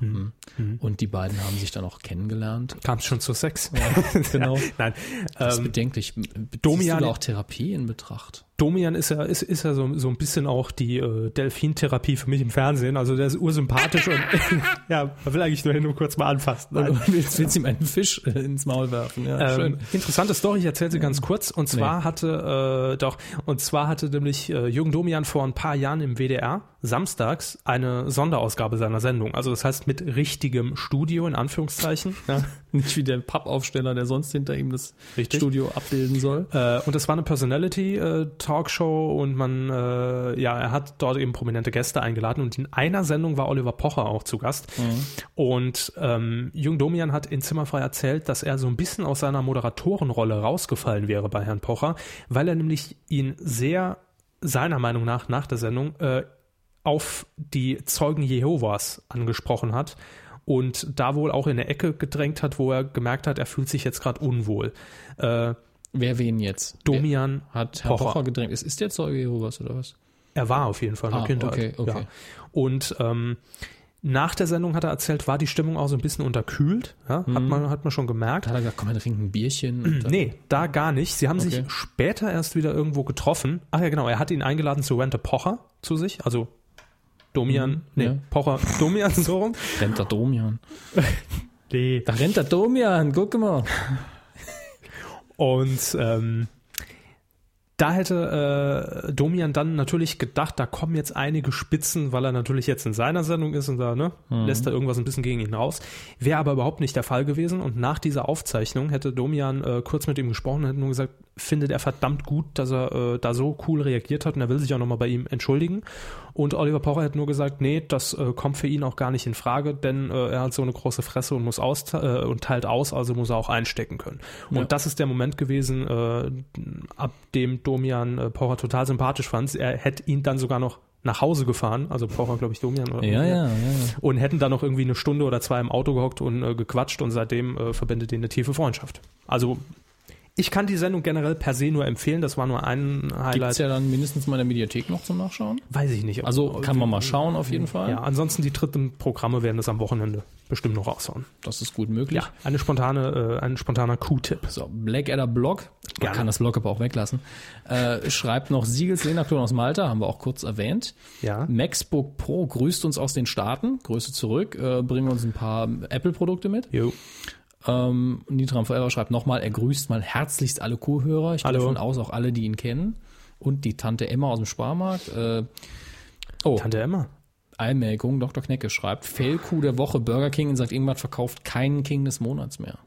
Speaker 2: Und die beiden haben sich dann auch kennengelernt.
Speaker 1: Kam es schon zu Sex?
Speaker 2: genau.
Speaker 1: Nein.
Speaker 2: Das ist
Speaker 1: Ähm,
Speaker 2: bedenklich. Be-
Speaker 1: Domian-
Speaker 2: ziehst du da auch Therapie in Betracht?
Speaker 1: Domian ist ja, ist, ist ja so, so ein bisschen auch die äh, Delfintherapie für mich im Fernsehen. Also der ist ursympathisch und ja, man will eigentlich nur hin und kurz mal anfassen. Also Nein.
Speaker 2: willst, willst ihm einen Fisch äh, ins Maul werfen? Ja,
Speaker 1: Ähm, interessante Story, ich erzähle sie ganz kurz. Und zwar hatte äh, doch, und zwar hatte nämlich äh, Jürgen Domian vor ein paar Jahren im WDR samstags eine Sonderausgabe seiner Sendung. Also das heißt mit richtigem Studio in Anführungszeichen. Ja.
Speaker 2: Nicht wie der Pappaufsteller, der sonst hinter ihm das
Speaker 1: Richtig.
Speaker 2: Studio abbilden soll.
Speaker 1: Äh, und das war eine Personality-Talkshow und man, äh, ja, er hat dort eben prominente Gäste eingeladen und in einer Sendung war Oliver Pocher auch zu Gast. Und ähm, Jung Domian hat in Zimmerfrei erzählt, dass er so ein bisschen aus seiner Moderatorenrolle rausgefallen wäre bei Herrn Pocher, weil er nämlich ihn sehr, seiner Meinung nach, nach der Sendung, äh, auf die Zeugen Jehovas angesprochen hat und da wohl auch in eine Ecke gedrängt hat, wo er gemerkt hat, er fühlt sich jetzt gerade unwohl. Äh,
Speaker 2: Wer wen jetzt?
Speaker 1: Domian
Speaker 2: Wer hat Herr Pocher,
Speaker 1: Pocher.
Speaker 2: gedrängt. Ist, ist der Zeuge Jehovas oder was?
Speaker 1: Er war auf jeden Fall eine
Speaker 2: Ah,
Speaker 1: Kindheit.
Speaker 2: okay, okay.
Speaker 1: Ja. Und ähm, nach der Sendung hat er erzählt, war die Stimmung auch so ein bisschen unterkühlt. Ja?
Speaker 2: Mhm.
Speaker 1: Hat, man, hat man schon gemerkt.
Speaker 2: Da hat er gesagt, komm, wir trinken ein Bierchen. Und dann-
Speaker 1: Nee, da gar nicht. Sie haben
Speaker 2: Okay.
Speaker 1: sich später erst wieder irgendwo getroffen. Ach ja, genau. Er hat ihn eingeladen zu Rente Pocher zu sich. Also Domian, nee,
Speaker 2: Mhm, ja.
Speaker 1: Pocher, Domian, so rum.
Speaker 2: Rennt der Domian.
Speaker 1: Nee.
Speaker 2: Da rennt der Domian, guck mal.
Speaker 1: Und ähm, da hätte äh, Domian dann natürlich gedacht, da kommen jetzt einige Spitzen, weil er natürlich jetzt in seiner Sendung ist und da ne, lässt er irgendwas ein bisschen gegen ihn raus. Wäre aber überhaupt nicht der Fall gewesen. Und nach dieser Aufzeichnung hätte Domian äh, kurz mit ihm gesprochen und hätte nur gesagt, findet er verdammt gut, dass er äh, da so cool reagiert hat und er will sich auch nochmal bei ihm entschuldigen. Und Oliver Pocher hat nur gesagt, nee, das äh, kommt für ihn auch gar nicht in Frage, denn äh, er hat so eine große Fresse und muss aus äh, und teilt aus, also muss er auch einstecken können. Und das ist der Moment gewesen, äh, ab dem Domian äh, Pocher total sympathisch fand. Er hätte ihn dann sogar noch nach Hause gefahren, also Pocher, glaube ich, Domian oder
Speaker 2: Ja, ja, ja.
Speaker 1: und hätten dann noch irgendwie eine Stunde oder zwei im Auto gehockt und äh, gequatscht und seitdem äh, verbindet ihn eine tiefe Freundschaft. Also ich kann die Sendung generell per se nur empfehlen, das war nur ein
Speaker 2: Gibt
Speaker 1: Highlight.
Speaker 2: es ja dann mindestens mal in der Mediathek noch zum Nachschauen?
Speaker 1: Weiß ich nicht. ob-
Speaker 2: Also kann man mal schauen auf jeden Fall.
Speaker 1: ja, ansonsten die dritten Programme werden das am Wochenende bestimmt noch raushauen.
Speaker 2: Das ist gut möglich.
Speaker 1: Ja, eine spontane, äh, ein spontaner Q-Tipp.
Speaker 2: So, Blackadder Blog, man
Speaker 1: Gerne.
Speaker 2: kann das Blog aber auch weglassen, äh, schreibt noch Siegels Lenakton aus Malta, haben wir auch kurz erwähnt.
Speaker 1: Ja.
Speaker 2: MacBook Pro grüßt uns aus den Staaten, Grüße zurück, äh, bringen uns ein paar Apple-Produkte mit.
Speaker 1: Jo.
Speaker 2: Ähm, Nitram Forever schreibt nochmal, er grüßt mal herzlichst alle Kuhhörer. Ich gehe
Speaker 1: Hallo.
Speaker 2: davon aus, auch alle, die ihn kennen. Und die Tante Emma aus dem Sparmarkt. Äh, oh,
Speaker 1: Tante Emma.
Speaker 2: Allmelkung, Dr. Knecke schreibt, Fail-Kuh der Woche, Burger King in St. Ingmar verkauft keinen King des Monats mehr.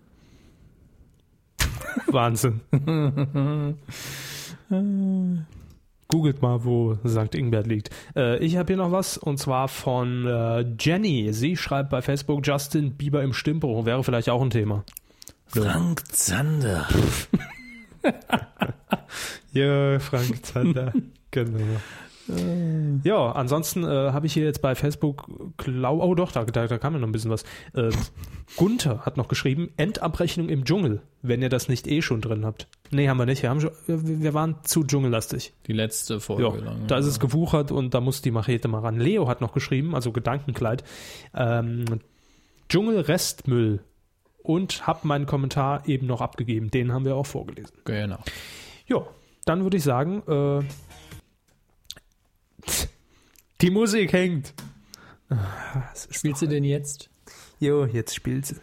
Speaker 1: Wahnsinn. Googelt mal, wo St. Ingbert liegt. Äh, ich habe hier noch was und zwar von äh, Jenny. Sie schreibt bei Facebook Justin Bieber im Stimmbruch. Wäre vielleicht auch ein Thema.
Speaker 2: Frank Zander.
Speaker 1: Ja, Frank Zander. genau. Ja, ansonsten äh, habe ich hier jetzt bei Facebook, glaub, oh doch, da, da, da kam ja noch ein bisschen was. Äh, Gunther hat noch geschrieben, Endabrechnung im Dschungel, wenn ihr das nicht eh schon drin habt. Nee, haben wir nicht. Wir, haben schon, wir, wir waren zu dschungellastig.
Speaker 2: Die letzte
Speaker 1: Ja,
Speaker 2: Folge lang.
Speaker 1: da ist es gewuchert und da muss die Machete mal ran. Leo hat noch geschrieben, also Gedankenkleid, ähm, Dschungelrestmüll und hab meinen Kommentar eben noch abgegeben. Den haben wir auch vorgelesen.
Speaker 2: Genau.
Speaker 1: Ja, dann würde ich sagen, äh, die Musik hängt.
Speaker 2: Spielst du denn jetzt?
Speaker 1: Jo, jetzt spielt sie.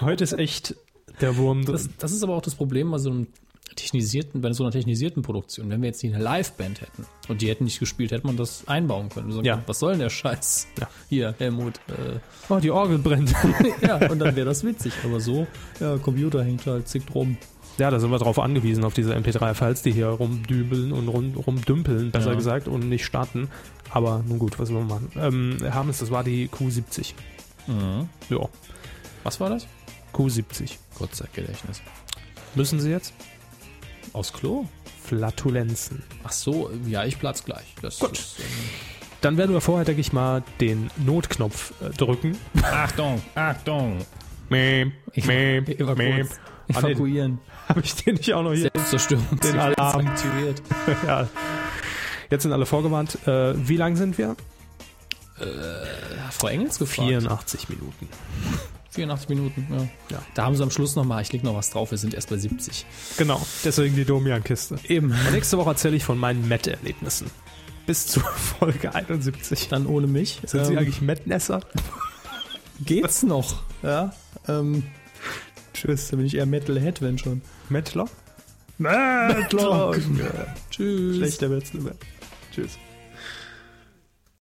Speaker 1: Heute ist echt der Wurm drin.
Speaker 2: Das, das ist aber auch das Problem bei so einem technisierten, bei so einer technisierten Produktion. Wenn wir jetzt nicht eine Liveband hätten und die hätten nicht gespielt, hätte man das einbauen können. So,
Speaker 1: Ja.
Speaker 2: Was soll denn der Scheiß?
Speaker 1: Ja.
Speaker 2: Hier, Helmut. Äh,
Speaker 1: oh, die Orgel brennt.
Speaker 2: ja, und dann wäre das witzig. Aber so, ja, Computer hängt halt zickt rum.
Speaker 1: Ja, da sind wir drauf angewiesen, auf diese MP3-Files, die hier rumdübeln und rum, rumdümpeln, besser
Speaker 2: Ja.
Speaker 1: gesagt, und nicht starten. Aber nun gut, was wollen wir machen? Ähm, Hermes, das war die Q70.
Speaker 2: Mhm.
Speaker 1: Ja,
Speaker 2: Was war das?
Speaker 1: Q70.
Speaker 2: Kurzzeitgedächtnis.
Speaker 1: Müssen Sie jetzt?
Speaker 2: Aus Klo?
Speaker 1: Flatulenzen.
Speaker 2: Ach so, ja, ich platz gleich. Das
Speaker 1: Gut.
Speaker 2: Ist, ähm,
Speaker 1: Dann werden wir vorher, denke ich mal, den Notknopf äh, drücken.
Speaker 2: Achtung, Achtung.
Speaker 1: Meep, meep, meep. Ah, nee,
Speaker 2: Evakuieren.
Speaker 1: Habe ich den nicht auch noch hier?
Speaker 2: Selbstzerstörung.
Speaker 1: Den Alarm.
Speaker 2: aktiviert.
Speaker 1: ja. Jetzt sind alle vorgewarnt. Äh, wie lang sind wir?
Speaker 2: Frau Engels gefragt.
Speaker 1: 84 Minuten.
Speaker 2: 84 Minuten, ja.
Speaker 1: Ja.
Speaker 2: Da haben sie am Schluss nochmal, ich leg noch was drauf, wir sind erst bei 70.
Speaker 1: Genau, deswegen die Domian-Kiste. Eben. Und nächste Woche erzähle ich von meinen Met-Erlebnissen. Bis zur Folge 71.
Speaker 2: Dann ohne mich. Ähm,
Speaker 1: Sind Sie eigentlich Met-Nesser?
Speaker 2: geht's noch? Ja. Ähm,
Speaker 1: Tschüss.
Speaker 2: da bin ich eher Metalhead, wenn schon.
Speaker 1: Mettler? Mettler!
Speaker 2: Tschüss.
Speaker 1: Oh, Schlechter wird's nicht mehr. Tschüss.